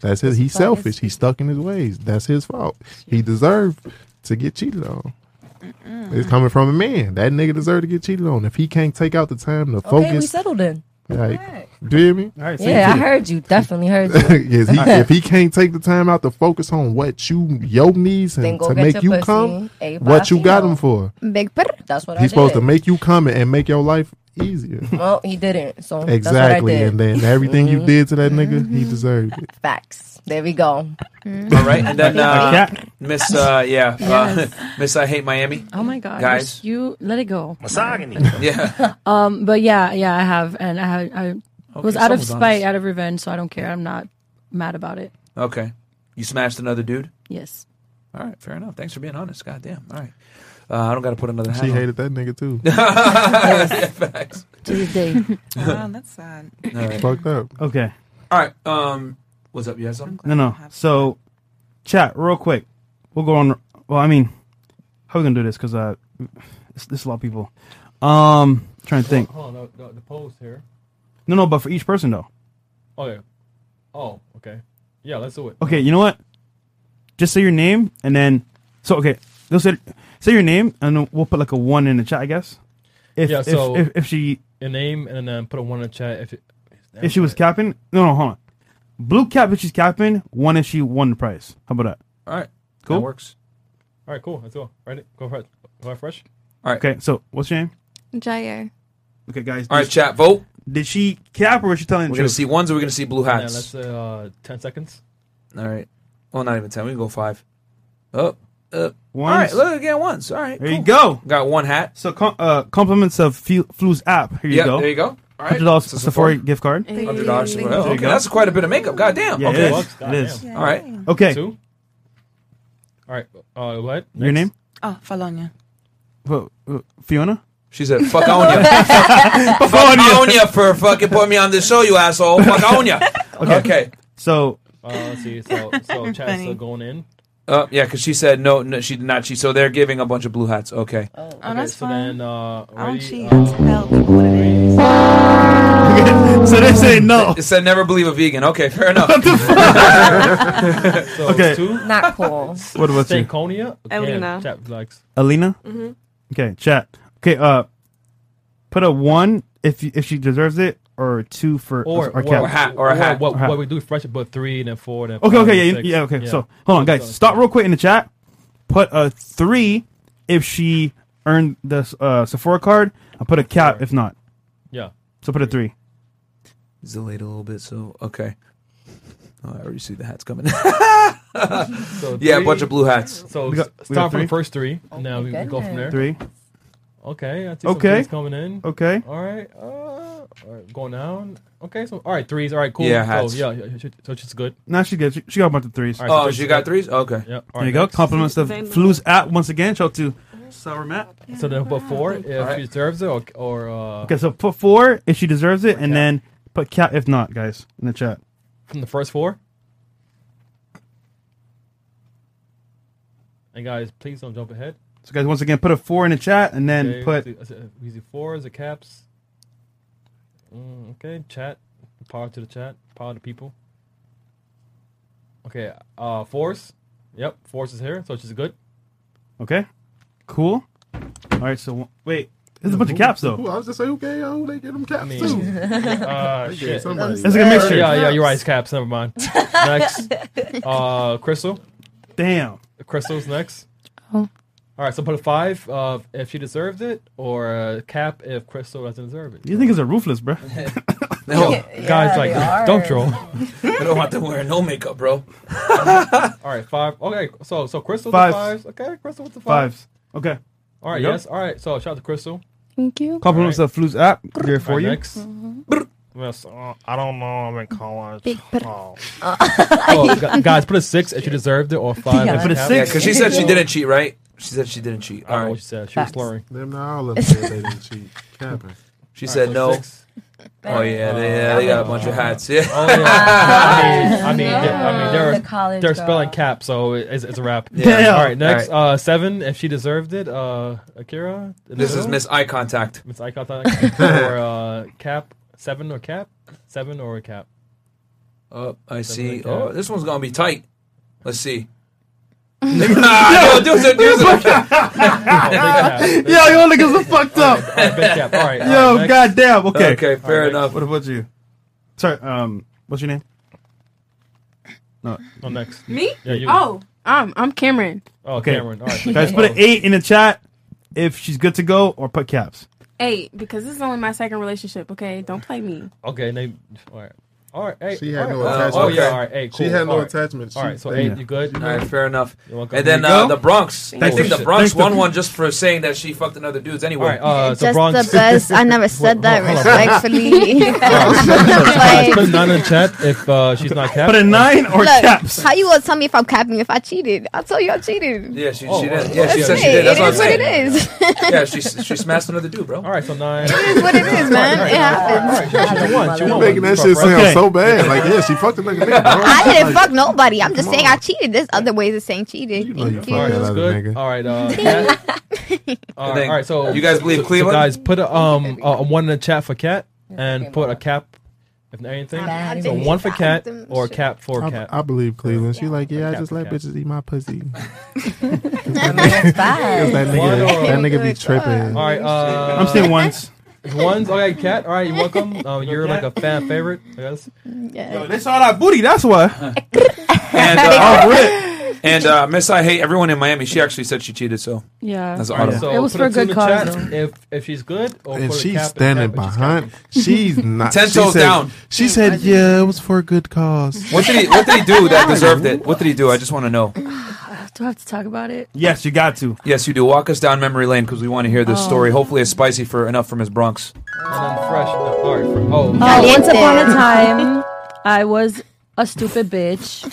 [SPEAKER 11] That's his. He's selfish. He's stuck in his ways. That's his fault. He deserved to get cheated on. It's coming from a man. That nigga deserved to get cheated on. If he can't take out the time to
[SPEAKER 8] okay, we
[SPEAKER 11] focus,
[SPEAKER 8] settled then.
[SPEAKER 11] like, do you hear me?
[SPEAKER 2] All right,
[SPEAKER 8] yeah, I heard you. Definitely heard you.
[SPEAKER 11] Yes, he- if he can't take the time out to focus on what you your needs
[SPEAKER 8] Then
[SPEAKER 11] and
[SPEAKER 8] go
[SPEAKER 11] to
[SPEAKER 8] get
[SPEAKER 11] make
[SPEAKER 8] your
[SPEAKER 11] you
[SPEAKER 8] pussy,
[SPEAKER 11] come,
[SPEAKER 8] a
[SPEAKER 11] what you got
[SPEAKER 8] vacío.
[SPEAKER 11] him for?
[SPEAKER 7] Big per.
[SPEAKER 8] That's what I
[SPEAKER 11] He's supposed
[SPEAKER 8] did.
[SPEAKER 11] to make you come and make your life easier.
[SPEAKER 8] Well, he didn't. So that's what I
[SPEAKER 11] exactly,
[SPEAKER 8] did.
[SPEAKER 11] and then everything you
[SPEAKER 8] Mhm.
[SPEAKER 11] did to that nigga, he deserved it.
[SPEAKER 8] Facts. There we go.
[SPEAKER 1] All right, and then uh,
[SPEAKER 11] cat.
[SPEAKER 1] Miss uh, yeah,
[SPEAKER 18] Yes.
[SPEAKER 1] uh, Miss I hate Miami.
[SPEAKER 18] Oh my god,
[SPEAKER 1] guys,
[SPEAKER 18] you let it go.
[SPEAKER 1] yeah,
[SPEAKER 18] Um, but yeah, yeah, I have, and I have, I was out of
[SPEAKER 1] someone's
[SPEAKER 18] spite,
[SPEAKER 1] honest.
[SPEAKER 18] out of revenge, so I don't care. I'm not mad about it.
[SPEAKER 1] okay. You smashed another dude.
[SPEAKER 18] Yes.
[SPEAKER 1] All right, fair enough. Thanks for being honest. God damn. All right, uh, I don't got to put another. hat
[SPEAKER 11] She
[SPEAKER 1] on.
[SPEAKER 11] hated that nigga too.
[SPEAKER 1] Yeah, facts.
[SPEAKER 18] To this day.
[SPEAKER 9] Wow, that's sad.
[SPEAKER 1] All right.
[SPEAKER 11] Fucked up.
[SPEAKER 2] Okay.
[SPEAKER 1] All right. Um, what's up? You had something?
[SPEAKER 2] No, no. So, chat real quick. We'll go on. Well, I mean, how we gonna do this? Cause uh, it's, this is a lot of people. Um, trying to think.
[SPEAKER 3] Hold on, the, the polls here.
[SPEAKER 2] No, no. But for each person though.
[SPEAKER 3] Oh yeah. Oh okay. Yeah, let's do it.
[SPEAKER 2] Okay, you know what? just say your name and then so okay, they'll say say your name and then we'll put like a one in the chat, I guess. If
[SPEAKER 3] yeah,
[SPEAKER 2] if,
[SPEAKER 3] so
[SPEAKER 2] if, if she
[SPEAKER 3] your name and then um, put a one in the chat if it,
[SPEAKER 2] if she was capping, no, no, hold on. Blue cap if she's capping, one if she won the prize. How about that?
[SPEAKER 1] All right,
[SPEAKER 2] Cool.
[SPEAKER 1] That works.
[SPEAKER 3] All right, cool. That's all. Ready? Go for it. Go for fresh.
[SPEAKER 1] All right.
[SPEAKER 2] Okay, so what's your name?
[SPEAKER 10] Jair.
[SPEAKER 2] Okay, guys.
[SPEAKER 1] All right, chat vote.
[SPEAKER 2] Did she cap or was she telling?
[SPEAKER 1] Oh. We're gonna see ones. or We're gonna see blue
[SPEAKER 3] Yeah,
[SPEAKER 1] hats.
[SPEAKER 3] let's say uh, ten seconds.
[SPEAKER 1] All right. Well, not even ten. We can go five. Up, up.
[SPEAKER 2] Ones.
[SPEAKER 1] All right. Uh, Look again. Once. All right.
[SPEAKER 2] There you go.
[SPEAKER 1] Got one hat.
[SPEAKER 2] So com- uh, compliments of Flu- Flu's app. Here you
[SPEAKER 1] Yeah,
[SPEAKER 2] go.
[SPEAKER 1] there you go. All right.
[SPEAKER 2] Hundred dollars
[SPEAKER 1] So
[SPEAKER 2] Sephora
[SPEAKER 1] Sephora.
[SPEAKER 2] gift card.
[SPEAKER 1] Hundred dollars.
[SPEAKER 2] There you
[SPEAKER 1] Okay,
[SPEAKER 2] go.
[SPEAKER 1] that's quite a bit of makeup. Goddamn.
[SPEAKER 2] Yeah,
[SPEAKER 1] okay.
[SPEAKER 2] it is. It is.
[SPEAKER 1] All right.
[SPEAKER 2] Okay.
[SPEAKER 3] Two. All right. Uh, what?
[SPEAKER 2] Your name?
[SPEAKER 9] Oh, Falonia.
[SPEAKER 2] Wha- wha- Fiona.
[SPEAKER 1] She said, "Fuck on ya, fuck, fuck on ya for fucking putting me on this show, you asshole. Fuck on ya." Okay. okay.
[SPEAKER 2] So.
[SPEAKER 3] Uh, let's see. So, so chat's still going in.
[SPEAKER 1] Uh, yeah, because she said no, no, she did not cheat. So they're giving a bunch of blue hats. Okay.
[SPEAKER 3] Oh, that's so fine. then, uh, already,
[SPEAKER 2] so they say no.
[SPEAKER 1] It said never believe a vegan. Okay, fair enough.
[SPEAKER 3] so it's
[SPEAKER 2] Okay.
[SPEAKER 3] two.
[SPEAKER 8] Not cool.
[SPEAKER 2] What about you?
[SPEAKER 3] Stankonia?
[SPEAKER 8] Elena.
[SPEAKER 3] Chat likes.
[SPEAKER 2] Alina.
[SPEAKER 8] Mhm.
[SPEAKER 2] Okay, chat. Okay, uh, put a one if you, if she deserves it, or a two for
[SPEAKER 3] Or, or,
[SPEAKER 2] cap.
[SPEAKER 3] What,
[SPEAKER 2] Or hat.
[SPEAKER 3] what we do is fresh, but three and then four and then
[SPEAKER 2] Okay,
[SPEAKER 3] five
[SPEAKER 2] okay,
[SPEAKER 3] and
[SPEAKER 2] yeah,
[SPEAKER 3] six.
[SPEAKER 2] yeah, okay. So hold on, guys. Stop real quick in the chat. Put a three if she earned the uh, Sephora card. I put a cap if not.
[SPEAKER 3] Yeah.
[SPEAKER 2] So put a three.
[SPEAKER 1] It's delayed a little bit, so okay. Oh, I already see the hats coming.
[SPEAKER 3] So
[SPEAKER 1] yeah, a
[SPEAKER 3] three-
[SPEAKER 1] bunch of blue hats.
[SPEAKER 3] So
[SPEAKER 1] We got-
[SPEAKER 3] s-
[SPEAKER 1] we got
[SPEAKER 3] start from
[SPEAKER 1] three?
[SPEAKER 3] the first three, and now we, we go from there.
[SPEAKER 2] Three.
[SPEAKER 3] Okay. I see some
[SPEAKER 2] Okay.
[SPEAKER 3] threes coming in.
[SPEAKER 2] Okay.
[SPEAKER 3] All right. Uh, all right. Going down. Okay. So all right, threes. All right. Cool.
[SPEAKER 1] Yeah,
[SPEAKER 3] So,
[SPEAKER 1] hats.
[SPEAKER 3] yeah. yeah, she- So she's good.
[SPEAKER 2] Now she gets she got a bunch of threes.
[SPEAKER 3] All right, so
[SPEAKER 1] Oh, she got threes. Okay.
[SPEAKER 3] Yeah. all
[SPEAKER 2] there you
[SPEAKER 3] right,
[SPEAKER 2] go.
[SPEAKER 3] next.
[SPEAKER 2] Compliments of
[SPEAKER 3] Then-
[SPEAKER 2] Flu's app once again. Show to Sour Matt.
[SPEAKER 3] So then put four if she deserves it, or, or uh,
[SPEAKER 2] Okay, so put four if she deserves it, and then put cap if not, guys, in the chat.
[SPEAKER 3] from the first four. And guys, please don't jump ahead.
[SPEAKER 2] So guys, once again, put a four in the chat, and then
[SPEAKER 3] Okay,
[SPEAKER 2] put
[SPEAKER 3] we see- we see four is the caps. Mm, okay, chat. Power to the chat. Power to people. Okay, uh, force. Yep, force is here, so she's good.
[SPEAKER 2] okay, cool. All right, so w- wait, there's a bunch of caps though.
[SPEAKER 11] Who, I was just saying, who gave who they get them caps
[SPEAKER 3] mean,
[SPEAKER 11] too?
[SPEAKER 3] uh,
[SPEAKER 11] They gave
[SPEAKER 3] shit.
[SPEAKER 11] somebody.
[SPEAKER 2] That's a good mixture.
[SPEAKER 3] Yeah, yeah, you're right. It's caps. Never mind. next, uh, crystal.
[SPEAKER 2] Damn.
[SPEAKER 3] Crystal's next.
[SPEAKER 15] Oh.
[SPEAKER 3] All right, so put a five uh, if she deserves it, or a cap if Crystal doesn't deserve it.
[SPEAKER 2] You think it's a roofless, bro?
[SPEAKER 1] No.
[SPEAKER 3] Guys, like, don't troll.
[SPEAKER 1] I don't want them wearing no makeup, bro.
[SPEAKER 3] All right, five. Okay, so so Crystal
[SPEAKER 2] Fives.
[SPEAKER 3] the fives. Okay, Crystal with the fives.
[SPEAKER 2] Fives. Okay.
[SPEAKER 3] All right,
[SPEAKER 2] Yep.
[SPEAKER 3] yes. All right, so shout out to Crystal.
[SPEAKER 15] Thank you. Mm-hmm.
[SPEAKER 2] Compliments of Flu's app there for
[SPEAKER 3] All right,
[SPEAKER 2] you.
[SPEAKER 3] Next. Yes, uh, I don't know. I'm in college.
[SPEAKER 15] Big
[SPEAKER 3] oh. Oh, gu- guys, put a six if she deserved it, or a five.
[SPEAKER 1] Yeah,
[SPEAKER 3] if she
[SPEAKER 1] Yeah,
[SPEAKER 3] happened.
[SPEAKER 1] because she said she didn't cheat, right? She said she didn't cheat. All
[SPEAKER 3] know
[SPEAKER 1] right.
[SPEAKER 3] what she said. She was Facts. slurring.
[SPEAKER 11] Them now all of them said they didn't cheat. Capping.
[SPEAKER 1] She said
[SPEAKER 3] so
[SPEAKER 1] no.
[SPEAKER 3] six. Uh,
[SPEAKER 1] Oh yeah, they, yeah, they got a bunch of hats. Yeah.
[SPEAKER 3] Oh yeah. I mean, I mean, they-
[SPEAKER 7] Oh,
[SPEAKER 3] I mean,
[SPEAKER 8] The
[SPEAKER 3] they're
[SPEAKER 8] college
[SPEAKER 3] they're
[SPEAKER 8] girl.
[SPEAKER 3] spelling cap, so it- it's, it's a wrap.
[SPEAKER 1] Yeah. Damn.
[SPEAKER 3] All right, next
[SPEAKER 1] All
[SPEAKER 3] uh seven. If she deserved it, uh Akira.
[SPEAKER 1] This is
[SPEAKER 3] Initial?
[SPEAKER 1] Miss Eye Contact.
[SPEAKER 3] Miss Eye Contact or uh cap seven or cap seven or a cap.
[SPEAKER 1] Oh, I
[SPEAKER 3] Definitely
[SPEAKER 1] see.
[SPEAKER 3] cap.
[SPEAKER 1] Oh, this one's gonna be tight. Let's see. Ah, no, dudes are- dudes are-
[SPEAKER 2] Yo, y'all niggas are fucked up.
[SPEAKER 3] cap. All right. all right,
[SPEAKER 2] Yo,
[SPEAKER 3] next.
[SPEAKER 2] goddamn. Okay.
[SPEAKER 1] Okay, fair enough.
[SPEAKER 2] What about you? Sorry. Um, what's your name? No.
[SPEAKER 3] Oh, next.
[SPEAKER 13] Me?
[SPEAKER 3] Yeah, you.
[SPEAKER 13] Oh, um, I'm Cameron.
[SPEAKER 3] Oh,
[SPEAKER 2] Okay.
[SPEAKER 3] Cameron. All right. Oh.
[SPEAKER 2] Guys, put an eight in the chat if she's good to go, or put caps.
[SPEAKER 13] Eight, because this is only my second relationship. Okay, don't play me.
[SPEAKER 3] Okay, name. All right. All right. Hey,
[SPEAKER 11] She had
[SPEAKER 3] all
[SPEAKER 11] no
[SPEAKER 3] right.
[SPEAKER 11] attachment.
[SPEAKER 3] Oh yeah. All right. Hey,
[SPEAKER 11] She
[SPEAKER 3] cool.
[SPEAKER 11] had no
[SPEAKER 3] all right.
[SPEAKER 11] attachment.
[SPEAKER 3] All right.
[SPEAKER 11] She-
[SPEAKER 3] So
[SPEAKER 11] yeah.
[SPEAKER 3] eight. You good?
[SPEAKER 1] All right, fair enough.
[SPEAKER 3] You're welcome.
[SPEAKER 1] And then
[SPEAKER 3] There you
[SPEAKER 1] uh,
[SPEAKER 3] go.
[SPEAKER 1] the Bronx. I
[SPEAKER 3] Thanks
[SPEAKER 1] think
[SPEAKER 3] for-
[SPEAKER 1] the Bronx
[SPEAKER 3] thanks for-
[SPEAKER 1] won one just for saying that she fucked another dude's anyway.
[SPEAKER 3] All right, uh, so
[SPEAKER 7] Just
[SPEAKER 3] Bronx.
[SPEAKER 7] the best. I never said that
[SPEAKER 3] Hold on, hold on.
[SPEAKER 7] respectfully.
[SPEAKER 3] Guys,
[SPEAKER 7] Like,
[SPEAKER 3] put a nine in the chat if uh, she's not capped.
[SPEAKER 2] Put a nine or
[SPEAKER 7] look,
[SPEAKER 2] caps.
[SPEAKER 7] how you gonna tell me if I'm capping if I cheated? I told you I cheated.
[SPEAKER 1] Yeah, she,
[SPEAKER 3] Oh,
[SPEAKER 1] she
[SPEAKER 3] wow.
[SPEAKER 1] did. Yeah, she
[SPEAKER 7] That's
[SPEAKER 1] said she
[SPEAKER 7] it.
[SPEAKER 1] did. That's
[SPEAKER 7] It
[SPEAKER 1] what I'm
[SPEAKER 7] is what
[SPEAKER 1] saying.
[SPEAKER 7] it is.
[SPEAKER 1] yeah, she she smashed another dude, bro. All
[SPEAKER 3] right, so nine.
[SPEAKER 7] It is what it is, man. It happens.
[SPEAKER 11] You making that shit sound so bad. Like, yeah, she fucked the nigga. nigga, bro.
[SPEAKER 7] I
[SPEAKER 11] Like,
[SPEAKER 7] didn't fuck nobody. I'm just saying I cheated. There's other ways of saying cheated. Thank
[SPEAKER 11] fucked
[SPEAKER 7] you.
[SPEAKER 11] that
[SPEAKER 3] That's
[SPEAKER 11] other
[SPEAKER 3] good.
[SPEAKER 11] nigga.
[SPEAKER 3] All right. Uh, Kat. all, right,
[SPEAKER 1] then
[SPEAKER 3] all right. So
[SPEAKER 1] you guys believe
[SPEAKER 3] so- so
[SPEAKER 1] Cleveland?
[SPEAKER 3] guys, put a, um a, a one in the chat for Cat and put a cap if not anything.
[SPEAKER 7] I
[SPEAKER 3] so
[SPEAKER 7] believe-
[SPEAKER 3] one for cat
[SPEAKER 7] I'm
[SPEAKER 3] or cat for
[SPEAKER 11] I,
[SPEAKER 3] cat.
[SPEAKER 11] I believe Cleveland. She like, yeah, I
[SPEAKER 3] Cap
[SPEAKER 11] just
[SPEAKER 3] for
[SPEAKER 11] let
[SPEAKER 3] cap.
[SPEAKER 11] bitches eat my pussy.
[SPEAKER 3] That's
[SPEAKER 11] bad. That nigga- that nigga be tripping.
[SPEAKER 3] All right, uh,
[SPEAKER 2] I'm saying ones.
[SPEAKER 3] Ones, okay, cat. All right, you're welcome. Uh, you're like a fan favorite, I guess.
[SPEAKER 2] Yo, they saw that booty. That's why.
[SPEAKER 1] And
[SPEAKER 2] Off
[SPEAKER 1] uh,
[SPEAKER 2] with it.
[SPEAKER 1] and uh, Miss I hate everyone in Miami. She actually said she cheated, so
[SPEAKER 17] Yeah.
[SPEAKER 1] that's audible.
[SPEAKER 3] So
[SPEAKER 17] It was
[SPEAKER 3] put
[SPEAKER 17] for
[SPEAKER 3] it to
[SPEAKER 17] good
[SPEAKER 3] the
[SPEAKER 17] cause,
[SPEAKER 3] chat
[SPEAKER 17] though.
[SPEAKER 3] If if she's good, or
[SPEAKER 11] and
[SPEAKER 3] put a
[SPEAKER 11] she's
[SPEAKER 3] cap
[SPEAKER 11] standing behind. She's not.
[SPEAKER 1] Ten
[SPEAKER 11] she
[SPEAKER 1] toes
[SPEAKER 11] said-
[SPEAKER 1] down.
[SPEAKER 11] She said, "Yeah, it was for a good cause."
[SPEAKER 1] What did he What did he do that deserved it? What did he do? I just want to know.
[SPEAKER 18] Do I have to talk about it?
[SPEAKER 1] Yes,
[SPEAKER 2] you got to.
[SPEAKER 1] Yes, you do. Walk us down memory lane because we want to hear this
[SPEAKER 18] Oh.
[SPEAKER 1] story. Hopefully, it's spicy for enough from his Bronx.
[SPEAKER 3] And I'm fresh. No, all right, fr- oh,
[SPEAKER 18] Uh, once upon a time, I was a stupid bitch,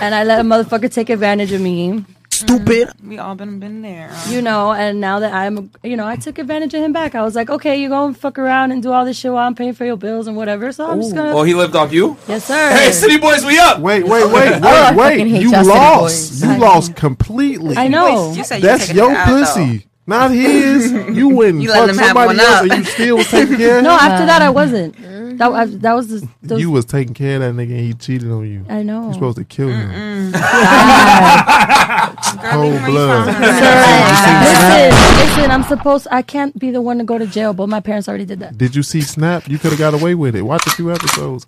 [SPEAKER 18] and I let a motherfucker take advantage of
[SPEAKER 13] Mm-hmm.
[SPEAKER 18] me. Stupid.
[SPEAKER 9] We all been been there.
[SPEAKER 18] You know, and now that I'm, you know, I took advantage of him back. I was like, okay, you go and fuck around and do all this shit while I'm paying for your bills and whatever. So I'm just gonna.
[SPEAKER 1] Oh, he lived off you.
[SPEAKER 18] yes, sir.
[SPEAKER 1] Hey, city boys, we up.
[SPEAKER 11] Wait, wait, wait, wait, wait. You lost. You lost completely.
[SPEAKER 18] I know. You said you
[SPEAKER 11] That's
[SPEAKER 18] taking
[SPEAKER 11] your
[SPEAKER 18] it out,
[SPEAKER 11] pussy. Not his. You wouldn't
[SPEAKER 18] You let
[SPEAKER 11] fuck
[SPEAKER 18] him have
[SPEAKER 11] somebody
[SPEAKER 18] one
[SPEAKER 11] else,
[SPEAKER 18] up.
[SPEAKER 11] and you still was taking care. of
[SPEAKER 18] no,
[SPEAKER 11] him?
[SPEAKER 18] after that, I wasn't. That, I, that was. The, those-
[SPEAKER 11] you was taking care of that nigga, and he cheated on you.
[SPEAKER 18] I know.
[SPEAKER 11] You're supposed to kill him.
[SPEAKER 18] Cold
[SPEAKER 11] blood.
[SPEAKER 18] listen, listen, I'm supposed. I can't be the one to go to jail, but my parents already did that.
[SPEAKER 11] Did you see Snap? You could have got away with it. Watch a few episodes.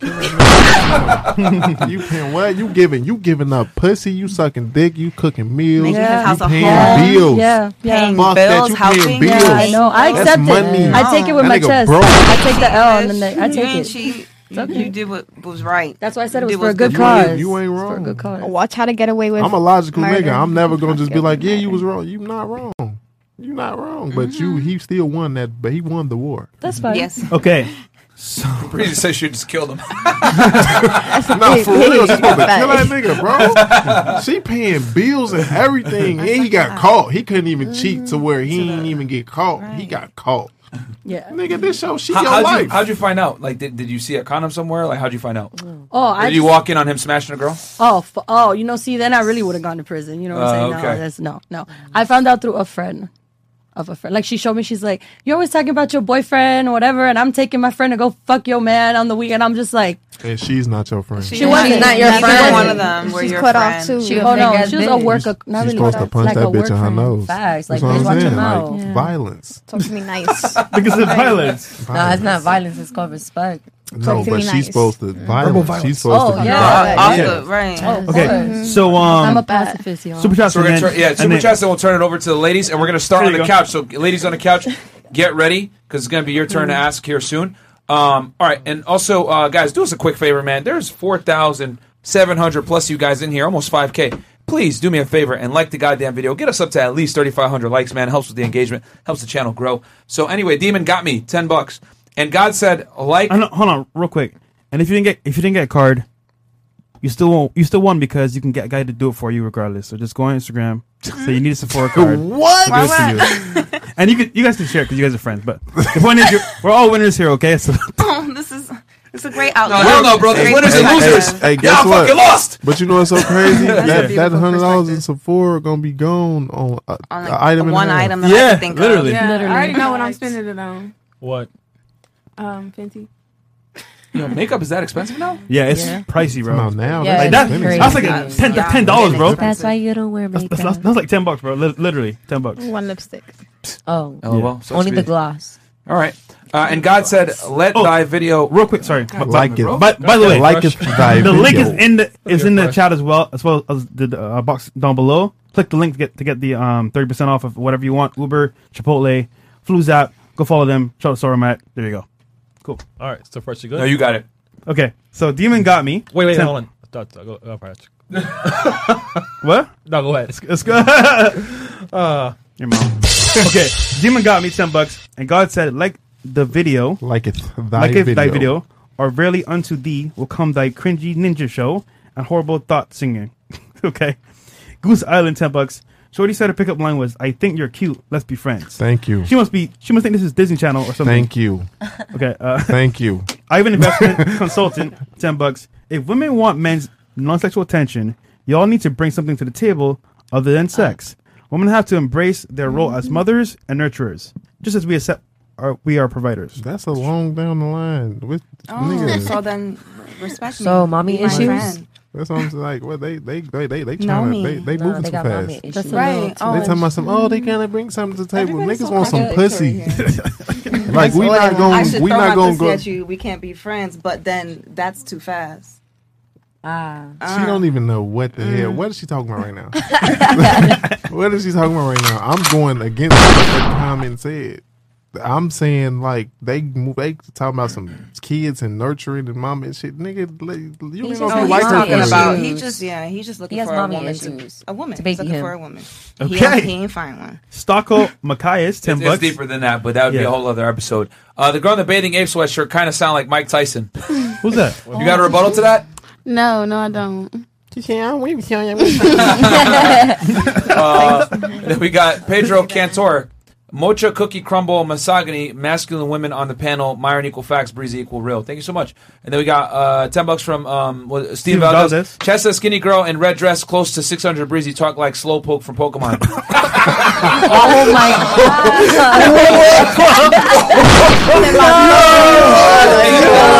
[SPEAKER 11] you paying what? You giving? You giving up pussy? You sucking dick? You cooking meals?
[SPEAKER 18] Making his house
[SPEAKER 11] you
[SPEAKER 18] a
[SPEAKER 11] paying
[SPEAKER 18] home.
[SPEAKER 11] bills?
[SPEAKER 18] Yeah, yeah. Paying
[SPEAKER 11] Fuck that,
[SPEAKER 18] bills,
[SPEAKER 11] you
[SPEAKER 18] housing.
[SPEAKER 11] paying bills?
[SPEAKER 18] Yeah, I know. I
[SPEAKER 11] That's
[SPEAKER 18] accept it.
[SPEAKER 11] money.
[SPEAKER 18] I take it with
[SPEAKER 11] That
[SPEAKER 18] my
[SPEAKER 11] nigga
[SPEAKER 18] chest.
[SPEAKER 11] broke.
[SPEAKER 18] I take the L and then I
[SPEAKER 9] You
[SPEAKER 18] take
[SPEAKER 9] ain't
[SPEAKER 18] it.
[SPEAKER 9] cheat.
[SPEAKER 18] It's okay.
[SPEAKER 9] You, you did what was right.
[SPEAKER 18] That's why I said it
[SPEAKER 9] You
[SPEAKER 18] was
[SPEAKER 9] did
[SPEAKER 18] for a
[SPEAKER 9] what's
[SPEAKER 18] good
[SPEAKER 9] good
[SPEAKER 18] cause.
[SPEAKER 11] You ain't
[SPEAKER 18] For a
[SPEAKER 11] wrong.
[SPEAKER 18] good cause.
[SPEAKER 7] Watch how to get away with.
[SPEAKER 11] I'm a logical
[SPEAKER 7] murder.
[SPEAKER 11] nigga. I'm never gonna just be like, yeah, you was wrong. You not wrong. You not wrong. But you,
[SPEAKER 18] Mm-hmm.
[SPEAKER 11] he still won that. But he won the war.
[SPEAKER 18] That's fine.
[SPEAKER 2] Okay. So
[SPEAKER 1] Brady says she just killed him.
[SPEAKER 11] no, for real, she's supposed to kill that nigga, bro. She paying bills and everything, and he got caught. He couldn't even cheat to where he didn't even get caught. He got caught.
[SPEAKER 18] Yeah,
[SPEAKER 11] nigga, this show she
[SPEAKER 1] How,
[SPEAKER 11] your
[SPEAKER 1] how'd,
[SPEAKER 11] life.
[SPEAKER 1] You, how'd you find out? Like, did, did you see a condom somewhere? Like, how'd you find out?
[SPEAKER 18] Oh,
[SPEAKER 1] did
[SPEAKER 18] I
[SPEAKER 1] you
[SPEAKER 18] just-
[SPEAKER 1] walk in on him smashing a girl?
[SPEAKER 18] Oh, f- oh, you know, see, then I really would have gone to prison. You know what
[SPEAKER 1] Uh,
[SPEAKER 18] I'm saying?
[SPEAKER 1] okay.
[SPEAKER 18] No, that's no, no. I found out through a friend of a friend. Like, she showed me, she's like, You're always talking about your boyfriend or whatever, and I'm taking my friend to go fuck your man on the weekend. I'm just like,
[SPEAKER 11] and she's not your friend.
[SPEAKER 18] She wasn't.
[SPEAKER 9] She's not your
[SPEAKER 18] Neither
[SPEAKER 9] friend.
[SPEAKER 18] one
[SPEAKER 9] of them were
[SPEAKER 18] She's
[SPEAKER 9] your
[SPEAKER 18] cut off,
[SPEAKER 9] friend.
[SPEAKER 18] too.
[SPEAKER 9] She
[SPEAKER 18] Oh,
[SPEAKER 9] was a
[SPEAKER 18] no,
[SPEAKER 9] big-ass
[SPEAKER 18] she was a
[SPEAKER 9] bitch.
[SPEAKER 18] worker- not
[SPEAKER 11] She's
[SPEAKER 18] really
[SPEAKER 11] supposed to
[SPEAKER 18] work-
[SPEAKER 11] punch
[SPEAKER 18] like
[SPEAKER 11] that
[SPEAKER 18] a
[SPEAKER 11] bitch
[SPEAKER 18] work
[SPEAKER 11] in her
[SPEAKER 18] friend.
[SPEAKER 11] nose.
[SPEAKER 18] Facts,
[SPEAKER 11] That's
[SPEAKER 18] like,
[SPEAKER 11] what
[SPEAKER 18] bitch,
[SPEAKER 11] I'm
[SPEAKER 18] watch your
[SPEAKER 11] saying.
[SPEAKER 18] mouth.
[SPEAKER 11] Like
[SPEAKER 18] Yeah.
[SPEAKER 11] violence.
[SPEAKER 7] Talk to me nice.
[SPEAKER 2] Because it's violence.
[SPEAKER 8] No, it's not violence. It's called respect.
[SPEAKER 11] No, but she's supposed to Mm.
[SPEAKER 2] Verbal
[SPEAKER 11] violence.
[SPEAKER 2] violence.
[SPEAKER 11] She's supposed to
[SPEAKER 8] Oh,
[SPEAKER 11] be
[SPEAKER 8] yeah.
[SPEAKER 11] violent.
[SPEAKER 8] Yeah. Also, right. Oh,
[SPEAKER 2] Okay.
[SPEAKER 8] Mhm.
[SPEAKER 2] So um,
[SPEAKER 18] I'm a pacifist, y'all.
[SPEAKER 2] Super chats
[SPEAKER 1] So we're gonna
[SPEAKER 2] and then-
[SPEAKER 1] turn, yeah,
[SPEAKER 2] and
[SPEAKER 1] super
[SPEAKER 2] then-
[SPEAKER 1] chats, and we'll turn it over to the ladies, and we're gonna start
[SPEAKER 2] There
[SPEAKER 1] on the
[SPEAKER 2] you go.
[SPEAKER 1] couch. So, ladies on the couch, get ready because it's gonna be your
[SPEAKER 2] Mm-hmm.
[SPEAKER 1] turn to ask here soon. Um, all right, and also, uh, guys, do us a quick favor, man. There's four thousand seven hundred plus you guys in here, almost five k. Please do me a favor and like the goddamn video. Get us up to at least thirty five hundred likes, man. Helps with the engagement, helps the channel grow. So anyway, Demon got me ten bucks, and God said, like,
[SPEAKER 2] I know, hold on, real quick. And if you didn't get if you didn't get a card, you still won't, you still won because you can get a guy to do it for you regardless. So just go on Instagram, say you need a Sephora card.
[SPEAKER 11] What?
[SPEAKER 2] He'll do it for you. and you can you guys can share it because you guys are friends. But the point is, you're, we're all winners here, okay? So
[SPEAKER 9] Oh, this is it's a great outlet.
[SPEAKER 11] Well,
[SPEAKER 9] Great
[SPEAKER 11] hey,
[SPEAKER 9] perspective.
[SPEAKER 11] Hey, hey, guess what? But you know what's so crazy?
[SPEAKER 9] That's
[SPEAKER 11] that
[SPEAKER 9] a
[SPEAKER 11] that
[SPEAKER 9] beautiful
[SPEAKER 11] hundred dollars in Sephora gonna be gone on a,
[SPEAKER 9] On,
[SPEAKER 11] a
[SPEAKER 9] like,
[SPEAKER 11] item.
[SPEAKER 9] one
[SPEAKER 11] and a half.
[SPEAKER 9] item that I Yeah, could think of. literally.
[SPEAKER 13] Yeah,
[SPEAKER 9] Literally.
[SPEAKER 13] I already know what I'm spending it on.
[SPEAKER 3] What?
[SPEAKER 13] Um, Fenty.
[SPEAKER 1] you know, makeup is that expensive now?
[SPEAKER 2] yeah, it's pricey, bro.
[SPEAKER 11] Come on now,
[SPEAKER 13] Yeah,
[SPEAKER 2] like
[SPEAKER 11] that's
[SPEAKER 2] that,
[SPEAKER 11] crazy.
[SPEAKER 2] that's like a ten
[SPEAKER 11] Yeah.
[SPEAKER 2] ten dollars, bro.
[SPEAKER 11] That's
[SPEAKER 8] why you don't wear
[SPEAKER 2] That's, that's, that's like ten bucks, bro. Li- literally ten bucks.
[SPEAKER 7] One lipstick.
[SPEAKER 8] Oh,
[SPEAKER 1] Oh, well, so
[SPEAKER 8] only
[SPEAKER 1] it's
[SPEAKER 8] the
[SPEAKER 1] be-
[SPEAKER 8] gloss.
[SPEAKER 1] All right. Uh, and God said, "Let thy video."
[SPEAKER 2] Oh, Real quick, sorry. But-
[SPEAKER 11] Like it.
[SPEAKER 2] But by the way,
[SPEAKER 11] Like it thy
[SPEAKER 2] the link is
[SPEAKER 11] video.
[SPEAKER 2] in the is in the
[SPEAKER 11] Your
[SPEAKER 2] chat as well as well as the uh, box down below. Click the link to get to get the um thirty percent off of whatever you want. Uber, Chipotle, Fluzap. Go follow them. Shout out Sora Matt. There you go. Cool.
[SPEAKER 3] All right, so first you good.
[SPEAKER 1] No, you got it.
[SPEAKER 2] Okay, so Demon got me.
[SPEAKER 3] Wait, wait,
[SPEAKER 2] Ten-
[SPEAKER 3] hold on. Stop, stop, go- go for it.
[SPEAKER 2] What?
[SPEAKER 3] No, go ahead.
[SPEAKER 2] Let's go. uh, Your mom. okay, Demon got me ten bucks, and God said, "Like the video,
[SPEAKER 11] like it, thy
[SPEAKER 2] like it, thy
[SPEAKER 11] video.
[SPEAKER 2] video, or rarely unto thee will come thy cringy ninja show and horrible thought singing." okay, Goose Island ten bucks. Shorty said her pickup line was, "I think you're cute. Let's be friends."
[SPEAKER 11] Thank you.
[SPEAKER 2] She must be. She must think this is Disney Channel or something.
[SPEAKER 11] Thank you.
[SPEAKER 2] Okay. Uh,
[SPEAKER 11] Thank you.
[SPEAKER 2] I have an investment consultant, ten bucks. If women want men's non-sexual attention, y'all need to bring something to the table other than sex. Women have to embrace their role as mothers and nurturers, just as we accept are we are providers. That's a long down the line.
[SPEAKER 11] With
[SPEAKER 9] Oh,
[SPEAKER 11] niggas.
[SPEAKER 9] so then respect me.
[SPEAKER 13] Mm,
[SPEAKER 11] So,
[SPEAKER 9] mommy Be my issues? friend.
[SPEAKER 11] That's what I'm saying, like. What they they they they they
[SPEAKER 9] No,
[SPEAKER 11] trying
[SPEAKER 9] me.
[SPEAKER 11] to they they
[SPEAKER 9] No,
[SPEAKER 11] moving
[SPEAKER 9] they
[SPEAKER 11] too
[SPEAKER 9] got
[SPEAKER 11] fast.
[SPEAKER 9] mommy issues. That's a little
[SPEAKER 11] Right.
[SPEAKER 9] too
[SPEAKER 11] they talking about
[SPEAKER 9] much.
[SPEAKER 11] some. Oh, they gotta bring something to the table.
[SPEAKER 9] Everybody's
[SPEAKER 11] Niggas
[SPEAKER 9] so
[SPEAKER 11] want some pussy.
[SPEAKER 9] contradictory
[SPEAKER 11] like we
[SPEAKER 13] Well,
[SPEAKER 11] not
[SPEAKER 13] I
[SPEAKER 11] going.
[SPEAKER 13] should
[SPEAKER 11] We
[SPEAKER 13] throw
[SPEAKER 11] not
[SPEAKER 13] my
[SPEAKER 11] going
[SPEAKER 13] pussy
[SPEAKER 11] go.
[SPEAKER 13] at you. We can't be friends. But then that's too fast. Ah.
[SPEAKER 11] She don't even know what the hell.
[SPEAKER 13] Mm.
[SPEAKER 11] What is she talking about right now? what is she talking about right now? I'm going against what the comment said. I'm saying like they move, they talking about some kids and nurturing and mom and shit. Nigga, like, you don't even
[SPEAKER 13] just-
[SPEAKER 11] know if
[SPEAKER 13] no,
[SPEAKER 11] you
[SPEAKER 13] he's
[SPEAKER 11] like her.
[SPEAKER 13] talking
[SPEAKER 11] for real.
[SPEAKER 13] about- he just- yeah, he's just looking
[SPEAKER 20] He has
[SPEAKER 13] for a
[SPEAKER 20] mommy
[SPEAKER 13] woman to-
[SPEAKER 20] issues.
[SPEAKER 13] a woman. He's
[SPEAKER 20] baby
[SPEAKER 13] looking
[SPEAKER 20] him.
[SPEAKER 13] for a woman.
[SPEAKER 1] Okay.
[SPEAKER 13] He, ain't- he ain't find one.
[SPEAKER 2] Stocko Machias, ten
[SPEAKER 1] It's, it's
[SPEAKER 2] bucks.
[SPEAKER 1] deeper than that, but that would be
[SPEAKER 2] Yeah.
[SPEAKER 1] a whole other episode. Uh, the girl in the bathing ape sweatshirt kind of sound like Mike Tyson.
[SPEAKER 2] Who's that?
[SPEAKER 1] You got a rebuttal to that?
[SPEAKER 10] No, no, I don't.
[SPEAKER 1] Uh, then we got Pedro Cantor, Mocha Cookie Crumble Misogyny, Masculine Women on the panel, Myron Equal Facts, Breezy Equal Real. Thank you so much. And then we got uh, 10 bucks from um, what- Steve,
[SPEAKER 2] Steve
[SPEAKER 1] Valdez.
[SPEAKER 2] Valdez.
[SPEAKER 1] Chessa Skinny Girl in Red Dress, close to 600 Breezy, talk like Slowpoke from Pokemon.
[SPEAKER 4] Oh my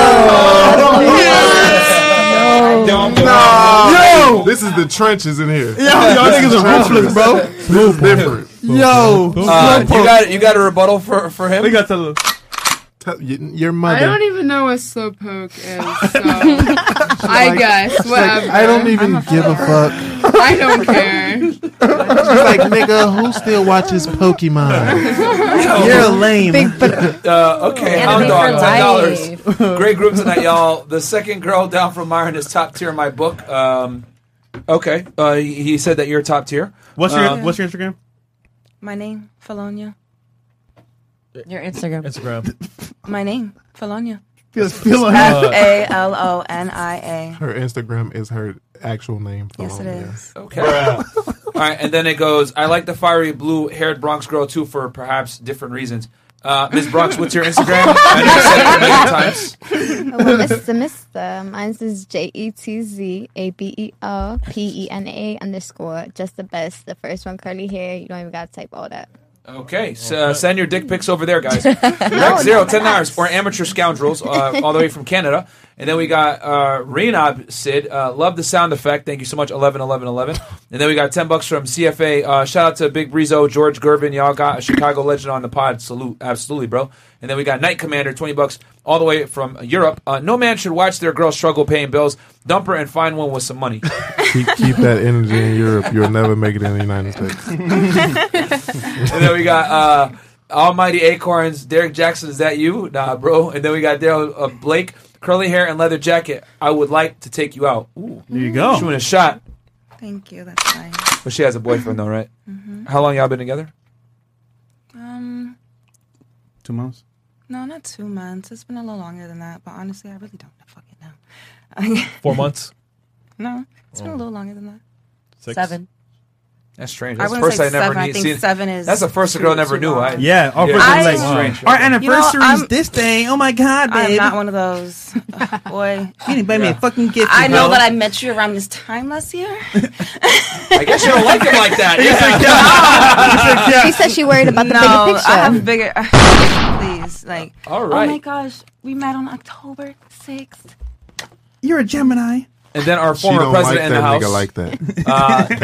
[SPEAKER 11] Yo, this is the trenches in here. Yo,
[SPEAKER 2] y'all niggas are
[SPEAKER 11] ruthless, bro. This is different.
[SPEAKER 2] Yo,
[SPEAKER 1] Uh, you, got, you got a rebuttal for, for him? We
[SPEAKER 2] got to.
[SPEAKER 11] Tell- y- Your
[SPEAKER 16] I
[SPEAKER 11] mother.
[SPEAKER 16] don't even know what slowpoke is, so I guess
[SPEAKER 11] She's like,
[SPEAKER 16] whatever.
[SPEAKER 11] I don't even give a fuck.
[SPEAKER 16] I don't care.
[SPEAKER 11] She's like, nigga, who still watches Pokemon? You're lame.
[SPEAKER 1] Uh, okay, hound dog, ten dollars. Great group tonight, y'all. The second girl down from Myron is top tier in my book. Um, okay, uh, he he said that you're top tier.
[SPEAKER 2] What's your
[SPEAKER 1] Um,
[SPEAKER 2] What's your Instagram?
[SPEAKER 9] My name, Felonia.
[SPEAKER 13] Your Instagram.
[SPEAKER 3] Instagram.
[SPEAKER 9] My name, Felonia.
[SPEAKER 11] Yes, Felonia.
[SPEAKER 9] F A L O N I A.
[SPEAKER 11] Her Instagram is her actual name.
[SPEAKER 9] Yes, it
[SPEAKER 11] Felonia.
[SPEAKER 9] is.
[SPEAKER 1] Okay. All right, and then it goes. I like the fiery blue-haired Bronx girl too, for perhaps different reasons. Uh, Ms. Bronx, what's your Instagram? I know you said it many times.
[SPEAKER 7] well, Mr. Mister, mine's is J E T Z A B E L P E N A underscore. Just the best. The first one curly hair. You don't even gotta type all that.
[SPEAKER 1] Okay, so, uh, send your dick pics over there, guys. Rex Zero, ten dollars, or amateur scoundrels, uh, all the way from Canada. And then we got uh, Renob Sid, uh, love the sound effect. Thank you so much. Eleven, eleven, eleven. And then we got ten bucks from CFA. Uh, shout out to Big Brizo, George Gervin. Y'all got a Chicago legend on the pod. Salute, absolutely, bro. And then we got Night Commander, twenty bucks, all the way from Europe. Uh, no man should watch their girl struggle paying bills. Dump her and find one with some money.
[SPEAKER 11] Keep, keep that energy in Europe. You'll never make it in the United States.
[SPEAKER 1] and then we got uh, Almighty Acorns, Derek Jackson. Is that you? Nah, bro. And then we got Daryl uh, Blake, curly hair and leather jacket. I would like to take you out. Ooh,
[SPEAKER 2] there you go.
[SPEAKER 1] Shooting a shot,
[SPEAKER 9] Thank you. That's fine.
[SPEAKER 1] but she has a boyfriend though, right?
[SPEAKER 9] Mm-hmm.
[SPEAKER 1] How long y'all been together?
[SPEAKER 9] Um,
[SPEAKER 2] Two months.
[SPEAKER 9] no, not two months. It's been a little longer than that. But honestly, I really don't fucking know.
[SPEAKER 3] Four months.
[SPEAKER 9] no, it's been a
[SPEAKER 3] Oh.
[SPEAKER 9] little longer than that.
[SPEAKER 3] Six. Seven.
[SPEAKER 1] That's strange.
[SPEAKER 9] I
[SPEAKER 1] That's the
[SPEAKER 9] wouldn't
[SPEAKER 1] first
[SPEAKER 9] say
[SPEAKER 1] I never
[SPEAKER 9] seven. I
[SPEAKER 1] knew-
[SPEAKER 9] think
[SPEAKER 1] seen-
[SPEAKER 9] seven is
[SPEAKER 1] That's the first
[SPEAKER 9] too-
[SPEAKER 1] girl I never
[SPEAKER 9] too
[SPEAKER 1] knew.
[SPEAKER 9] long.
[SPEAKER 1] I,
[SPEAKER 2] Yeah, our
[SPEAKER 1] yeah,
[SPEAKER 2] first
[SPEAKER 1] that's
[SPEAKER 2] like,
[SPEAKER 1] strange.
[SPEAKER 2] our
[SPEAKER 9] You know,
[SPEAKER 2] anniversary's
[SPEAKER 9] I'm-
[SPEAKER 2] this thing. Oh my god, babe!
[SPEAKER 9] I'm not one of those. Ugh, boy,
[SPEAKER 2] you didn't buy me a fucking gift.
[SPEAKER 9] I know
[SPEAKER 2] bro.
[SPEAKER 9] that I met you around this time last year.
[SPEAKER 1] I guess you don't like him like that.
[SPEAKER 2] He's
[SPEAKER 1] Yeah.
[SPEAKER 2] like, yeah. He's like, yeah.
[SPEAKER 7] She said she worried about the
[SPEAKER 9] no,
[SPEAKER 7] bigger picture.
[SPEAKER 9] I have bigger. please, like.
[SPEAKER 1] All
[SPEAKER 9] Oh my
[SPEAKER 1] right.
[SPEAKER 9] gosh, we met on October sixth.
[SPEAKER 2] You're a Gemini.
[SPEAKER 1] And then our
[SPEAKER 11] She
[SPEAKER 1] former
[SPEAKER 11] don't
[SPEAKER 1] president
[SPEAKER 11] like
[SPEAKER 1] in the
[SPEAKER 11] that nigga
[SPEAKER 1] house,
[SPEAKER 11] like that.
[SPEAKER 1] uh,
[SPEAKER 11] Any-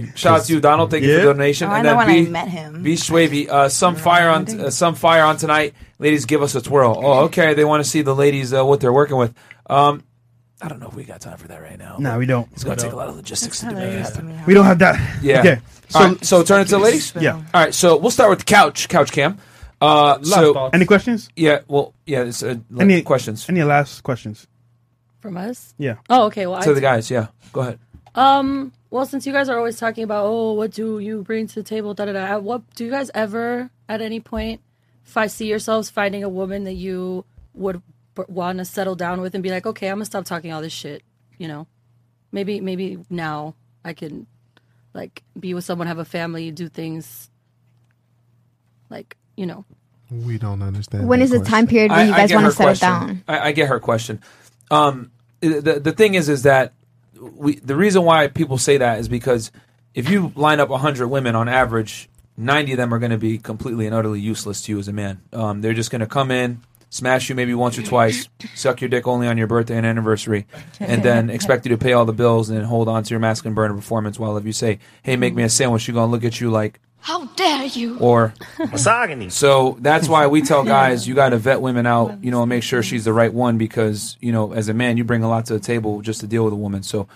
[SPEAKER 1] Donald. Shout out to you, Donald. Thank you for
[SPEAKER 11] Yeah.
[SPEAKER 1] the donation.
[SPEAKER 9] Oh, I
[SPEAKER 1] and
[SPEAKER 9] know
[SPEAKER 1] then
[SPEAKER 9] when
[SPEAKER 1] B,
[SPEAKER 9] I met him.
[SPEAKER 1] B Schwavy, uh, some fire on uh, some fire on tonight. Ladies, give us a twirl. Oh, okay. They want to see the ladies uh, what they're working with. Um, I don't know if we got time for that right now.
[SPEAKER 2] No, we don't.
[SPEAKER 1] It's going to take a lot of logistics to do that.
[SPEAKER 2] We don't have that.
[SPEAKER 1] Yeah.
[SPEAKER 2] Okay.
[SPEAKER 1] So, All right, so turn it to the ladies.
[SPEAKER 2] Yeah.
[SPEAKER 1] All right. So we'll start with the couch, couch cam. Uh, so
[SPEAKER 2] Any questions?
[SPEAKER 1] yeah. Well, yeah. It's uh, like,
[SPEAKER 2] Any
[SPEAKER 1] questions
[SPEAKER 2] Any last questions?
[SPEAKER 18] From us?
[SPEAKER 2] Yeah.
[SPEAKER 18] Oh, okay. Well, I
[SPEAKER 1] to the guys? Yeah. Go ahead.
[SPEAKER 18] Um. Well, since you guys are always talking about, oh, what do you bring to the table? Da da da. What do you guys ever, at any point, fi- see yourselves finding a woman that you would b- want to settle down with and be like, okay, I'm gonna stop talking all this shit. You know, maybe maybe now I can, like, be with someone, have a family, do things. Like you know,
[SPEAKER 11] We don't understand.
[SPEAKER 7] When
[SPEAKER 11] that
[SPEAKER 7] is the
[SPEAKER 11] question.
[SPEAKER 7] time period where you guys
[SPEAKER 1] get
[SPEAKER 7] want
[SPEAKER 1] her
[SPEAKER 7] to settle
[SPEAKER 1] question.
[SPEAKER 7] down?
[SPEAKER 1] I, I get her question. Um, the the thing is, is that we the reason why people say that is because if you line up hundred women on average, 90 of them are going to be completely and utterly useless to you as a man. Um, they're just going to come in, smash you maybe once or twice, suck your dick only on your birthday and anniversary, and then expect you to pay all the bills and hold on to your masculine burner performance. While if you say, hey, make me a sandwich, you're going to look at you like,
[SPEAKER 4] How dare you?
[SPEAKER 1] or misogyny. So that's why we tell guys you got to vet women out, you know, and make sure she's the right one because you know, as a man, you bring a lot to the table just to deal with a woman. So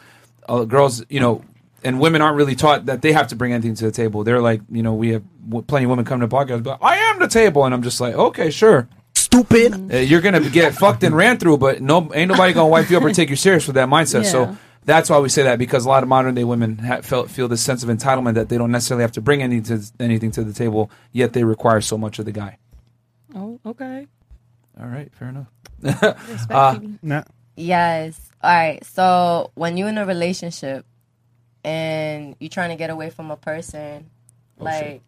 [SPEAKER 1] uh, girls, you know, and women aren't really taught that they have to bring anything to the table. They're like, you know, we have w- plenty of women come to podcasts, but I am the table, and I'm just like, okay, sure. Stupid. you're gonna get fucked and ran through, but no, ain't nobody gonna wipe you up or take you serious with that mindset.
[SPEAKER 13] Yeah.
[SPEAKER 1] So that's why we say that because a lot of modern day women ha- felt feel this sense of entitlement that they don't necessarily have to bring any to, anything to the table, yet they require so much of the guy.
[SPEAKER 18] Oh, okay.
[SPEAKER 1] All right, fair enough. Uh,
[SPEAKER 8] Yes. All right. So when you're in a relationship and you're trying to get away from a person,
[SPEAKER 4] Oh,
[SPEAKER 8] like,
[SPEAKER 4] shit.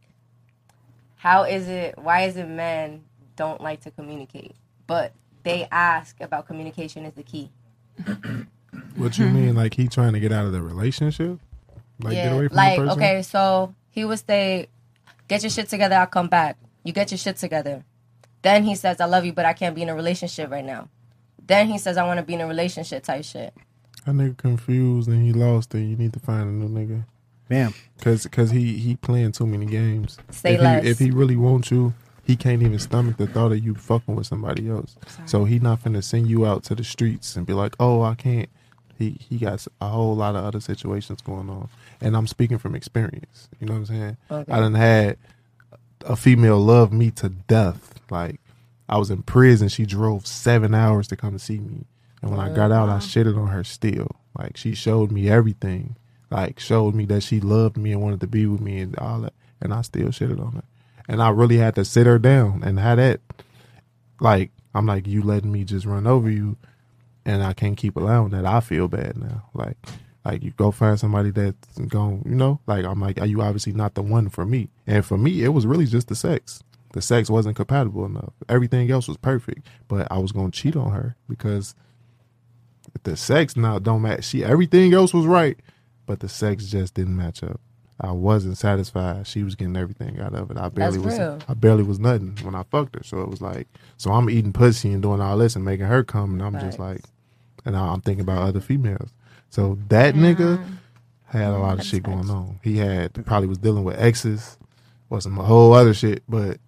[SPEAKER 8] how is it? Why is it men don't like to communicate, but they ask about communication is the key?
[SPEAKER 11] What you mean? Like he trying to get out of the relationship? Like get away from
[SPEAKER 8] like
[SPEAKER 11] the person?
[SPEAKER 8] okay, so he would say, "Get your shit together. I'll come back." You get your shit together. Then he says, "I love you, but I can't be in a relationship right now." Then he says, "I want to be in a relationship type shit."
[SPEAKER 11] That nigga confused and he lost and you need to find a new nigga.
[SPEAKER 2] Bam.
[SPEAKER 11] Cause, Cause he he playing too many games.
[SPEAKER 8] Say
[SPEAKER 11] if
[SPEAKER 8] less.
[SPEAKER 11] He, if he really wants you, he can't even stomach the thought of you fucking with somebody else. So he not finna send you out to the streets and be like, oh, I can't. He he got a whole lot of other situations going on, and I'm speaking from experience. You know what I'm saying?
[SPEAKER 4] Okay.
[SPEAKER 11] I
[SPEAKER 1] Oh,
[SPEAKER 11] done had a female love me to death. Like I was in prison, she drove seven hours to come see me, and when I got out, I shitted on her still. Like she showed me everything, like showed me that she loved me and wanted to be with me and all that, and I still shitted on her. And I really had to sit her down and had that. Like I'm like, you letting me just run over you, and I can't keep allowing that. I feel bad now. Like, like you go find somebody that's going, you know, like I'm like, are you obviously not the one for me? And for me, it was really just the sex. The sex wasn't compatible enough. Everything else was perfect, but I was gonna cheat on her because the sex now don't match. She everything else was right, but the sex just didn't match up. I wasn't satisfied. She was getting everything out of it. I barely was.
[SPEAKER 4] real.
[SPEAKER 11] I barely was nothing when I fucked her. So it was like, so I'm eating pussy and doing all this and making her come, and I'm just like, and I- I'm thinking about other females. So that nigga had a lot of shit going on. He had probably was dealing with exes or some whole other shit, but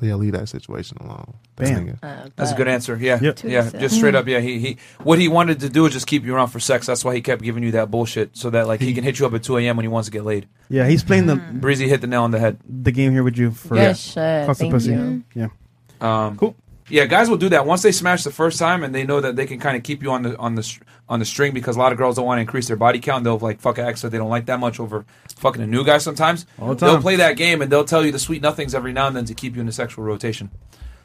[SPEAKER 11] yeah, leave that situation alone. That
[SPEAKER 1] Bam.
[SPEAKER 11] nigga.
[SPEAKER 1] That's a good answer. Yeah,
[SPEAKER 11] Yep.
[SPEAKER 1] yeah,
[SPEAKER 11] Two
[SPEAKER 1] just straight
[SPEAKER 11] cents.
[SPEAKER 1] up. Yeah, he, he what he wanted to do is just keep you around for sex. That's why he kept giving you that bullshit so that like he can hit you up at two a.m. when he wants to get laid.
[SPEAKER 2] Yeah, he's playing the
[SPEAKER 1] Breezy hit the nail on the head.
[SPEAKER 2] the game here with you for
[SPEAKER 1] Good
[SPEAKER 8] shit.
[SPEAKER 2] Cost of
[SPEAKER 8] Thank
[SPEAKER 2] pussy.
[SPEAKER 8] you.
[SPEAKER 2] Yeah.
[SPEAKER 1] Um, cool. Yeah, guys will do that once they smash the first time and they know that they can kind of keep you on the on the str- on the string because a lot of girls don't want to increase their body count. They'll like fuck an ex that they don't like that much over fucking a new guy sometimes.
[SPEAKER 2] All the
[SPEAKER 1] They'll
[SPEAKER 2] time.
[SPEAKER 1] play that game and they'll tell you the sweet nothings every now and then to keep you in the sexual rotation.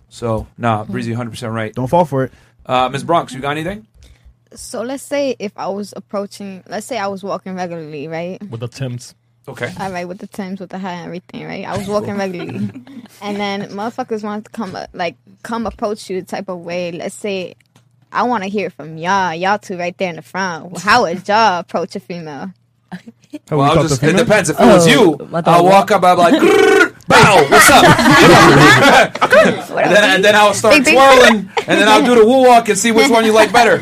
[SPEAKER 1] So nah, Breezy, hundred percent right.
[SPEAKER 2] Don't fall for it.
[SPEAKER 1] Uh, Ms. Bronx, you got anything?
[SPEAKER 7] So let's say if I was approaching, let's say I was walking regularly, right?
[SPEAKER 3] with the Tims.
[SPEAKER 1] Okay.
[SPEAKER 7] All right, with the Timbs, with the hat and everything, right? I was walking regularly, and then motherfuckers wanted to come, uh, like, come approach you type of way. Let's say I want to hear from y'all, y'all two right there in the front. Well, How would y'all approach a female?
[SPEAKER 1] Well, I'll just, it depends. If it
[SPEAKER 4] Oh,
[SPEAKER 1] was you,
[SPEAKER 4] what
[SPEAKER 1] I'll
[SPEAKER 4] the-
[SPEAKER 1] walk up. I'm like, "Grrr, bow, what's up? and then, and then I'll start
[SPEAKER 4] Big, big.
[SPEAKER 1] twirling, and then I'll do the woo walk and see which one you like better.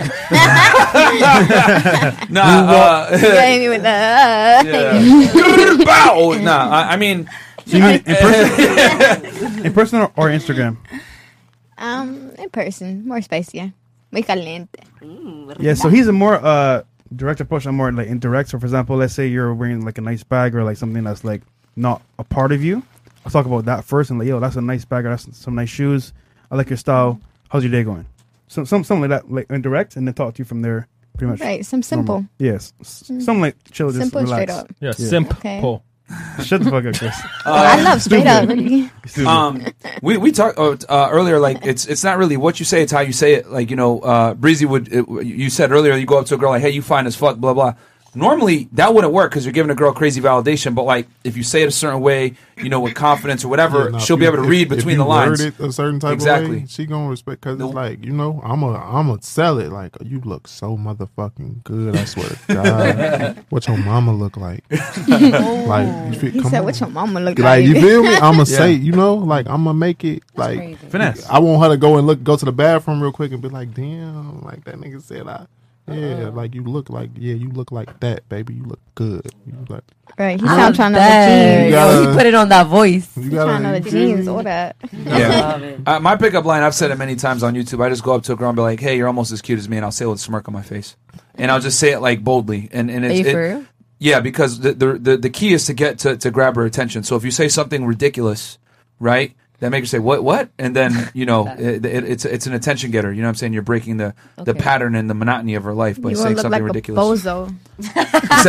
[SPEAKER 1] nah, uh,
[SPEAKER 7] You hit me with the, uh,
[SPEAKER 1] yeah. Grrr, bow. Nah, I, I mean,
[SPEAKER 2] So you mean in person, in person or, or Instagram?
[SPEAKER 7] um, in person, more spicier, muy caliente.
[SPEAKER 2] Yeah, so he's a more uh direct approach. I'm more like indirect. So for example, let's say you're wearing like a nice bag or like something that's like not a part of you. I'll talk about that first and like, yo, that's a nice bag or that's some nice shoes. I like your style. How's your day going? Some some something like that, like indirect, and then talk to you from there. Pretty much.
[SPEAKER 7] Right, some simple.
[SPEAKER 2] Normal. Yes. S-
[SPEAKER 7] Mm.
[SPEAKER 2] Something like chill, just
[SPEAKER 7] Simple and
[SPEAKER 2] relax.
[SPEAKER 7] straight up. Yeah, simple. Okay.
[SPEAKER 2] Shut the fuck up, Chris.
[SPEAKER 1] Uh,
[SPEAKER 7] I love straight up. really.
[SPEAKER 1] um, we we talked uh, uh, earlier. Like it's it's not really what you say; it's how you say it. Like you know, uh, Breezy would it, you said earlier. You go up to a girl like, "Hey, you fine as fuck," blah blah. Normally that wouldn't work because you're giving a girl crazy validation. But like if you say it a certain way, you know, with confidence or whatever,
[SPEAKER 11] Yeah, nah,
[SPEAKER 1] she'll
[SPEAKER 11] if
[SPEAKER 1] be
[SPEAKER 11] you-
[SPEAKER 1] able to
[SPEAKER 11] if-
[SPEAKER 1] read
[SPEAKER 11] if
[SPEAKER 1] between
[SPEAKER 11] you
[SPEAKER 1] the lines.
[SPEAKER 11] Word it a certain type
[SPEAKER 1] exactly.
[SPEAKER 11] of way, she gonna respect because it's like you know I'm a I'm a sell it like you look so motherfucking good. I swear to God, what your mama look like? like you feel,
[SPEAKER 7] He
[SPEAKER 11] come
[SPEAKER 7] said,
[SPEAKER 11] on.
[SPEAKER 7] "What your mama look like?"
[SPEAKER 11] Like you feel me? I'ma
[SPEAKER 7] Yeah.
[SPEAKER 11] say, you know, like I'ma make it like
[SPEAKER 2] Finesse.
[SPEAKER 11] I want her to go and look, go to the bathroom real quick and be like, damn, like that nigga said I. Yeah, like you look like yeah, you look like that, baby. You look good. You like
[SPEAKER 7] Right, he
[SPEAKER 11] I'm
[SPEAKER 7] sound trying to
[SPEAKER 11] back.
[SPEAKER 7] jeans.
[SPEAKER 11] You
[SPEAKER 8] Oh,
[SPEAKER 11] gotta-
[SPEAKER 7] Oh, he put it on that voice.
[SPEAKER 11] You
[SPEAKER 7] He
[SPEAKER 11] gotta-
[SPEAKER 7] trying to
[SPEAKER 11] you
[SPEAKER 7] jeans or that.
[SPEAKER 1] Yeah. Uh, my pickup line, I've said it many times on YouTube. I just go up to a girl and be like, hey, you're almost as cute as me. And I'll say it with a smirk on my face. And I'll just say it like boldly. And, and it's.
[SPEAKER 8] Are you
[SPEAKER 1] it-
[SPEAKER 8] for real?
[SPEAKER 1] Yeah, because the, the, the, the key is to get to, to grab her attention. So if you say something ridiculous, right? That makes her say what what, and then you know it, it, it's it's an attention getter. You know what I'm saying? You're breaking the, the
[SPEAKER 7] Okay.
[SPEAKER 1] pattern and the monotony of her life by
[SPEAKER 7] you gonna
[SPEAKER 1] saying
[SPEAKER 7] look
[SPEAKER 1] something
[SPEAKER 7] like
[SPEAKER 1] ridiculous.
[SPEAKER 7] a bozo.
[SPEAKER 1] You say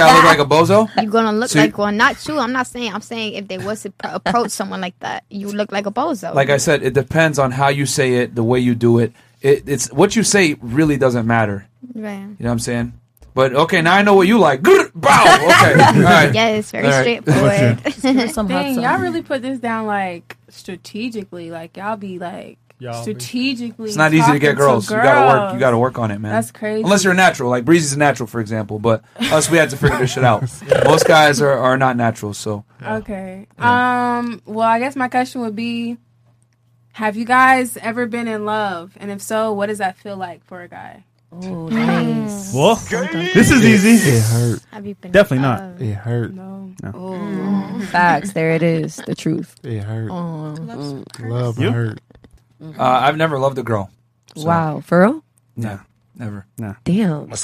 [SPEAKER 1] I look like a bozo.
[SPEAKER 7] You're gonna look
[SPEAKER 1] So you-
[SPEAKER 7] like one. Not you. I'm not saying. I'm saying if they was to pro- approach someone like that, you look like a bozo.
[SPEAKER 1] like I said, it depends on how you say it, the way you do it. it it's what you say really doesn't matter.
[SPEAKER 7] Right.
[SPEAKER 1] You know what I'm saying? But okay, now I know what you like. Grr, Bow. Okay. All right.
[SPEAKER 7] Yeah, it's very
[SPEAKER 1] All right.
[SPEAKER 7] straightforward. Just give her some hot
[SPEAKER 13] Dang,
[SPEAKER 7] sauce.
[SPEAKER 13] y'all really put this down like strategically. Like y'all be like
[SPEAKER 1] Y'all be-
[SPEAKER 13] strategically.
[SPEAKER 1] It's not easy to
[SPEAKER 13] talking
[SPEAKER 1] get girls. You gotta work. You gotta work on it, man.
[SPEAKER 13] That's crazy.
[SPEAKER 1] Unless you're a natural, like Breezy's a natural, for example. But us, we had to figure this shit out. Most guys are, are not natural, so
[SPEAKER 13] Okay. Um. Well, I guess my question would be: Have you guys ever been in love? And if so, what does that feel like for a guy?
[SPEAKER 8] Oh,
[SPEAKER 13] nice.
[SPEAKER 2] Well, this is
[SPEAKER 11] It-
[SPEAKER 2] easy.
[SPEAKER 11] It hurt.
[SPEAKER 13] Have you been
[SPEAKER 2] Definitely not.
[SPEAKER 11] It hurt. Oh.
[SPEAKER 13] No.
[SPEAKER 8] Facts. There it is. The truth.
[SPEAKER 11] It hurt.
[SPEAKER 8] Mm.
[SPEAKER 11] Love
[SPEAKER 8] You?
[SPEAKER 11] hurt.
[SPEAKER 1] uh, I've never loved a girl.
[SPEAKER 8] Wow. For real?
[SPEAKER 1] No, never.
[SPEAKER 2] No.
[SPEAKER 8] Damn.
[SPEAKER 1] you
[SPEAKER 8] You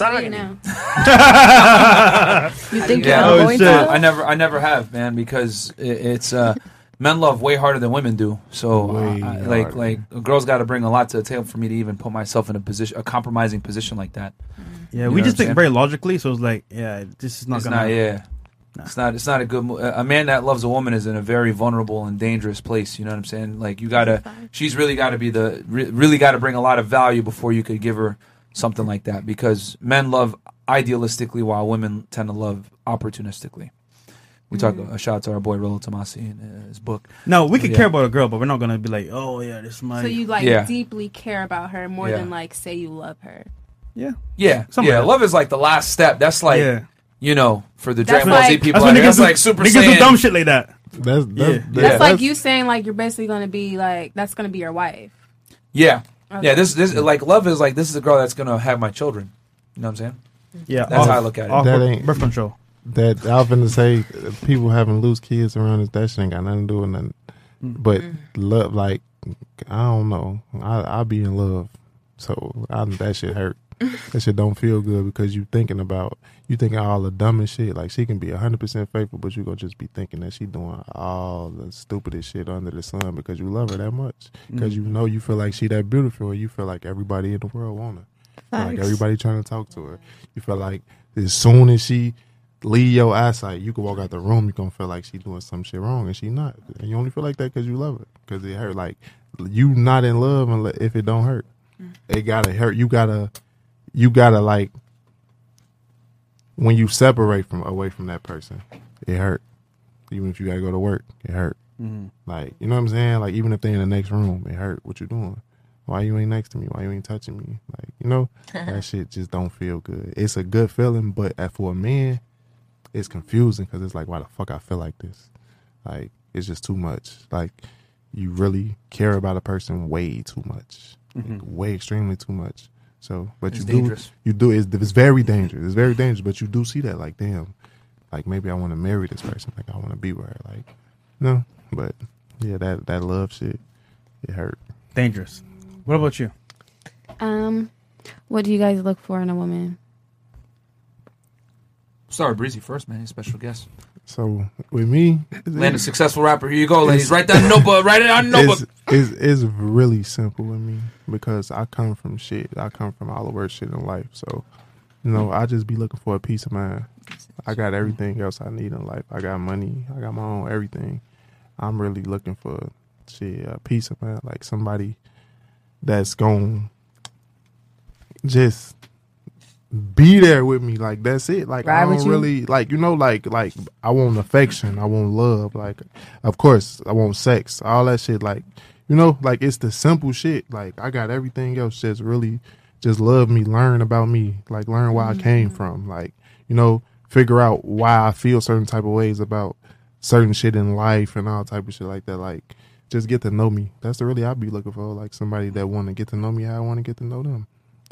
[SPEAKER 8] think you're Oh, going shit. to?
[SPEAKER 1] I never, I never have, man, because it, it's uh, men love way harder than women do. So, uh, I- like,
[SPEAKER 11] harder.
[SPEAKER 1] like a girl's got to bring a lot to the table for me to even put myself in a position, a compromising position like that.
[SPEAKER 2] Yeah,
[SPEAKER 1] You
[SPEAKER 2] we
[SPEAKER 1] know what I'm
[SPEAKER 2] just think
[SPEAKER 1] saying?
[SPEAKER 2] very logically, so it's like, yeah, this is not
[SPEAKER 1] it's
[SPEAKER 2] gonna.
[SPEAKER 1] not, yeah. It's not. It's not a good. Mo- a a man that loves a woman is in a very vulnerable and dangerous place. You know what I'm saying? Like you gotta. She's really gotta be the. Re- really gotta bring a lot of value before you could give her something like that. Because men love idealistically, while women tend to love opportunistically. We talk
[SPEAKER 13] Mm.
[SPEAKER 1] a shout out to our boy Rolo Tomasi in uh, his book.
[SPEAKER 2] No, we
[SPEAKER 1] But
[SPEAKER 2] could
[SPEAKER 1] yeah.
[SPEAKER 2] care about a girl, but we're not gonna be like, oh yeah, this is my.
[SPEAKER 13] So you like
[SPEAKER 1] Yeah.
[SPEAKER 13] deeply care about her more
[SPEAKER 1] Yeah.
[SPEAKER 13] than like say you love her.
[SPEAKER 2] Yeah.
[SPEAKER 1] Yeah,
[SPEAKER 2] Something
[SPEAKER 1] yeah.
[SPEAKER 2] like that.
[SPEAKER 1] Love is like the last step. That's like,
[SPEAKER 2] Yeah.
[SPEAKER 1] you know, for the
[SPEAKER 13] That's
[SPEAKER 1] Dragon Ball Z
[SPEAKER 13] like-
[SPEAKER 1] people.
[SPEAKER 2] That's when
[SPEAKER 1] out here,
[SPEAKER 2] niggas
[SPEAKER 1] That's
[SPEAKER 2] do-
[SPEAKER 1] like Super
[SPEAKER 2] niggas do
[SPEAKER 1] Saiyan.
[SPEAKER 2] dumb shit like that.
[SPEAKER 11] That's,
[SPEAKER 1] that's-
[SPEAKER 13] That's like you saying like you're basically gonna be like that's gonna be your wife.
[SPEAKER 1] Yeah.
[SPEAKER 13] Okay.
[SPEAKER 1] Yeah, this this like love is like this is a girl that's gonna have my children. You know what I'm saying?
[SPEAKER 2] Yeah,
[SPEAKER 1] That's how I
[SPEAKER 2] off-
[SPEAKER 1] look at it.
[SPEAKER 2] off-
[SPEAKER 11] That
[SPEAKER 2] Birth-
[SPEAKER 11] ain't
[SPEAKER 2] birth control.
[SPEAKER 11] That I was finna say, uh, people having loose kids around us, that shit ain't got nothing to do with nothing.
[SPEAKER 2] Mm.
[SPEAKER 11] But love, like I don't know, I I be in love, so I, that shit hurt. that shit don't feel good because you thinking about you thinking all the dumbest shit. Like she can be hundred percent faithful, but you gonna just be thinking that she doing all the stupidest shit under the sun because you love her that much. Because
[SPEAKER 2] Mhm.
[SPEAKER 11] you know you feel like she that beautiful, and you feel like everybody in the world want her. You feel Like
[SPEAKER 2] Facts.
[SPEAKER 11] everybody trying to talk to her. You feel like as soon as she leave your eyesight, you can walk out the room. You gonna feel like she doing some shit wrong, and she not. And you only feel like that because you love her, because it hurt. Like you not in love unless if it don't hurt. It gotta hurt. You gotta, you gotta like when you separate from away from that person, it hurt. Even if you gotta go to work, it hurt.
[SPEAKER 2] Mhm.
[SPEAKER 11] Like you know what I'm saying? Like even if they in the next room, it hurt. What you doing? Why you ain't next to me? Why you ain't touching me? Like you know that shit just don't feel good. It's a good feeling, but uh, for a man, it's confusing because it's like why the fuck I feel like this? Like it's just too much. Like you really care about a person way too much, Like,
[SPEAKER 2] Mm-hmm.
[SPEAKER 11] way extremely too much. So, but
[SPEAKER 1] It's
[SPEAKER 11] you
[SPEAKER 1] dangerous.
[SPEAKER 11] do you do it's, it's very dangerous. It's very dangerous. But you do see that like damn, like maybe I want to marry this person. Like I want to be with her. Like no, but yeah, that that love shit, it hurt.
[SPEAKER 2] Dangerous. What about you?
[SPEAKER 17] Um, what do you guys look for in a woman?
[SPEAKER 1] Sorry, Breezy first, man. He's a special guest.
[SPEAKER 11] So with me,
[SPEAKER 1] Land a successful rapper. Here you go, ladies. Write that notebook. Write it on notebook.
[SPEAKER 11] It's, it's, it's really simple with me because I come from shit. I come from all the worst shit in life. So, you know, I just be looking for a peace of mind. I got everything else I need in life. I got money. I got my own everything. I'm really looking for shit, a peace of mind, like somebody that's going to just be there with me. Like that's it. Like
[SPEAKER 14] Ride
[SPEAKER 11] I
[SPEAKER 14] with
[SPEAKER 11] don't
[SPEAKER 14] you.
[SPEAKER 11] really like you know like like I want affection. I want love. Like of course I want sex. All that shit. Like you know like it's the simple shit. Like I got everything else. Just really just love me. Learn about me. Like learn where I came from. Like you know figure out why I feel certain type of ways about certain shit in life and all type of shit like that. Like just get to know me. That's the really I'd be looking for. Like somebody that want to get to know me. How I want to get to know them.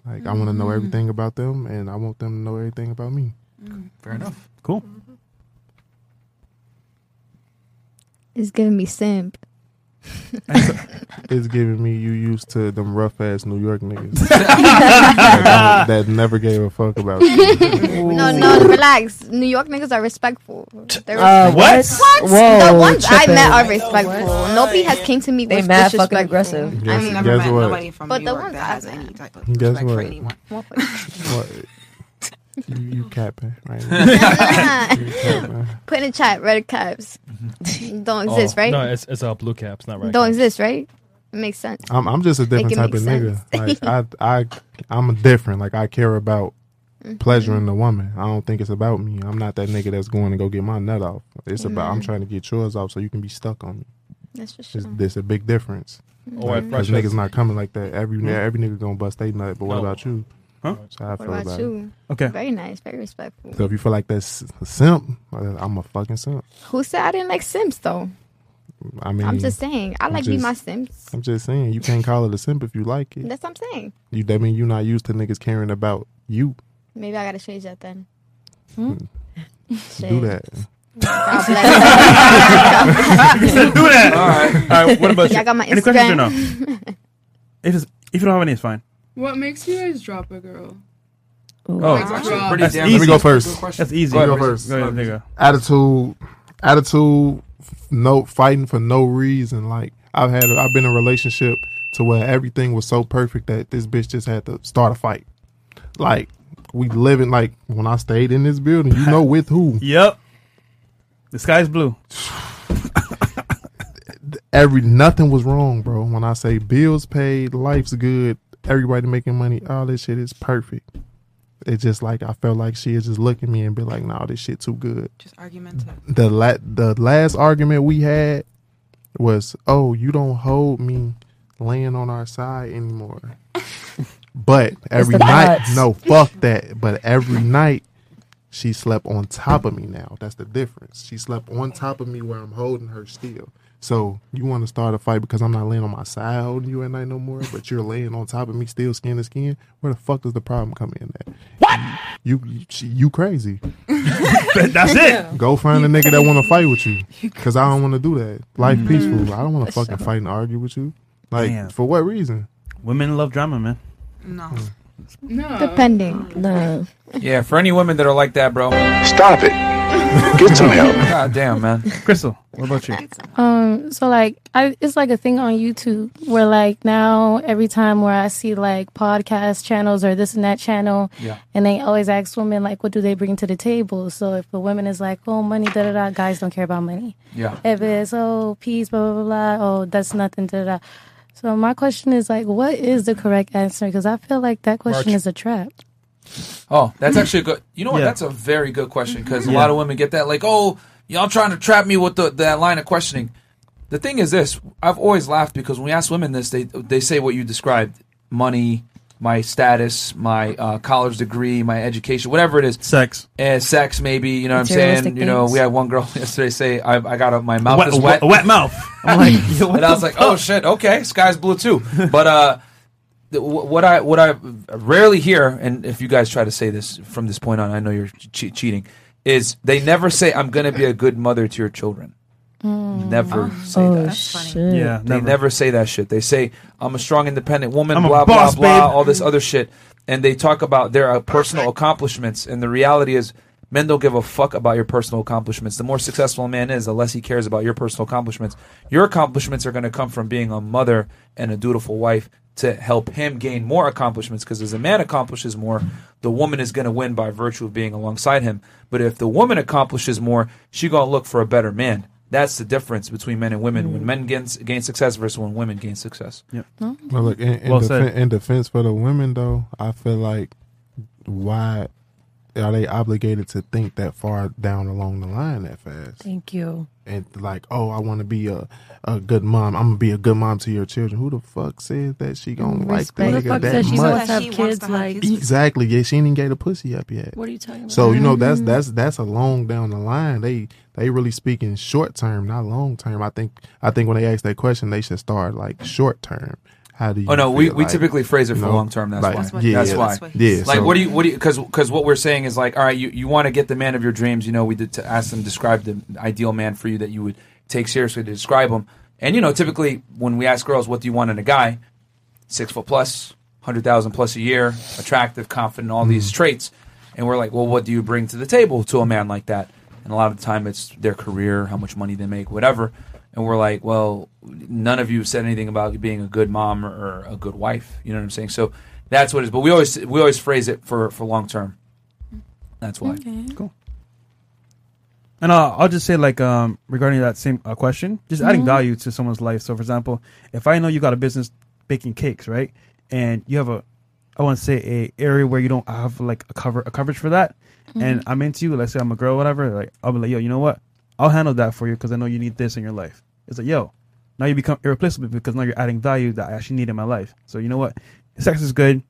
[SPEAKER 11] Like I want to know
[SPEAKER 5] Mhm.
[SPEAKER 11] everything about them, and I want them to know everything about me.
[SPEAKER 1] Fair enough.
[SPEAKER 2] Cool.
[SPEAKER 7] It's giving me simp.
[SPEAKER 11] it's giving me you used to them rough ass New York niggas that, that never gave a fuck about you.
[SPEAKER 7] No, no, relax. New York niggas are respectful. They're
[SPEAKER 11] Uh, what?
[SPEAKER 7] respectful. What?
[SPEAKER 11] Whoa,
[SPEAKER 7] the ones
[SPEAKER 11] tripping.
[SPEAKER 7] I met are respectful. Nobody has came to me
[SPEAKER 8] They
[SPEAKER 7] with
[SPEAKER 8] mad fucking
[SPEAKER 7] disrespectful.
[SPEAKER 8] aggressive.
[SPEAKER 11] Yes,
[SPEAKER 7] I mean,
[SPEAKER 11] guess what? nobody
[SPEAKER 7] from but the ones that I met.
[SPEAKER 11] Guess
[SPEAKER 7] for
[SPEAKER 11] what?
[SPEAKER 7] anyone.
[SPEAKER 11] what? You, you capping right now. You capping.
[SPEAKER 7] Put in the chat, red caps. Don't
[SPEAKER 3] Oh,
[SPEAKER 7] exist, right?
[SPEAKER 3] No, it's it's uh, blue caps, not right.
[SPEAKER 7] Don't exist, right? It makes sense.
[SPEAKER 11] I'm I'm just a
[SPEAKER 7] Make
[SPEAKER 11] different
[SPEAKER 7] it
[SPEAKER 11] type
[SPEAKER 7] make
[SPEAKER 11] of
[SPEAKER 7] sense.
[SPEAKER 11] nigga. Like I I I'm different. Like I care about
[SPEAKER 7] Mhm.
[SPEAKER 11] pleasuring the woman. I don't think it's about me. I'm not that nigga that's going to go get my nut off. It's about I'm
[SPEAKER 7] Mhm.
[SPEAKER 11] trying to get yours off so you can be stuck on me.
[SPEAKER 7] That's for
[SPEAKER 11] It's, there's a big difference.
[SPEAKER 7] Mhm.
[SPEAKER 11] Like,
[SPEAKER 7] Alright,
[SPEAKER 11] 'cause
[SPEAKER 7] fresh
[SPEAKER 11] niggas not coming like that. Every
[SPEAKER 2] Hmm.
[SPEAKER 11] every nigga gonna bust they nut. But what about you?
[SPEAKER 2] Oh. Huh?
[SPEAKER 11] That's how I
[SPEAKER 7] Mm-hmm. What
[SPEAKER 11] feel
[SPEAKER 7] about,
[SPEAKER 11] about it.
[SPEAKER 7] you?
[SPEAKER 2] Okay.
[SPEAKER 7] Very nice, very respectful.
[SPEAKER 11] So if you feel like that's a simp, uh, I'm a fucking simp.
[SPEAKER 7] Who said I didn't like Sims though?
[SPEAKER 11] I mean,
[SPEAKER 7] I'm just saying. I
[SPEAKER 11] I'm
[SPEAKER 7] like be
[SPEAKER 11] just-
[SPEAKER 7] my Sims.
[SPEAKER 11] I'm just saying you can't call it a simp if you like it.
[SPEAKER 7] That's what I'm saying.
[SPEAKER 11] You that mean you not used to niggas caring about you.
[SPEAKER 7] Maybe I gotta change that then. Hmm.
[SPEAKER 11] Do that.
[SPEAKER 7] God bless.
[SPEAKER 2] You said do that.
[SPEAKER 1] Alright.
[SPEAKER 2] All right. What about you?
[SPEAKER 7] Y'all got my
[SPEAKER 2] Any questions or
[SPEAKER 7] Instagram?
[SPEAKER 2] no? If it's, if you don't have any, it's fine.
[SPEAKER 16] What makes you guys drop a girl?
[SPEAKER 2] Oh,
[SPEAKER 16] Like, drop-
[SPEAKER 11] That's easy. Let me go first.
[SPEAKER 2] That's easy.
[SPEAKER 11] Let me go first.
[SPEAKER 2] Go ahead, there you go.
[SPEAKER 11] Attitude, attitude, f- no fighting for no reason. Like I've had, I've been in a relationship to where everything was so perfect that this bitch just had to start a fight. Like we living like when I stayed in this building, you know with who.
[SPEAKER 2] Yep. The sky's blue.
[SPEAKER 11] every nothing was wrong, bro. When I say bills paid, life's good, everybody making money, all this shit is perfect. It's just like I felt like she is just looking at me and be like, "Nah, this shit too good."
[SPEAKER 9] Just argumentative.
[SPEAKER 11] The la- the last argument we had was, "Oh, you don't hold me laying on our side anymore." but every
[SPEAKER 5] the
[SPEAKER 11] night,
[SPEAKER 5] butts.
[SPEAKER 11] no, fuck that. But every night, she slept on top of me. Now that's the difference. She slept on top of me where I'm holding her still. So you want to start a fight because I'm not laying on my side holding you at night no more, but you're laying on top of me still skin to skin. Where the fuck does the problem come in at? What? You you, she- you crazy?
[SPEAKER 2] That's it.
[SPEAKER 11] Go find a nigga that want to fight with you Mm. because I don't want to do that. Life peaceful. I don't want to fucking fight and argue with you. Like
[SPEAKER 2] Damn.
[SPEAKER 11] for what reason?
[SPEAKER 2] Women love drama, man.
[SPEAKER 9] No.
[SPEAKER 16] No.
[SPEAKER 7] Depending. No.
[SPEAKER 1] Yeah, for any women that are like that, bro. Stop it. Get some help. God damn, man.
[SPEAKER 2] Crystal, what about you?
[SPEAKER 15] Um, so like I it's like a thing on YouTube where like now every time where I see like podcast channels or this and that channel
[SPEAKER 4] Yeah.
[SPEAKER 15] and they always ask women like what do they bring to the table. So if a woman is like, Oh money, da da da guys don't care about money.
[SPEAKER 4] Yeah.
[SPEAKER 15] If it's oh peace, blah blah blah, blah oh that's nothing, da da da. So my question is like what is the correct answer? Because I feel like that question
[SPEAKER 1] March.
[SPEAKER 15] is a trap.
[SPEAKER 1] Oh, that's actually a good. You know what?
[SPEAKER 15] Yeah.
[SPEAKER 1] That's a very good question because a
[SPEAKER 2] Yeah.
[SPEAKER 1] lot of women get that. Like, oh, y'all trying to trap me with the, that line of questioning. The thing is this: I've always laughed because when we ask women this, they they say what you described: money, my status, my uh, college degree, my education, whatever it is.
[SPEAKER 2] Sex.
[SPEAKER 1] Eh, sex, maybe. You know what I'm saying?
[SPEAKER 2] Materialistic
[SPEAKER 1] You know,
[SPEAKER 2] things.
[SPEAKER 1] we had one girl yesterday say, "I, I got a, my mouth
[SPEAKER 2] Wet-
[SPEAKER 1] is wet,
[SPEAKER 2] wet- wet mouth." I'm like, yo, what
[SPEAKER 1] and I was
[SPEAKER 2] the
[SPEAKER 1] like, "Oh shit, okay, sky's blue too." But uh, th- wh- what I what I rarely hear, and if you guys try to say this from this point on, I know you're che- cheating. Is they never say, "I'm going to be a good mother to your children." Never say
[SPEAKER 15] oh,
[SPEAKER 1] that.
[SPEAKER 15] Shit.
[SPEAKER 2] Yeah,
[SPEAKER 1] they
[SPEAKER 2] never.
[SPEAKER 1] never. say that shit. They say I'm a strong, independent woman.
[SPEAKER 2] I'm a
[SPEAKER 1] blah
[SPEAKER 2] boss,
[SPEAKER 1] blah blah.
[SPEAKER 2] babe.
[SPEAKER 1] All this other shit, and they talk about their uh, personal accomplishments. And the reality is, men don't give a fuck about your personal accomplishments. The more successful a man is, the less he cares about your personal accomplishments. Your accomplishments are going to come from being a mother and a dutiful wife to help him gain more accomplishments. Because as a man accomplishes more, the woman is going to win by virtue of being alongside him. But if the woman accomplishes more, she going to look for a better man. That's the difference between men and women. When men gain, gain success versus when women gain success.
[SPEAKER 2] Yep.
[SPEAKER 11] Well, look, in, in,
[SPEAKER 2] Well
[SPEAKER 11] defen-
[SPEAKER 2] said.
[SPEAKER 11] in defense for the women, though, I feel like why are they obligated to think that far down along the line that fast?
[SPEAKER 18] Thank you.
[SPEAKER 11] And like, oh, I want to be a, a good mom. I'm gonna be a good mom to your children. Who the fuck says that she gonna like that
[SPEAKER 18] Who the
[SPEAKER 11] nigga
[SPEAKER 18] fuck
[SPEAKER 11] that
[SPEAKER 18] says she
[SPEAKER 11] much?
[SPEAKER 18] wants to have kids? Like,
[SPEAKER 11] Exactly. Yeah, she didn't get a pussy up yet.
[SPEAKER 18] What are you talking about?
[SPEAKER 11] So you know that's
[SPEAKER 18] Mhm.
[SPEAKER 11] that's that's a long down the line. They they really speaking short term, not long term. I think I think when they ask that question, they should start like short term. How do you?
[SPEAKER 1] Oh no, we,
[SPEAKER 11] feel?
[SPEAKER 1] we
[SPEAKER 11] Like,
[SPEAKER 1] typically phrase it
[SPEAKER 11] you
[SPEAKER 1] for
[SPEAKER 11] know,
[SPEAKER 1] long term. That's
[SPEAKER 11] like,
[SPEAKER 1] why.
[SPEAKER 11] Yeah,
[SPEAKER 1] that's why.
[SPEAKER 11] Yeah.
[SPEAKER 1] Like
[SPEAKER 11] so-
[SPEAKER 1] what do you what do you because because what we're saying is like all right, you, you want to get the man of your dreams. You know, we did to ask them describe the ideal man for you that you would take seriously to describe him. And you know, typically when we ask girls what do you want in a guy, six foot plus, hundred thousand plus a year, attractive, confident, all these traits. And we're like, well, what do you bring to the table to a man like that? And a lot of the time, it's their career, how much money they make, whatever. And we're like, well, none of you said anything about being a good mom or a good wife. You know what I'm saying? So that's what it is. But we always we always phrase it for for long term. That's why.
[SPEAKER 2] Cool. And uh, I'll just say, like, um, regarding that same uh, question, just adding
[SPEAKER 1] Mhm.
[SPEAKER 2] value to someone's life. So, for example, if I know you got a business baking cakes, right, and you have a, I want to say a area where you don't have like a cover a coverage for that, and
[SPEAKER 11] Mhm.
[SPEAKER 2] I'm into you. Let's say I'm a girl, whatever. Like, I'll be like, yo, you know what? I'll handle that for you because I know you need this in your life. It's like, yo, now you become irreplaceable because now you're adding value that I actually need in my life. So you know what? Sex is good,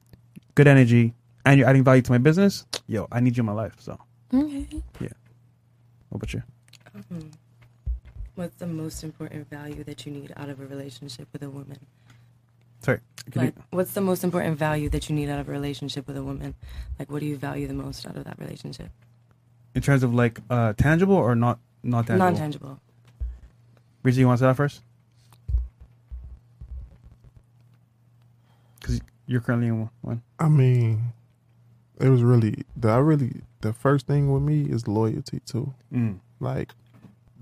[SPEAKER 2] good energy, and you're adding value to my business. Yo, I need you in my life. So.
[SPEAKER 14] Mm-hmm.
[SPEAKER 15] Okay.
[SPEAKER 2] Yeah. What about you?
[SPEAKER 14] Um, what's the most important value that you need out of a relationship with a woman?
[SPEAKER 2] Sorry. Could
[SPEAKER 14] Like, what's the most important value that you need out of a relationship with a woman? Like, what do you value the most out of that relationship?
[SPEAKER 2] in terms of like uh, tangible or not not tangible?
[SPEAKER 14] Non-tangible.
[SPEAKER 2] Bridget, you want to say that first? Because you're currently in one.
[SPEAKER 11] I mean, it was really the I really the first thing with me is loyalty too.
[SPEAKER 2] Mm.
[SPEAKER 11] Like,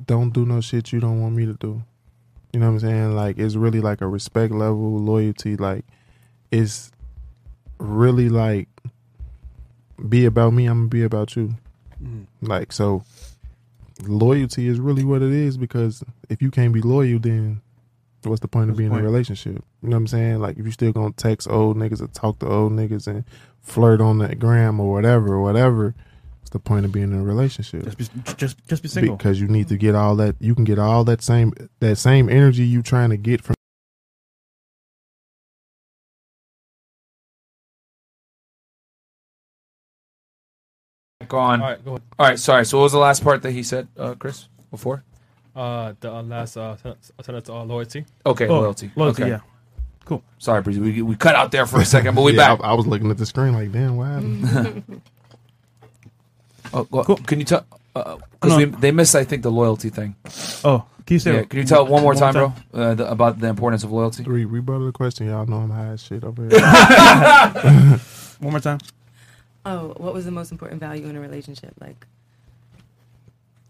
[SPEAKER 11] don't do no shit you don't want me to do. You know what I'm saying? Like, it's really like a respect level loyalty. Like, it's really like be about me. I'm gonna be about you.
[SPEAKER 2] Mm.
[SPEAKER 11] Like, so loyalty is really what it is because if you can't be loyal, then what's the point of being in a
[SPEAKER 2] point?
[SPEAKER 11] relationship? You know what I'm saying? Like, if you still gonna text old niggas or talk to old niggas and flirt on that gram or whatever, or whatever, what's the point of being in a relationship?
[SPEAKER 2] Just be, just just be single.
[SPEAKER 11] because you need to get all that. You can get all that same that same energy you trying to get from.
[SPEAKER 1] Back on.
[SPEAKER 3] All right, go ahead.
[SPEAKER 1] All right, sorry. So what was the last part that he said, uh, Chris? Before?
[SPEAKER 3] Uh, the uh, last uh, sentence, sentence uh, loyalty.
[SPEAKER 1] Okay, loyalty. okay.
[SPEAKER 2] Cool.
[SPEAKER 1] Sorry, Breezy. We, we cut out there for a second, but we
[SPEAKER 11] Yeah,
[SPEAKER 1] back.
[SPEAKER 11] I, I was looking at the screen like, damn, what happened?
[SPEAKER 1] Oh, go, Can you tell? Because we they missed, I think, the loyalty thing.
[SPEAKER 2] Oh, can you say?
[SPEAKER 1] Yeah, can you tell one more time, bro, uh, the, about the importance of loyalty?
[SPEAKER 11] Three, rebuttal the question. Y'all know I'm high as shit over here.
[SPEAKER 2] One more time.
[SPEAKER 14] Oh, what was the most important value in a relationship? Like,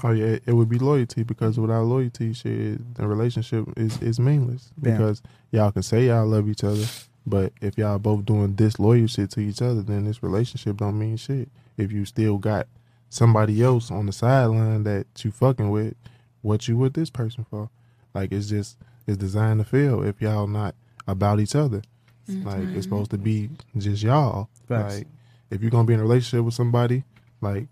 [SPEAKER 11] Oh yeah, it would be loyalty because without loyalty, shit, the relationship is is meaningless.
[SPEAKER 2] Bam.
[SPEAKER 11] Because y'all can say y'all love each other, but if y'all both doing disloyal shit to each other, then this relationship don't mean shit. If you still got somebody else on the sideline that you fucking with, what you with this person for? Like it's just it's designed to fail if y'all not about each other. Like it's supposed to be just y'all.
[SPEAKER 2] Facts.
[SPEAKER 11] Like if you're gonna be in a relationship with somebody, like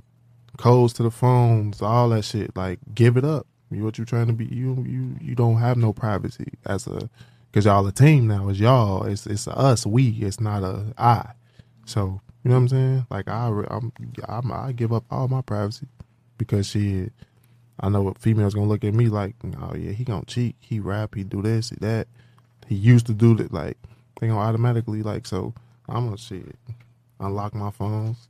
[SPEAKER 11] codes to the phones, all that shit. Like, give it up. You what you trying to be? You you you don't have no privacy as a because y'all a team now. It's y'all. It's it's a us. We. It's not a I. So you know what I'm saying? Like I re- I'm, I'm I give up all my privacy because she. I know what females gonna look at me like. Oh yeah, he gonna cheat. He rap. He do this. He that. He used to do that. Like they gonna automatically like. So I'm gonna shit unlock my phones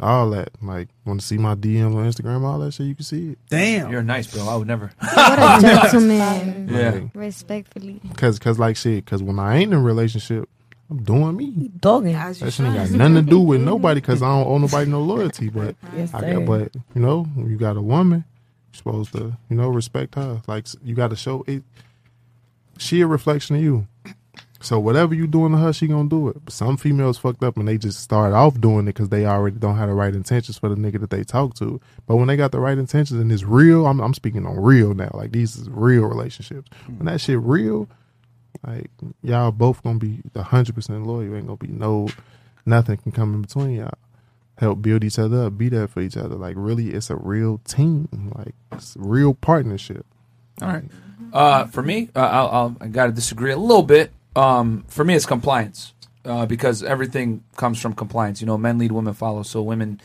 [SPEAKER 11] all that. Like, want to see my DMs on Instagram, all that shit, you can see it.
[SPEAKER 2] Damn.
[SPEAKER 1] You're nice, bro. I would never.
[SPEAKER 7] What a gentleman.
[SPEAKER 11] Yeah.
[SPEAKER 7] Respectfully.
[SPEAKER 11] Cause, cause like shit, cause when I ain't in a relationship, I'm doing me.
[SPEAKER 18] Dogging.
[SPEAKER 11] That shit ain't got nothing to do with nobody, cause I don't owe nobody no loyalty. But
[SPEAKER 18] Yes,
[SPEAKER 11] I
[SPEAKER 18] sir.
[SPEAKER 11] got, but you know, when you got a woman, you're supposed to, you know, respect her. Like you got to show it. She a reflection of you. So whatever you doing to her, she gonna do it. But some females fucked up and they just start off doing it because they already don't have the right intentions for the nigga that they talk to. But when they got the right intentions and it's real, I'm, I'm speaking on real now. Like these is real relationships. When that shit real, like y'all both gonna be hundred percent loyal. Ain't gonna be no nothing can come in between y'all. help build each other up, be there for each other. Like really, it's a real team, like it's a real partnership.
[SPEAKER 1] All right. Uh, for me, uh, I'll, I'll, I got to disagree a little bit. Um, for me, it's compliance uh, because everything comes from compliance. You know, men lead, women follow. So women,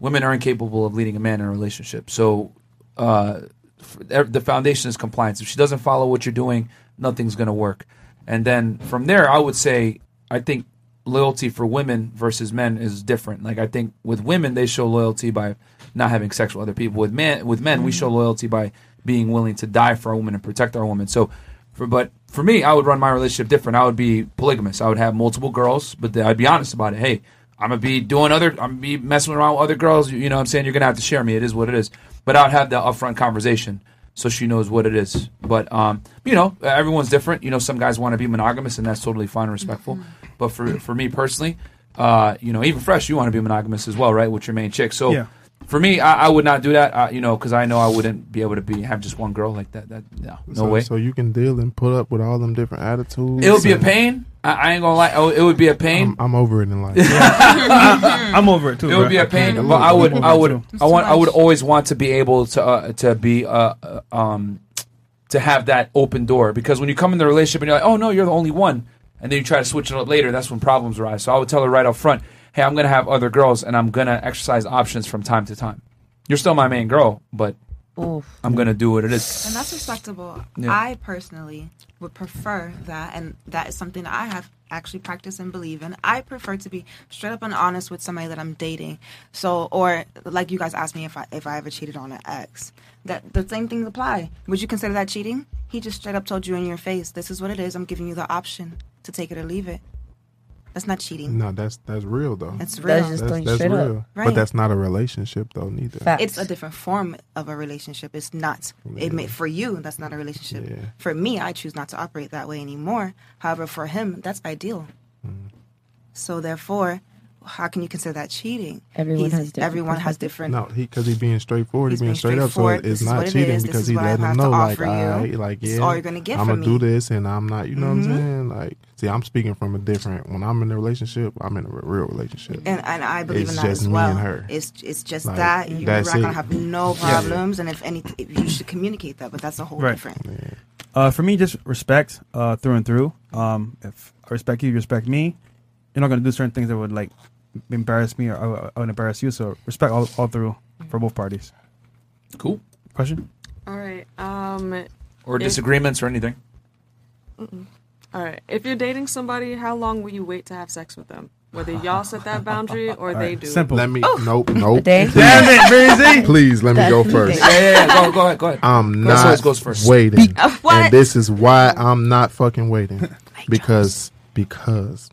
[SPEAKER 1] women are incapable of leading a man in a relationship. So uh, f- e- the foundation is compliance. If she doesn't follow what you're doing, nothing's going to work. And then from there, I would say I think loyalty for women versus men is different. Like I think with women, they show loyalty by not having sex with other people. With men, with men, we show loyalty by being willing to die for our woman and protect our woman. So, for, but for me, I would run my relationship different. I would be polygamous. I would have multiple girls, but then I'd be honest about it. Hey, I'm gonna be doing other. I'm gonna be messing around with other girls. You, you know, what I'm saying you're gonna have to share me. It is what it is. But I'd have the upfront conversation so she knows what it is. But um, you know, everyone's different. You know, some guys want to be monogamous, and that's totally fine and respectful. But for for me personally, uh, you know, even fresh, you want to be monogamous as well, right? With your main chick. So
[SPEAKER 2] Yeah.
[SPEAKER 1] for me, I, I would not do that. Uh, you know, because I know I wouldn't be able to be have just one girl like that. That no, no
[SPEAKER 11] so,
[SPEAKER 1] way.
[SPEAKER 11] So you can deal and put up with all them different attitudes.
[SPEAKER 1] It would be a
[SPEAKER 11] and-
[SPEAKER 1] pain. I, I ain't gonna lie. Oh, It would be a pain.
[SPEAKER 11] I'm over it in life.
[SPEAKER 2] I, am over it too.
[SPEAKER 1] It would Mm-hmm.
[SPEAKER 2] bro.
[SPEAKER 1] be
[SPEAKER 2] I
[SPEAKER 1] a
[SPEAKER 2] can't-
[SPEAKER 1] pain,
[SPEAKER 2] I'm
[SPEAKER 1] but
[SPEAKER 2] over
[SPEAKER 1] I
[SPEAKER 2] it.
[SPEAKER 1] would,
[SPEAKER 2] I'm
[SPEAKER 1] I
[SPEAKER 2] over it,
[SPEAKER 1] would,
[SPEAKER 2] too.
[SPEAKER 1] I want, I would always want to be able to uh, to be uh, uh, um to have that open door because when you come in the relationship and you're like, oh no, you're the only one, and then you try to switch it up later, that's when problems arise. So I would tell her right up front, hey, I'm gonna have other girls and I'm gonna exercise options from time to time. You're still my main girl, but I'm gonna do what it is.
[SPEAKER 9] And that's respectable.
[SPEAKER 1] Yeah.
[SPEAKER 9] I personally would prefer that, and that is something that I have actually practiced and believe in. I prefer to be straight up and honest with somebody that I'm dating. So, or like you guys asked me if I if I ever cheated on an ex, that the same things apply. Would you consider that cheating? He just straight up told you in your face, "This is what it is. I'm giving you the option to take it or leave it." That's not cheating.
[SPEAKER 11] No, that's that's real though.
[SPEAKER 9] That's That's real. just like straight up. Right.
[SPEAKER 11] But that's not a relationship though, neither.
[SPEAKER 9] It's a different form of a relationship. It's not it may, for you. That's not a relationship. For me, I choose not to operate that way anymore. However, for him, that's ideal.
[SPEAKER 11] Mm-hmm.
[SPEAKER 9] So therefore, how can you consider that cheating?
[SPEAKER 11] Everyone
[SPEAKER 9] He's-
[SPEAKER 11] has different
[SPEAKER 9] everyone has different.
[SPEAKER 11] No, he because he's being straightforward. He's being straight up, so
[SPEAKER 9] straightforward.
[SPEAKER 11] it's
[SPEAKER 9] This is
[SPEAKER 11] not
[SPEAKER 9] what it
[SPEAKER 11] cheating
[SPEAKER 9] is. This
[SPEAKER 11] because
[SPEAKER 9] is
[SPEAKER 11] he
[SPEAKER 9] what I
[SPEAKER 11] letting
[SPEAKER 9] have
[SPEAKER 11] him
[SPEAKER 9] to
[SPEAKER 11] know, like,
[SPEAKER 9] offer you.
[SPEAKER 11] all right, like,
[SPEAKER 9] This
[SPEAKER 11] yeah,
[SPEAKER 9] is all you're gonna get
[SPEAKER 11] I'm
[SPEAKER 9] from
[SPEAKER 11] gonna do
[SPEAKER 9] me.
[SPEAKER 11] this, and I'm not. You know
[SPEAKER 9] Mhm.
[SPEAKER 11] what I'm saying? Like, see, I'm speaking from a different. When I'm in a relationship, I'm in a re- real relationship,
[SPEAKER 9] And, and I believe
[SPEAKER 11] it's
[SPEAKER 9] in that
[SPEAKER 11] just
[SPEAKER 9] as
[SPEAKER 11] me
[SPEAKER 9] well.
[SPEAKER 11] and her.
[SPEAKER 9] It's it's just
[SPEAKER 11] Like,
[SPEAKER 9] that you're not
[SPEAKER 11] that's
[SPEAKER 9] gonna
[SPEAKER 11] it.
[SPEAKER 9] have no
[SPEAKER 11] Yeah.
[SPEAKER 9] problems, and if any, if you should communicate that. But that's a whole different.
[SPEAKER 2] Uh, for me, just respect uh, through and through. Um, if I respect you, you respect me. You're not gonna do certain things that would like embarrass me or I would, I would embarrass you. So respect all, all through for both parties.
[SPEAKER 1] Cool
[SPEAKER 2] question.
[SPEAKER 12] All right. Um,
[SPEAKER 1] or
[SPEAKER 12] if-
[SPEAKER 1] disagreements or anything.
[SPEAKER 12] Mm-mm. All right. If you're dating somebody, how long will you wait to have sex with them? Whether y'all set that boundary or
[SPEAKER 11] All
[SPEAKER 12] they
[SPEAKER 11] right,
[SPEAKER 12] do.
[SPEAKER 11] simple. Let me.
[SPEAKER 12] Oh.
[SPEAKER 11] Nope. Nope.
[SPEAKER 12] day?
[SPEAKER 11] please.
[SPEAKER 12] Damn it, Breezy.
[SPEAKER 11] Please let me go
[SPEAKER 12] That's
[SPEAKER 11] first.
[SPEAKER 12] the day. Yeah, yeah, yeah, go-
[SPEAKER 1] go ahead. Go ahead.
[SPEAKER 11] I'm
[SPEAKER 1] Go ahead,
[SPEAKER 11] not
[SPEAKER 1] Solis goes first.
[SPEAKER 11] waiting.
[SPEAKER 1] Be- Uh, what?
[SPEAKER 11] And this is why I'm not fucking waiting because because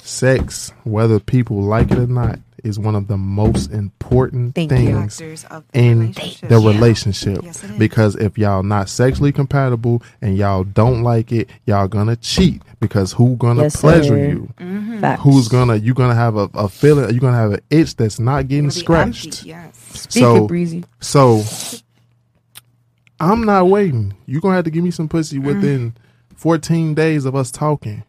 [SPEAKER 11] sex, whether people like it or not, is one of the most important
[SPEAKER 9] Thank you.
[SPEAKER 11] things
[SPEAKER 9] Factors of the
[SPEAKER 11] in
[SPEAKER 9] relationship.
[SPEAKER 11] the
[SPEAKER 9] Thank you.
[SPEAKER 11] relationship.
[SPEAKER 9] Yes, it is.
[SPEAKER 11] because if y'all not sexually compatible and y'all don't like it, y'all gonna cheat because who gonna
[SPEAKER 13] Yes,
[SPEAKER 11] pleasure
[SPEAKER 13] sir.
[SPEAKER 11] you?
[SPEAKER 9] Mm-hmm.
[SPEAKER 13] Mhm. Facts.
[SPEAKER 11] Who's gonna you gonna have a, a feeling? You gonna have an itch that's not getting scratched.
[SPEAKER 13] Speak
[SPEAKER 11] so
[SPEAKER 13] it, Breezy.
[SPEAKER 11] so I'm not waiting. You're gonna have to give me some pussy within 14 days of us talking.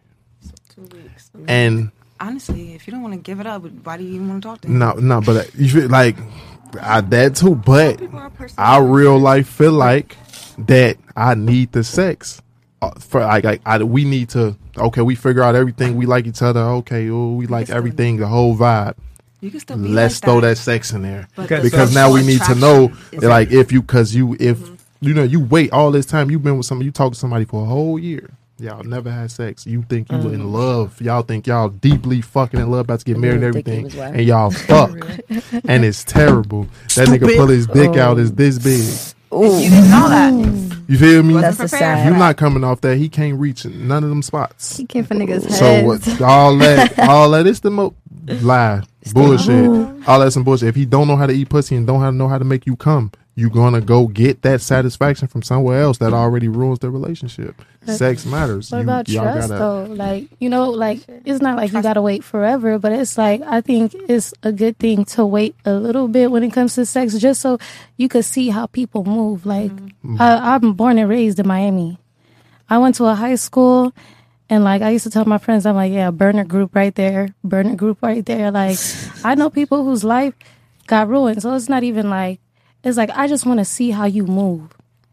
[SPEAKER 11] And
[SPEAKER 9] Honestly, if you don't want to give it up, why do you even want to talk to him?
[SPEAKER 11] no, no, but uh, you feel like I, that too. But I real life feel like that I need the sex. Uh, For like, like I, we need to okay, we figure out everything. We like each other. Okay, oh, we like everything, the whole vibe.
[SPEAKER 9] You can still be
[SPEAKER 11] Let's
[SPEAKER 9] like
[SPEAKER 11] throw that sex in there
[SPEAKER 9] But the
[SPEAKER 11] because now we
[SPEAKER 9] sexual
[SPEAKER 11] need to
[SPEAKER 9] attraction
[SPEAKER 11] know,
[SPEAKER 9] is- Mm-hmm.
[SPEAKER 11] like, if you because you if you know you wait all this time you've been with somebody you talk to somebody for a whole year y'all never had sex you think you were
[SPEAKER 9] Mm.
[SPEAKER 11] in love y'all think y'all deeply fucking in love about to get
[SPEAKER 13] I
[SPEAKER 11] married and
[SPEAKER 13] didn't think he
[SPEAKER 11] everything
[SPEAKER 13] was wild.
[SPEAKER 11] and y'all fuck and it's terrible that nigga
[SPEAKER 13] Stupid.
[SPEAKER 11] pull his dick
[SPEAKER 13] Oh.
[SPEAKER 11] out is this big
[SPEAKER 9] You didn't know
[SPEAKER 7] Hmm.
[SPEAKER 9] that.
[SPEAKER 11] you feel me?
[SPEAKER 9] That's a sad
[SPEAKER 11] You're
[SPEAKER 9] fact.
[SPEAKER 11] not coming off that. He can't reach none of them spots. He
[SPEAKER 7] came for niggas'
[SPEAKER 11] So
[SPEAKER 7] heads.
[SPEAKER 11] what- all that, all that is the mo lie, bullshit. All that's some bullshit. If he don't know how to eat pussy and don't how to know how to make you come, you gonna go get that satisfaction from somewhere else that already ruins the relationship.
[SPEAKER 15] But
[SPEAKER 11] Sex matters.
[SPEAKER 15] What
[SPEAKER 11] You-
[SPEAKER 15] about
[SPEAKER 11] y'all
[SPEAKER 15] trust
[SPEAKER 11] gotta-
[SPEAKER 15] though? Like you know, like it's not like you gotta wait forever, but it's like I think it's a good thing to wait a little bit when it comes to sex, just so you could see how people
[SPEAKER 11] Mm-hmm.
[SPEAKER 15] move. Like I, I'm born and raised in Miami. I went to a high school, And like I used to tell my friends, I'm like, yeah, burner group right there, burner group right there. Like I know people whose life got ruined. So it's not even like it's like I just want to see how you move.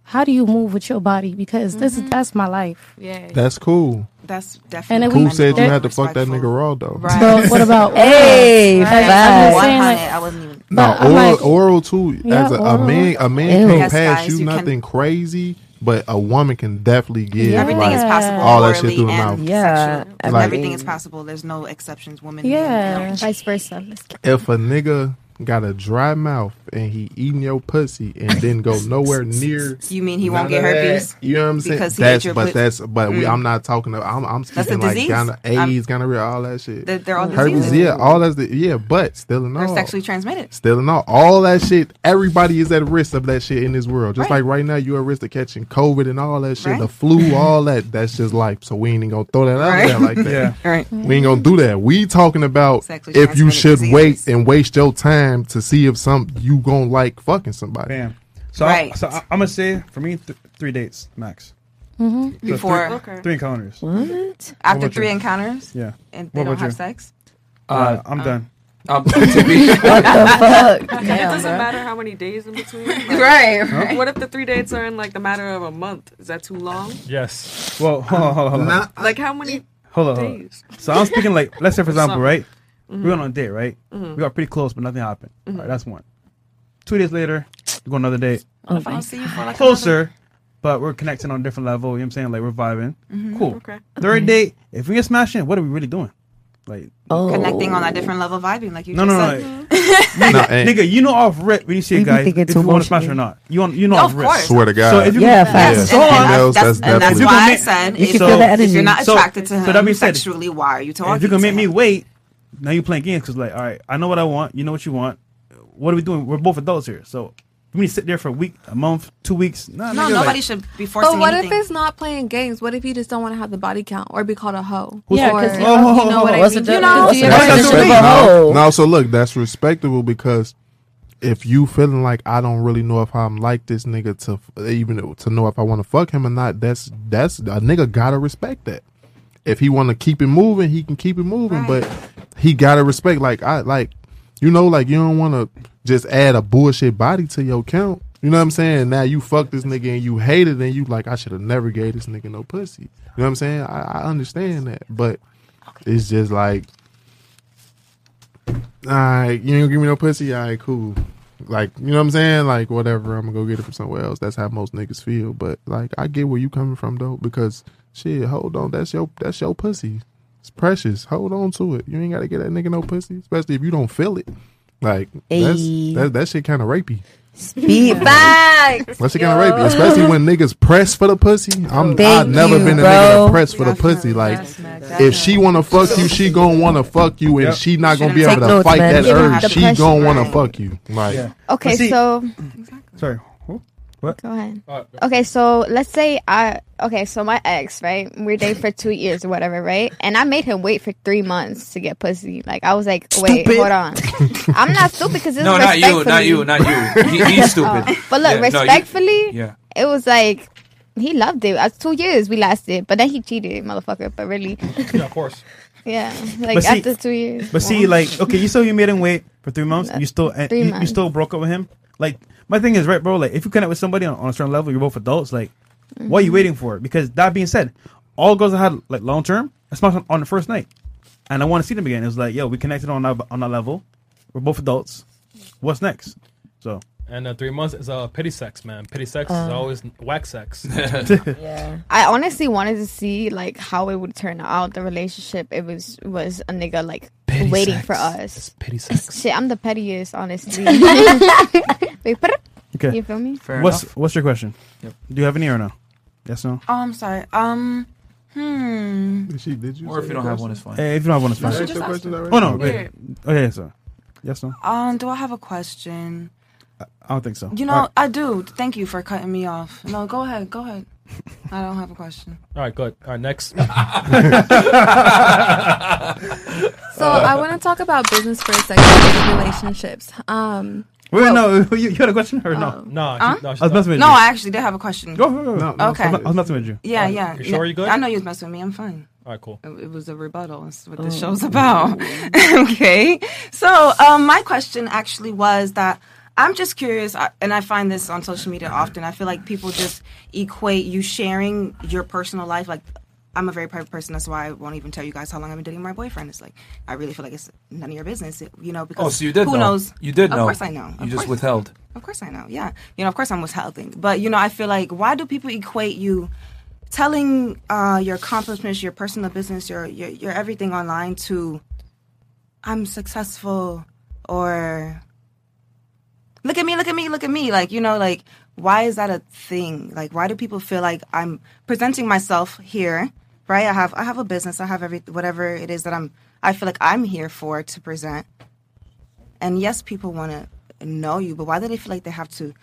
[SPEAKER 15] How do you move with your body? Because this is that's my life.
[SPEAKER 12] Yeah.
[SPEAKER 11] That's cool.
[SPEAKER 12] That's
[SPEAKER 15] And
[SPEAKER 12] definitely.
[SPEAKER 15] if
[SPEAKER 11] Who
[SPEAKER 15] we-
[SPEAKER 11] said you
[SPEAKER 15] there-
[SPEAKER 11] had to fuck that nigga raw though?
[SPEAKER 15] Right. Bro, what about
[SPEAKER 12] Hey,
[SPEAKER 15] Like, I'm just saying, like,
[SPEAKER 12] I wasn't even.
[SPEAKER 11] No,
[SPEAKER 15] But I'm
[SPEAKER 11] oral,
[SPEAKER 15] like-
[SPEAKER 11] oral too.
[SPEAKER 15] Yeah,
[SPEAKER 11] as a, a
[SPEAKER 15] oral.
[SPEAKER 11] man, a
[SPEAKER 15] Ew.
[SPEAKER 11] man can't
[SPEAKER 15] Yes,
[SPEAKER 11] pass
[SPEAKER 15] guys,
[SPEAKER 11] you,
[SPEAKER 15] you can-
[SPEAKER 11] nothing crazy, but a woman can definitely give
[SPEAKER 15] Everything
[SPEAKER 11] like,
[SPEAKER 15] is possible
[SPEAKER 11] all that shit
[SPEAKER 12] orally
[SPEAKER 11] through the
[SPEAKER 12] and
[SPEAKER 11] mouth.
[SPEAKER 12] Yeah,
[SPEAKER 11] Like,
[SPEAKER 12] everything is possible. There's no exceptions. Women.
[SPEAKER 15] Yeah, vice versa.
[SPEAKER 11] if a nigga got a dry mouth and he eating your pussy and didn't go nowhere near,
[SPEAKER 12] You mean he
[SPEAKER 11] none
[SPEAKER 12] won't get
[SPEAKER 11] of that,
[SPEAKER 12] herpes?
[SPEAKER 11] You know what I'm saying?
[SPEAKER 12] Because he
[SPEAKER 11] that's
[SPEAKER 12] ate your
[SPEAKER 11] but
[SPEAKER 12] put-
[SPEAKER 11] that's but we,
[SPEAKER 12] Mm.
[SPEAKER 11] I'm not talking. About, I'm I'm
[SPEAKER 12] a
[SPEAKER 11] speaking like
[SPEAKER 12] disease.
[SPEAKER 11] gonorrhea,
[SPEAKER 12] I'm-
[SPEAKER 11] AIDS, gonorrhea, all that shit.
[SPEAKER 12] They're- they're all
[SPEAKER 11] herpes.
[SPEAKER 12] diseases.
[SPEAKER 11] Yeah, all that's the, yeah, but still and all
[SPEAKER 12] They're sexually transmitted.
[SPEAKER 11] Still and all, all that shit. Everybody is at risk of that shit in this world. Just
[SPEAKER 12] Right.
[SPEAKER 11] like right now, you're at risk of catching COVID and all that shit,
[SPEAKER 12] Right.
[SPEAKER 11] the flu, all that. That's just life. So we ain't even gonna throw that out
[SPEAKER 12] Right.
[SPEAKER 11] there like that.
[SPEAKER 12] Yeah. Right.
[SPEAKER 11] We ain't gonna do that. We talking about
[SPEAKER 12] Sexually
[SPEAKER 11] if you
[SPEAKER 12] transmitted
[SPEAKER 11] should
[SPEAKER 12] diseases.
[SPEAKER 11] wait and waste your time to see if some you gonna like fucking somebody.
[SPEAKER 2] Bam. So, I,
[SPEAKER 12] Right.
[SPEAKER 2] so I, I'm gonna say for me, th- three dates max.
[SPEAKER 12] Mhm.
[SPEAKER 2] So three-
[SPEAKER 12] Before-
[SPEAKER 2] three, encounters.
[SPEAKER 12] What?
[SPEAKER 2] What
[SPEAKER 12] After
[SPEAKER 2] about
[SPEAKER 12] three
[SPEAKER 2] you?
[SPEAKER 12] encounters?
[SPEAKER 2] Yeah.
[SPEAKER 12] And they
[SPEAKER 2] What
[SPEAKER 12] don't
[SPEAKER 2] about
[SPEAKER 12] have
[SPEAKER 2] you?
[SPEAKER 12] sex?
[SPEAKER 2] Uh,
[SPEAKER 1] Uh,
[SPEAKER 2] I'm done.
[SPEAKER 1] Um, to be-
[SPEAKER 12] What the fuck?
[SPEAKER 9] it
[SPEAKER 12] Damn,
[SPEAKER 9] doesn't
[SPEAKER 12] bro.
[SPEAKER 9] matter how many days in between.
[SPEAKER 12] Right, right.
[SPEAKER 9] What if the three dates are in like the matter of a month? Is that too long?
[SPEAKER 2] Yes. Well, hold on, hold on, hold on.
[SPEAKER 9] Like how many?
[SPEAKER 2] Hold on, hold on. So I'm speaking like, let's say for
[SPEAKER 9] Or
[SPEAKER 2] example,
[SPEAKER 9] something.
[SPEAKER 2] right?
[SPEAKER 9] Mhm.
[SPEAKER 2] We went on a date, right?
[SPEAKER 9] Mhm.
[SPEAKER 2] We got pretty close, but nothing happened. All
[SPEAKER 9] Mhm.
[SPEAKER 2] right, that's one. Two days later, we go on another date.
[SPEAKER 9] What if I don't see you for like
[SPEAKER 2] Closer, but we're connecting on a different level. You know what I'm saying? Like we're vibing.
[SPEAKER 9] Mm-hmm.
[SPEAKER 12] Mhm.
[SPEAKER 2] Cool.
[SPEAKER 12] Okay.
[SPEAKER 2] Third date, if we get smashing, what are we really doing? Like
[SPEAKER 9] Oh.
[SPEAKER 12] Connecting
[SPEAKER 11] Oh.
[SPEAKER 12] on a different level, vibing like you
[SPEAKER 2] No,
[SPEAKER 12] just
[SPEAKER 2] no,
[SPEAKER 12] said.
[SPEAKER 2] no. nigga, nigga, you know off rip when you see a
[SPEAKER 12] We be
[SPEAKER 2] guy if
[SPEAKER 12] thinking
[SPEAKER 2] you
[SPEAKER 12] too
[SPEAKER 2] want
[SPEAKER 12] much,
[SPEAKER 2] to smash or
[SPEAKER 12] man.
[SPEAKER 2] not. You want, you know
[SPEAKER 12] Yeah,
[SPEAKER 2] off
[SPEAKER 12] of
[SPEAKER 2] rip.
[SPEAKER 12] course. Swear to
[SPEAKER 11] God.
[SPEAKER 2] So if you
[SPEAKER 11] Yeah,
[SPEAKER 12] That's,
[SPEAKER 11] facts.
[SPEAKER 2] So
[SPEAKER 12] and,
[SPEAKER 2] hold on.
[SPEAKER 12] that's, that's, and that's
[SPEAKER 2] If you gonna
[SPEAKER 12] why I
[SPEAKER 2] make-
[SPEAKER 12] said
[SPEAKER 2] You
[SPEAKER 12] if,
[SPEAKER 2] can feel the
[SPEAKER 12] if you're
[SPEAKER 2] energy.
[SPEAKER 12] not
[SPEAKER 2] So-
[SPEAKER 12] attracted to him
[SPEAKER 2] so that being said,
[SPEAKER 12] sexually, why are you talking?
[SPEAKER 2] if you can
[SPEAKER 12] to
[SPEAKER 2] make me
[SPEAKER 12] him?
[SPEAKER 2] wait, now you're playing games because like, all right, I know what I want. You know what you want. What are we doing? We're both adults here, so we need to sit there for a week, a month, two weeks. Nah,
[SPEAKER 12] No,
[SPEAKER 2] nigga,
[SPEAKER 12] nobody
[SPEAKER 2] like,
[SPEAKER 12] should be forcing
[SPEAKER 10] But what
[SPEAKER 12] anything.
[SPEAKER 10] if it's not playing games? What if you just don't want to have the body count or be called a hoe?
[SPEAKER 2] Who's
[SPEAKER 10] or,
[SPEAKER 2] called-
[SPEAKER 10] you know
[SPEAKER 2] Oh, ho, ho,
[SPEAKER 10] what
[SPEAKER 2] ho,
[SPEAKER 10] I
[SPEAKER 2] what's
[SPEAKER 10] mean?
[SPEAKER 2] the
[SPEAKER 10] You
[SPEAKER 2] difference?
[SPEAKER 10] know,
[SPEAKER 2] What's the
[SPEAKER 10] you know what I'm
[SPEAKER 2] difference?
[SPEAKER 10] saying?
[SPEAKER 2] That's
[SPEAKER 11] No,
[SPEAKER 2] Oh.
[SPEAKER 11] no, so look, that's respectable because if you feeling like I don't really know if I'm like this nigga to f- even to know if I want to fuck him or not, that's that's a nigga gotta respect that. If he want to keep it moving, he can keep it moving, but he gotta respect like I like, you know, like you don't want to just add a bullshit body to your count. You know what I'm saying? Now you fuck this nigga and you hate it, and you like I should have never gave this nigga no pussy. You know what I'm saying? I, I understand that, but it's just like Alright, you ain't gonna give me no pussy. Alright, cool. Like, you know what I'm saying? Like, whatever. I'm gonna go get it from somewhere else. That's how most niggas feel. But like, I get where you coming from though, because shit, hold on. That's your that's your pussy. It's precious. Hold on to it. You ain't gotta get that nigga no pussy, especially if you don't feel it. Like, that's,
[SPEAKER 13] Ayy.
[SPEAKER 11] that that shit kind of rapey.
[SPEAKER 13] Be back.
[SPEAKER 11] That shit kind of rapey, especially when niggas press for the pussy. I'm, I've
[SPEAKER 13] Thank
[SPEAKER 11] never
[SPEAKER 13] you,
[SPEAKER 11] been a nigga
[SPEAKER 13] bro.
[SPEAKER 11] to press for the pussy. Like, if she wanna fuck you, she gonna wanna fuck you, and
[SPEAKER 2] Yep.
[SPEAKER 11] she not gonna
[SPEAKER 2] Shouldn't
[SPEAKER 11] be able
[SPEAKER 2] take
[SPEAKER 11] to
[SPEAKER 2] notes,
[SPEAKER 11] fight
[SPEAKER 2] man.
[SPEAKER 11] that
[SPEAKER 2] Give her
[SPEAKER 11] urge.
[SPEAKER 2] the
[SPEAKER 11] She
[SPEAKER 2] pressure,
[SPEAKER 11] gonna wanna
[SPEAKER 2] right.
[SPEAKER 11] fuck you. Like,
[SPEAKER 2] Yeah.
[SPEAKER 7] Okay,
[SPEAKER 2] But see-
[SPEAKER 7] so
[SPEAKER 2] sorry. Who? What?
[SPEAKER 7] Go ahead. Okay, so let's say I okay, so my ex, right? We're dating for two years or whatever, right? And I made him wait for three months to get pussy. Like I was like, wait,
[SPEAKER 1] Stupid.
[SPEAKER 7] hold on. I'm not stupid because this
[SPEAKER 1] no,
[SPEAKER 7] is
[SPEAKER 1] not you,
[SPEAKER 7] respectfully. Oh,
[SPEAKER 1] not you, not you. He, he's stupid.
[SPEAKER 7] But look,
[SPEAKER 1] Yeah, no, you-
[SPEAKER 7] respectfully,
[SPEAKER 1] yeah.
[SPEAKER 7] it was like he loved it. That's two years we lasted, but then he cheated, motherfucker. But really,
[SPEAKER 3] Yeah, of course.
[SPEAKER 7] yeah, like
[SPEAKER 2] But see-
[SPEAKER 7] after two years.
[SPEAKER 2] But see, like, okay, you still you made him wait for three months. You still and
[SPEAKER 7] Three
[SPEAKER 2] you, you
[SPEAKER 7] months.
[SPEAKER 2] still broke up with him. Like, my thing is right, bro. Like, if you connect with somebody on, on a certain level, you're both adults. Like, what are
[SPEAKER 7] Mm-hmm.
[SPEAKER 2] you
[SPEAKER 13] Mhm.
[SPEAKER 2] waiting for? Because that being said, all girls I had like long term, I smashed on, on the first night, and I want to see them again. It was like, yo, we connected on that on that level. We're both adults. What's next? So
[SPEAKER 3] And uh, three months is uh, pity sex, man. Pity sex is
[SPEAKER 7] Uh.
[SPEAKER 3] always whack sex.
[SPEAKER 7] yeah. I honestly wanted to see like how it would turn out the relationship. It was was a nigga like
[SPEAKER 3] Petty
[SPEAKER 7] waiting
[SPEAKER 3] sex.
[SPEAKER 7] for us.
[SPEAKER 3] pity sex.
[SPEAKER 7] Shit, I'm the pettiest, honestly. Wait, but
[SPEAKER 2] okay,
[SPEAKER 7] you feel me?
[SPEAKER 2] what's what's your question? Do you have any or no? Yes, no.
[SPEAKER 9] Oh, I'm sorry. Um, hmm.
[SPEAKER 11] Did she? Did you?
[SPEAKER 1] Or if you don't have one, it's fine.
[SPEAKER 2] Hey, Eh, if you don't have one, it's
[SPEAKER 9] No,
[SPEAKER 2] fine.
[SPEAKER 9] she just asked me.
[SPEAKER 2] Oh no.
[SPEAKER 9] Yeah.
[SPEAKER 2] Okay. Okay, so yes, no.
[SPEAKER 9] Um, do I have a question?
[SPEAKER 2] I don't think so.
[SPEAKER 11] Oh.
[SPEAKER 9] You
[SPEAKER 2] All
[SPEAKER 9] know,
[SPEAKER 2] right.
[SPEAKER 9] I do. Thank you for cutting me off. No, go ahead. Go ahead. I don't have a question.
[SPEAKER 3] All right, good. All right, next.
[SPEAKER 10] So I want to talk about business for a second, relationships. Um,
[SPEAKER 2] Wait, no, you, you had a question or Ah, no?
[SPEAKER 3] No,
[SPEAKER 9] Huh?
[SPEAKER 2] I was messing with
[SPEAKER 9] no,
[SPEAKER 2] you.
[SPEAKER 9] I actually did have a question.
[SPEAKER 2] Go, go, go. No, no,
[SPEAKER 9] Oh, okay.
[SPEAKER 2] I was messing with you.
[SPEAKER 9] Yeah, yeah.
[SPEAKER 3] You sure
[SPEAKER 9] Yeah.
[SPEAKER 3] you good?
[SPEAKER 9] I know you was messing with me. I'm fine.
[SPEAKER 3] All right, cool.
[SPEAKER 4] It was a rebuttal. That's what the
[SPEAKER 17] Oh.
[SPEAKER 4] show's about. okay.
[SPEAKER 9] So, um, my question actually was that I'm just curious, I- and I find this on social media often. I feel like people just equate you sharing your personal life. Like, I'm a very private person, that's why I won't even tell you guys how long I've been dating my boyfriend. It's like I really feel like it's none of your business, you know? Because
[SPEAKER 1] Oh, so you did
[SPEAKER 9] who
[SPEAKER 1] know.
[SPEAKER 9] knows?
[SPEAKER 1] You did know.
[SPEAKER 9] of Of course, I know.
[SPEAKER 1] You
[SPEAKER 9] Of
[SPEAKER 1] just
[SPEAKER 9] course-
[SPEAKER 1] withheld.
[SPEAKER 9] Of course, I know. Yeah, you know, of course, I'm withholding. But you know, I feel like why do people equate you telling uh, your accomplishments, your personal business, your, your your everything online to I'm successful or look at me, look at me, look at me. Like, you know, like, why is that a thing? Like, why do people feel like I'm presenting myself here, right? I have, I have a business, I have every, whatever it is that I'm, I feel like I'm here for to present. And yes, people want to know you, but why do they feel like they have to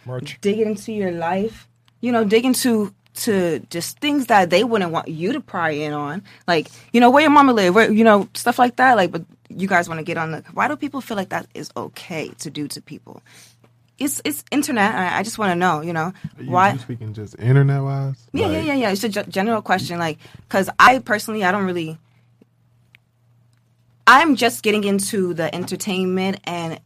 [SPEAKER 9] dig into your life? You know, dig into, to just things that they wouldn't want you to pry in on. Like, you know, where your mama live, where, you know, stuff like that. Like, but you guys want to get on the, why do people feel like that is okay to do to people? it's it's internet. and I, I just want to know, you know,
[SPEAKER 11] You,
[SPEAKER 9] why?
[SPEAKER 11] you speaking just internet wise?
[SPEAKER 9] yeah, yeah, yeah, yeah. It's a g- general question, like, because I personally, I don't really. I'm just getting into the entertainment and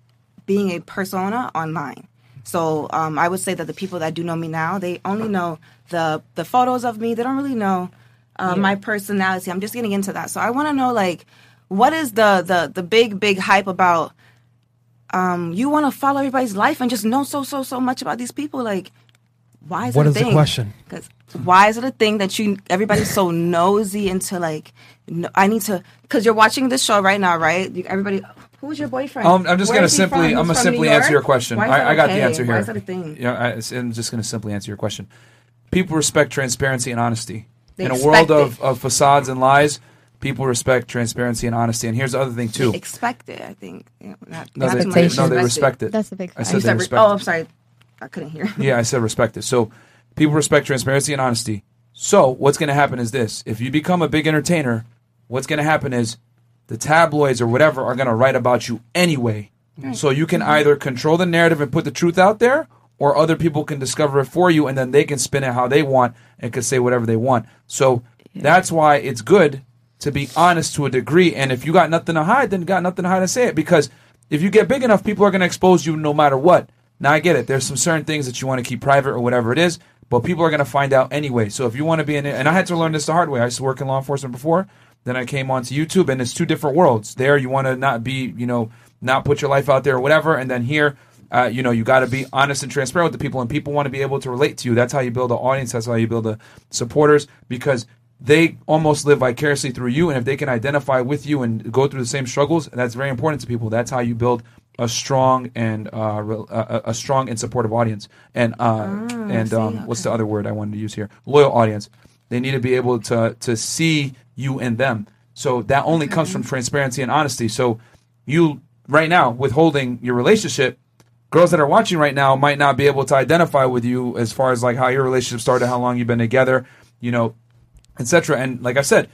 [SPEAKER 9] being a persona online. So um, I would say that the people that do know me now, they only know the the photos of me. They don't really know uh,
[SPEAKER 21] Yeah.
[SPEAKER 9] my personality. I'm just getting into that. So I want to know, like, what is the the the big big hype about? Um, you want to follow everybody's life and just know so so so much about these people, like. Why is
[SPEAKER 3] What
[SPEAKER 9] it a
[SPEAKER 3] is the
[SPEAKER 9] thing?
[SPEAKER 3] question?
[SPEAKER 9] 'Cause why is it a thing that you everybody's so nosy into like no, I need to because you're watching this show right now, right? You, everybody, who's your boyfriend?
[SPEAKER 1] Um, I'm just
[SPEAKER 9] Where
[SPEAKER 1] gonna
[SPEAKER 9] is he from?
[SPEAKER 1] simply,
[SPEAKER 9] He's
[SPEAKER 1] I'm gonna
[SPEAKER 9] from
[SPEAKER 1] simply
[SPEAKER 9] New
[SPEAKER 1] answer your
[SPEAKER 9] York?
[SPEAKER 1] question.
[SPEAKER 9] Why is that
[SPEAKER 1] I, I got
[SPEAKER 9] okay?
[SPEAKER 1] the answer here.
[SPEAKER 9] Why is that a thing?
[SPEAKER 1] Yeah, I, am just gonna simply answer your question. People respect transparency and honesty.
[SPEAKER 9] They
[SPEAKER 1] In a
[SPEAKER 9] expect
[SPEAKER 1] world of, of facades and lies, people respect transparency and honesty. And here's the other thing too.
[SPEAKER 9] They expect it, I think. You know, not,
[SPEAKER 1] No,
[SPEAKER 9] not
[SPEAKER 1] they-
[SPEAKER 9] too much
[SPEAKER 1] they- no, they respect it. That's a big I said
[SPEAKER 9] You
[SPEAKER 1] they
[SPEAKER 9] said re-
[SPEAKER 1] respect
[SPEAKER 9] oh,
[SPEAKER 1] it.
[SPEAKER 9] I'm sorry, I couldn't hear.
[SPEAKER 1] yeah, I said respect it. So people respect transparency and honesty. So what's going to happen is this: if you become a big entertainer, what's going to happen is the tabloids or whatever are going to write about you anyway.
[SPEAKER 9] Right.
[SPEAKER 1] So you can either control the narrative and put the truth out there, or other people can discover it for you, and then they can spin it how they want and can say whatever they want. So that's why it's good to be honest to a degree. And if you got nothing to hide, then you got nothing to hide and say it. Because if you get big enough, people are going to expose you no matter what. Now I get it. There's some certain things that you want to keep private or whatever it is, but people are going to find out anyway. So if you want to be in it, and I had to learn this the hard way. I used to work in law enforcement before. Then I came onto YouTube, and it's two different worlds. There, you want to not be, you know, not put your life out there or whatever, and then here, uh, you know, you got to be honest and transparent with the people, and people want to be able to relate to you. That's how you build an audience. That's how you build a supporters because they almost live vicariously through you, and if they can identify with you and go through the same struggles, that's very important to people. That's how you build a strong and uh, re- a, a- a strong and supportive audience. And uh,
[SPEAKER 9] Ah,
[SPEAKER 1] and
[SPEAKER 9] see,
[SPEAKER 1] um, what's the other word I wanted to use here? Loyal audience. They need to be able to to see you and them. So that only comes
[SPEAKER 9] Mm-hmm.
[SPEAKER 1] from transparency and honesty. So you right now withholding your relationship girls that are watching right now might not be able to identify with you as far as like how your relationship started, how long you've been together, you know, etc. And like I said,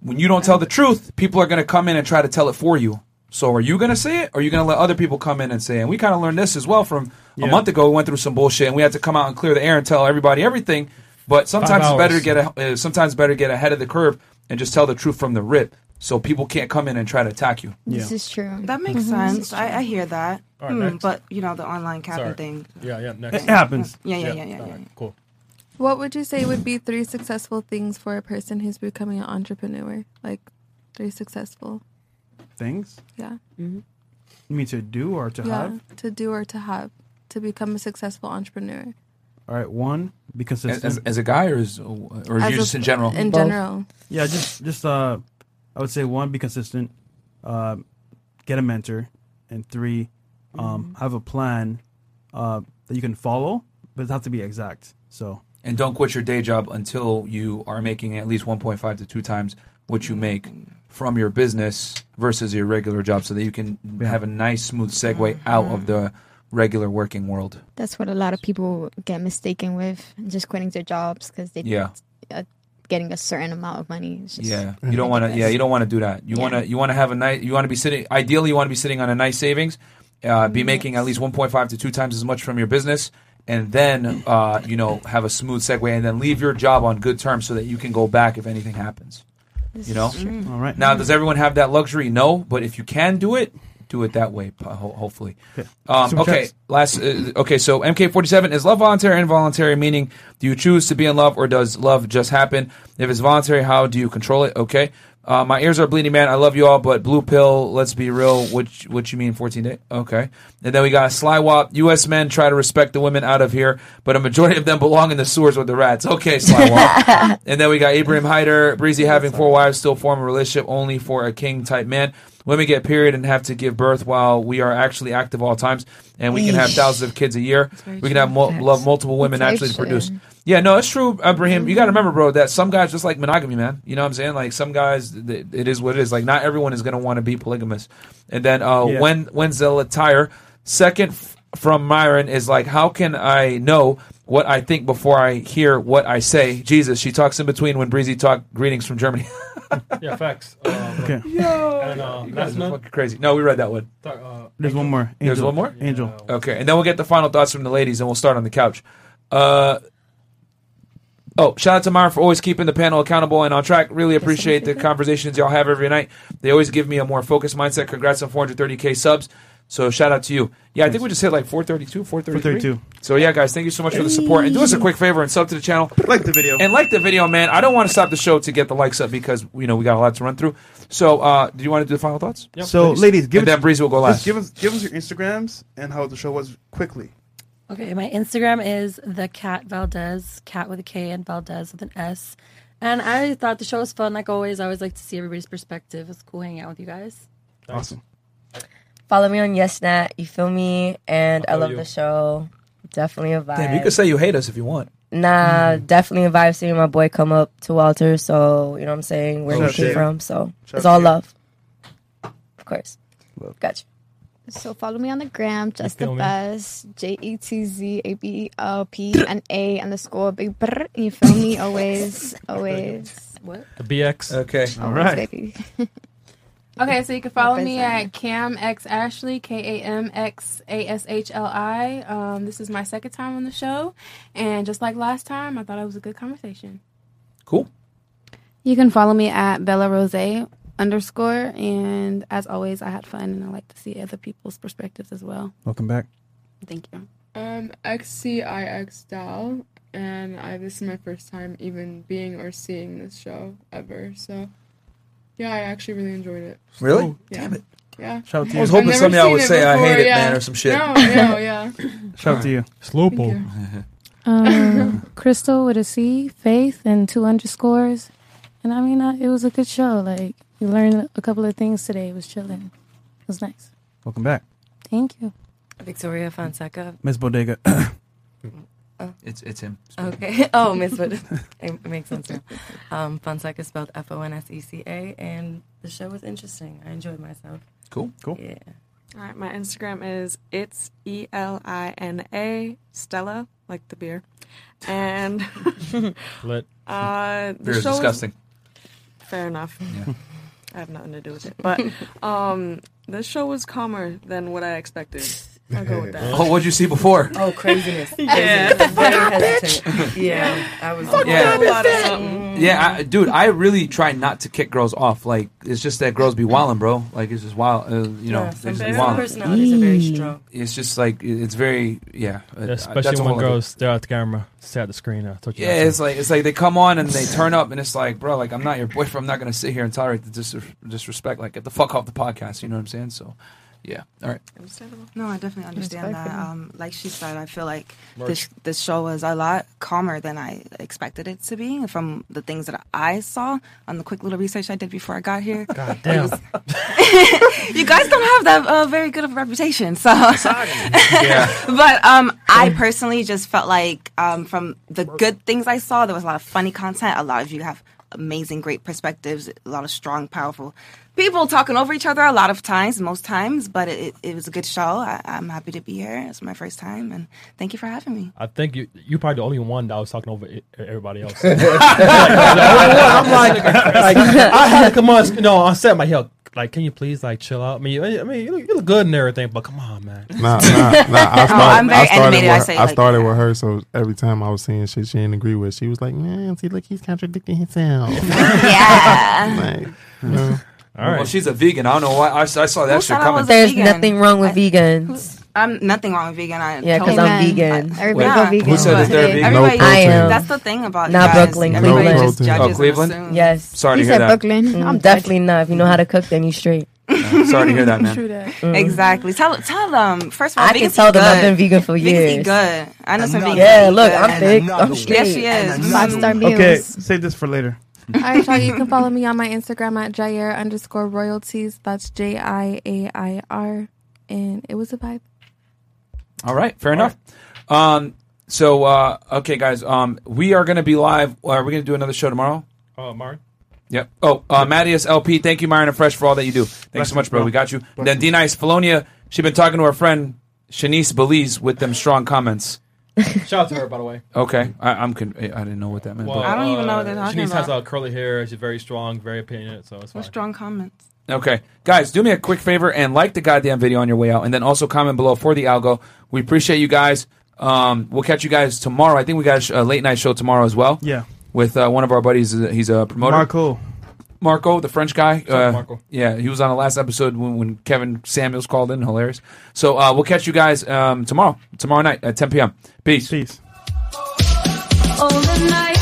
[SPEAKER 1] when you don't tell the truth, people are going to come in and try to tell it for you. So are you going to say it, or are you going to let other people come in and say? it? And we kind of learned this as well from a month ago. We went through some bullshit, and we had to come out and clear the air and tell everybody everything. But sometimes it's
[SPEAKER 3] hours.
[SPEAKER 1] better to get a, uh, sometimes better to get ahead of the curve and just tell the truth from the rip, so people can't come in and try to attack you.
[SPEAKER 7] This is true.
[SPEAKER 9] That makes
[SPEAKER 7] Mhm. This is
[SPEAKER 9] sense. I, I hear that.
[SPEAKER 3] All right,
[SPEAKER 9] Hmm,
[SPEAKER 3] next.
[SPEAKER 9] but you know the online capping
[SPEAKER 3] Sorry.
[SPEAKER 9] thing.
[SPEAKER 3] Yeah, yeah, next.
[SPEAKER 2] It happens.
[SPEAKER 9] Yeah, yeah, yeah, yeah. yeah,
[SPEAKER 3] all right, Cool.
[SPEAKER 10] What would you say would be three successful things for a person who's becoming an entrepreneur? Like three successful,
[SPEAKER 2] Things
[SPEAKER 10] yeah.
[SPEAKER 2] you mean to do or to
[SPEAKER 10] yeah,
[SPEAKER 2] have?
[SPEAKER 10] to do or to have to become a successful entrepreneur.
[SPEAKER 2] All right, one be consistent
[SPEAKER 1] As, as a guy, or as, or
[SPEAKER 10] As
[SPEAKER 1] you
[SPEAKER 10] a-
[SPEAKER 1] just in general?
[SPEAKER 10] in Both. general.
[SPEAKER 2] Yeah, just just uh, I would say one be consistent, uh, get a mentor, and three, um, have a plan uh, that you can follow, but it have to be exact. So
[SPEAKER 1] and don't quit your day job until you are making at least 1.5 to 2 times what you make from your business versus your regular job so that you can
[SPEAKER 7] Yeah.
[SPEAKER 1] have a nice smooth segue out
[SPEAKER 10] Mm-hmm.
[SPEAKER 1] of the regular working world
[SPEAKER 7] That's what a lot of people get mistaken with, just quitting their jobs because they
[SPEAKER 1] Yeah.
[SPEAKER 7] uh, getting a certain amount of money. It's just-
[SPEAKER 1] yeah you don't want to yeah you don't want to do that you
[SPEAKER 7] Yeah.
[SPEAKER 1] want to you want to have a nice you want to be sitting ideally you want to be sitting on a nice savings uh,
[SPEAKER 7] Mm-hmm.
[SPEAKER 1] be making at least 1.5 to 2 times as much from your business and then uh, you know have a smooth segue and then leave your job on good terms so that you can go back if anything happens you know.
[SPEAKER 4] is true.
[SPEAKER 2] All right.
[SPEAKER 1] Now, does everyone have that luxury? No, but if you can do it, do it that way. po- ho- Hopefully. Um,
[SPEAKER 2] Some
[SPEAKER 1] okay.
[SPEAKER 2] checks.
[SPEAKER 1] Last. Uh, okay. So MK forty seven is love voluntary or involuntary? Meaning, do you choose to be in love or does love just happen? If it's voluntary, how do you control it? Okay. Uh, my ears are bleeding, man. I love you all, but blue pill. Let's be real. What what you mean, fourteen day? Okay. And then we got Sly Wop. U.S. men try to respect the women out of here, but a majority of them belong in the sewers with the rats. Okay, Sly Wop. and then we got Ibrahim Hyder. Breezy having four wives still form a relationship only for a king type man. Women get period and have to give birth while we are actually active all times, and we can have
[SPEAKER 19] Eesh.
[SPEAKER 1] thousands of kids a year. We can have mul- love multiple women
[SPEAKER 19] That's
[SPEAKER 1] actually to
[SPEAKER 19] very
[SPEAKER 1] produce.
[SPEAKER 19] true.
[SPEAKER 1] Yeah, no, it's true, Abraham. You got to remember, bro, that some guys just like monogamy, man. You know what I'm saying? Like some guys, th- it is what it is. Like not everyone is going to want to be polygamous. And then uh,
[SPEAKER 19] Yeah.
[SPEAKER 1] when when's the attire? Second f- from Myron is like, how can I know what I think before I hear what I say? Jesus, she talks in between when Breezy talk. Greetings from Germany.
[SPEAKER 3] yeah, facts. Um,
[SPEAKER 2] Okay.
[SPEAKER 3] Yo, and, uh,
[SPEAKER 1] You
[SPEAKER 3] last
[SPEAKER 1] guys are
[SPEAKER 3] month,
[SPEAKER 1] fucking crazy. No, we read that one.
[SPEAKER 2] There's one more. Angel.
[SPEAKER 1] There's one more?
[SPEAKER 2] Angel.
[SPEAKER 1] Okay, and then we'll get the final thoughts from the ladies, and we'll start on the couch. Uh, oh, shout out to Myron for always keeping the panel accountable and on track. Really appreciate the conversations y'all have every night. They always give me a more focused mindset. Congrats on 430k subs. So shout out to you. Yeah, I think we just hit like 432, 433.
[SPEAKER 2] 432.
[SPEAKER 1] So yeah, guys, thank you so much for the support. And do us a quick favor and sub to the channel.
[SPEAKER 2] Like the video.
[SPEAKER 1] And like the video, man. I don't want to stop the show to get the likes up because you know we got a lot to run through. So, uh, do you want to do the final thoughts?
[SPEAKER 2] So, ladies, give
[SPEAKER 1] and
[SPEAKER 2] us-
[SPEAKER 1] then Breezy will go last.
[SPEAKER 2] just Give us, give us your Instagrams and how the show was quickly.
[SPEAKER 18] Okay, my Instagram is the cat Valdez, cat with a K and Valdez with an S. And I thought the show was fun, like always. I always like to see everybody's perspective. It's cool hanging out with you guys.
[SPEAKER 2] Awesome.
[SPEAKER 8] Follow me on YesNat. You feel me? And I
[SPEAKER 1] follow
[SPEAKER 8] love
[SPEAKER 1] you.
[SPEAKER 8] the show. Definitely a vibe.
[SPEAKER 1] Damn, you could say Mm. you hate us if you want.
[SPEAKER 8] Nah, definitely a vibe seeing my boy come up to Walter. So you know what I'm saying. Where
[SPEAKER 1] Shout
[SPEAKER 8] he
[SPEAKER 1] out to
[SPEAKER 8] came
[SPEAKER 1] you.
[SPEAKER 8] from. So
[SPEAKER 1] Shout
[SPEAKER 8] it's
[SPEAKER 1] out
[SPEAKER 8] all
[SPEAKER 1] to you.
[SPEAKER 8] love, of course. Gotcha.
[SPEAKER 7] So follow me on the gram, just the
[SPEAKER 8] feel me?
[SPEAKER 7] best. J E T Z A B E L P N A underscore big brr. You feel me? Always, always. What?
[SPEAKER 3] the BX.
[SPEAKER 1] Okay.
[SPEAKER 3] All
[SPEAKER 7] Baby.
[SPEAKER 13] Okay, so you can follow me
[SPEAKER 7] Represent.
[SPEAKER 13] at Cam X Ashley, K A M X A S H L I. Um, this is my second time on the show, and just like last time, I thought it was a good conversation.
[SPEAKER 10] You can follow me at Bella Rose underscore. And as always, I had fun and I like to see other people's perspectives as well.
[SPEAKER 2] Welcome back.
[SPEAKER 10] Thank you.
[SPEAKER 16] Um, XCIX Dal, and I, this is my first time even being or seeing this show ever. So, yeah, I actually really enjoyed it. Oh,
[SPEAKER 1] Really?
[SPEAKER 16] Yeah.
[SPEAKER 1] Damn it.
[SPEAKER 16] Yeah.
[SPEAKER 2] Shout out to
[SPEAKER 1] I was hoping
[SPEAKER 16] I've never
[SPEAKER 1] somebody I
[SPEAKER 16] seen
[SPEAKER 1] would say I
[SPEAKER 16] before,
[SPEAKER 1] hate it,
[SPEAKER 16] yeah.
[SPEAKER 1] man, or some shit.
[SPEAKER 16] No, no, yeah.
[SPEAKER 2] Shout out to you.
[SPEAKER 3] Slowpoke.
[SPEAKER 15] Um, Crystal with a C, Faith, and two underscores. And I mean, uh, it was a good show. Like, you learned a couple of things today. It was chilling. It was nice.
[SPEAKER 2] Welcome back.
[SPEAKER 15] Thank you.
[SPEAKER 8] Victoria Fonseca.
[SPEAKER 2] Miss Bodega.
[SPEAKER 1] It's it's him.
[SPEAKER 8] Okay. Oh, Miss Wood. it makes sense now. Um, Fonseca spelled F O N S E C A, and the show was interesting. I enjoyed myself.
[SPEAKER 1] Cool.
[SPEAKER 2] Cool.
[SPEAKER 8] Yeah.
[SPEAKER 12] All right, my Instagram is it's E L I N A Stella, like the beer, and
[SPEAKER 3] Lit.
[SPEAKER 12] Uh, the
[SPEAKER 1] Beer is
[SPEAKER 12] show was-
[SPEAKER 1] disgusting.
[SPEAKER 12] fair enough. I have nothing to do with it, but um, this show was calmer than what I expected. I'll go with that.
[SPEAKER 1] Oh, what'd you see before?
[SPEAKER 8] Oh, craziness.
[SPEAKER 12] Yeah.
[SPEAKER 8] Craziness. Very
[SPEAKER 12] Bitch.
[SPEAKER 8] hesitant. Yeah. I was.
[SPEAKER 12] Fuck
[SPEAKER 1] Yeah. that
[SPEAKER 8] yeah.
[SPEAKER 1] Yeah, I, dude, I really try not to kick girls off. Like, it's just that girls be wildin', bro. Like, it's just wild. Uh, you know,
[SPEAKER 8] Yeah,
[SPEAKER 1] they
[SPEAKER 8] some
[SPEAKER 1] just
[SPEAKER 8] some
[SPEAKER 1] be wildin'.
[SPEAKER 8] personalities are very strong.
[SPEAKER 1] It's just like it- it's very yeah. uh, that's a
[SPEAKER 3] Especially when
[SPEAKER 1] whole other-
[SPEAKER 3] girls stare at the camera, stare at the screen. uh, I told you
[SPEAKER 1] Yeah,
[SPEAKER 3] that
[SPEAKER 1] it's
[SPEAKER 3] too.
[SPEAKER 1] like it's like they come on and they turn up, and it's like, bro, like I'm not your boyfriend. I'm not gonna sit here and tolerate the dis- disrespect. Like, get the fuck off the podcast. You know what I'm saying? So, yeah. All right.
[SPEAKER 9] No, I definitely understand that.
[SPEAKER 12] Respectful.
[SPEAKER 9] Um, like she said, I feel like
[SPEAKER 1] Merch.
[SPEAKER 9] this this show was a lot calmer than I expected it to be from the things that I saw on the quick little research I did before I got here. God
[SPEAKER 3] damn.
[SPEAKER 9] you guys don't have that uh, very good of a reputation, so.
[SPEAKER 1] Yeah.
[SPEAKER 9] but um, I personally just felt like um, from the good things I saw, there was a lot of funny content. A lot of you have amazing, great perspectives. A lot of strong, powerful people talking over each other. A lot of times, most times, but it, it was a good show. I, I'm happy to be here. It's my first time, and thank you for having me.
[SPEAKER 3] I think you you probably the only one that was talking over e- everybody else.
[SPEAKER 9] I'm
[SPEAKER 3] like, I'm like, I had to come on. No, on set, I'm like, yo, Like, can you please like chill out? I mean, you- I mean, you look, you look good and everything, but come on, man.
[SPEAKER 11] Nah, nah, nah. I started, I started With, her- I started with her, so every time I was seeing shit she didn't agree with, she was like, "Man, see, look, he's contradicting himself." yeah. like, you know.
[SPEAKER 1] Well, she's a vegan. I don't know why. I, I saw that
[SPEAKER 12] Who
[SPEAKER 1] shit
[SPEAKER 12] said I
[SPEAKER 1] coming.
[SPEAKER 12] was a There's
[SPEAKER 1] There's
[SPEAKER 12] vegan?
[SPEAKER 1] nothing wrong with
[SPEAKER 12] vegans. I'm nothing wrong with vegan. I
[SPEAKER 8] Yeah, 'cause
[SPEAKER 12] totally-
[SPEAKER 8] I'm vegan.
[SPEAKER 12] I-
[SPEAKER 8] Everybody go
[SPEAKER 12] yeah.
[SPEAKER 8] vegan. Who said
[SPEAKER 12] But
[SPEAKER 8] that they're vegan? No
[SPEAKER 12] Everybody,
[SPEAKER 8] protein. I am.
[SPEAKER 12] That's the thing about
[SPEAKER 8] Not
[SPEAKER 12] you guys.
[SPEAKER 8] Brooklyn,
[SPEAKER 12] Everybody
[SPEAKER 8] Cleveland.
[SPEAKER 12] just judges
[SPEAKER 1] Oh,
[SPEAKER 12] and
[SPEAKER 1] Cleveland?
[SPEAKER 12] assumes.
[SPEAKER 8] Yes.
[SPEAKER 1] Sorry to He hear said that.
[SPEAKER 12] Brooklyn.
[SPEAKER 8] Mm,
[SPEAKER 12] I'm
[SPEAKER 8] definitely not. If you know how to cook, then you straight.
[SPEAKER 1] Sorry to hear that, man.
[SPEAKER 8] Mm.
[SPEAKER 12] Exactly. Tell tell
[SPEAKER 9] um,
[SPEAKER 12] them first of all.
[SPEAKER 8] I
[SPEAKER 12] vegans
[SPEAKER 8] can tell
[SPEAKER 12] eat
[SPEAKER 8] them I've
[SPEAKER 12] good.
[SPEAKER 8] been vegan for
[SPEAKER 12] Vegans eat
[SPEAKER 8] years.
[SPEAKER 12] good. I know some vegans.
[SPEAKER 8] Yeah,
[SPEAKER 12] eat
[SPEAKER 8] look,
[SPEAKER 12] good.
[SPEAKER 8] I'm thick, I'm straight.
[SPEAKER 12] Yes, she is.
[SPEAKER 7] Five
[SPEAKER 9] Mm.
[SPEAKER 7] star meals.
[SPEAKER 2] Okay, save this for later.
[SPEAKER 10] All right, y'all. You can follow me on my Instagram at Jair underscore royalties. That's J I A I R. And it was a vibe.
[SPEAKER 1] All right, fair enough. Um, so uh, okay, guys, um, we are going to be live. Are we going to do another show tomorrow?
[SPEAKER 3] Oh, Mark.
[SPEAKER 1] Yep. Oh, uh, Mattias LP, thank you, Myron and Fresh, for all that you do. Thanks so much, bro. We got you. then D Nice Felonia, she's been talking to her friend Shanice Belize with them strong comments.
[SPEAKER 3] Shout out to her, by the way.
[SPEAKER 1] Okay, I, I'm. Con- I didn't know what that meant. but-
[SPEAKER 3] Shanice has uh, curly hair. She's very strong, very opinionated, so it's fine.
[SPEAKER 12] Strong comments.
[SPEAKER 1] Okay, guys, do me a quick favor and like the goddamn video on your way out, and then also comment below for the algo. We appreciate you guys. Um, we'll catch you guys tomorrow. I think we got a, sh- a late night show tomorrow as well.
[SPEAKER 2] Yeah.
[SPEAKER 1] with uh, one of our buddies. He's a- He's a promoter.
[SPEAKER 2] Marco.
[SPEAKER 1] Marco, the French guy.
[SPEAKER 2] Shout out
[SPEAKER 1] Uh,
[SPEAKER 2] Marco.
[SPEAKER 1] Yeah, he was on the last episode when, when Kevin Samuels called in. Hilarious. So uh, we'll catch you guys um, tomorrow, tomorrow night at 10 p.m. Peace.
[SPEAKER 2] Peace.
[SPEAKER 4] All the night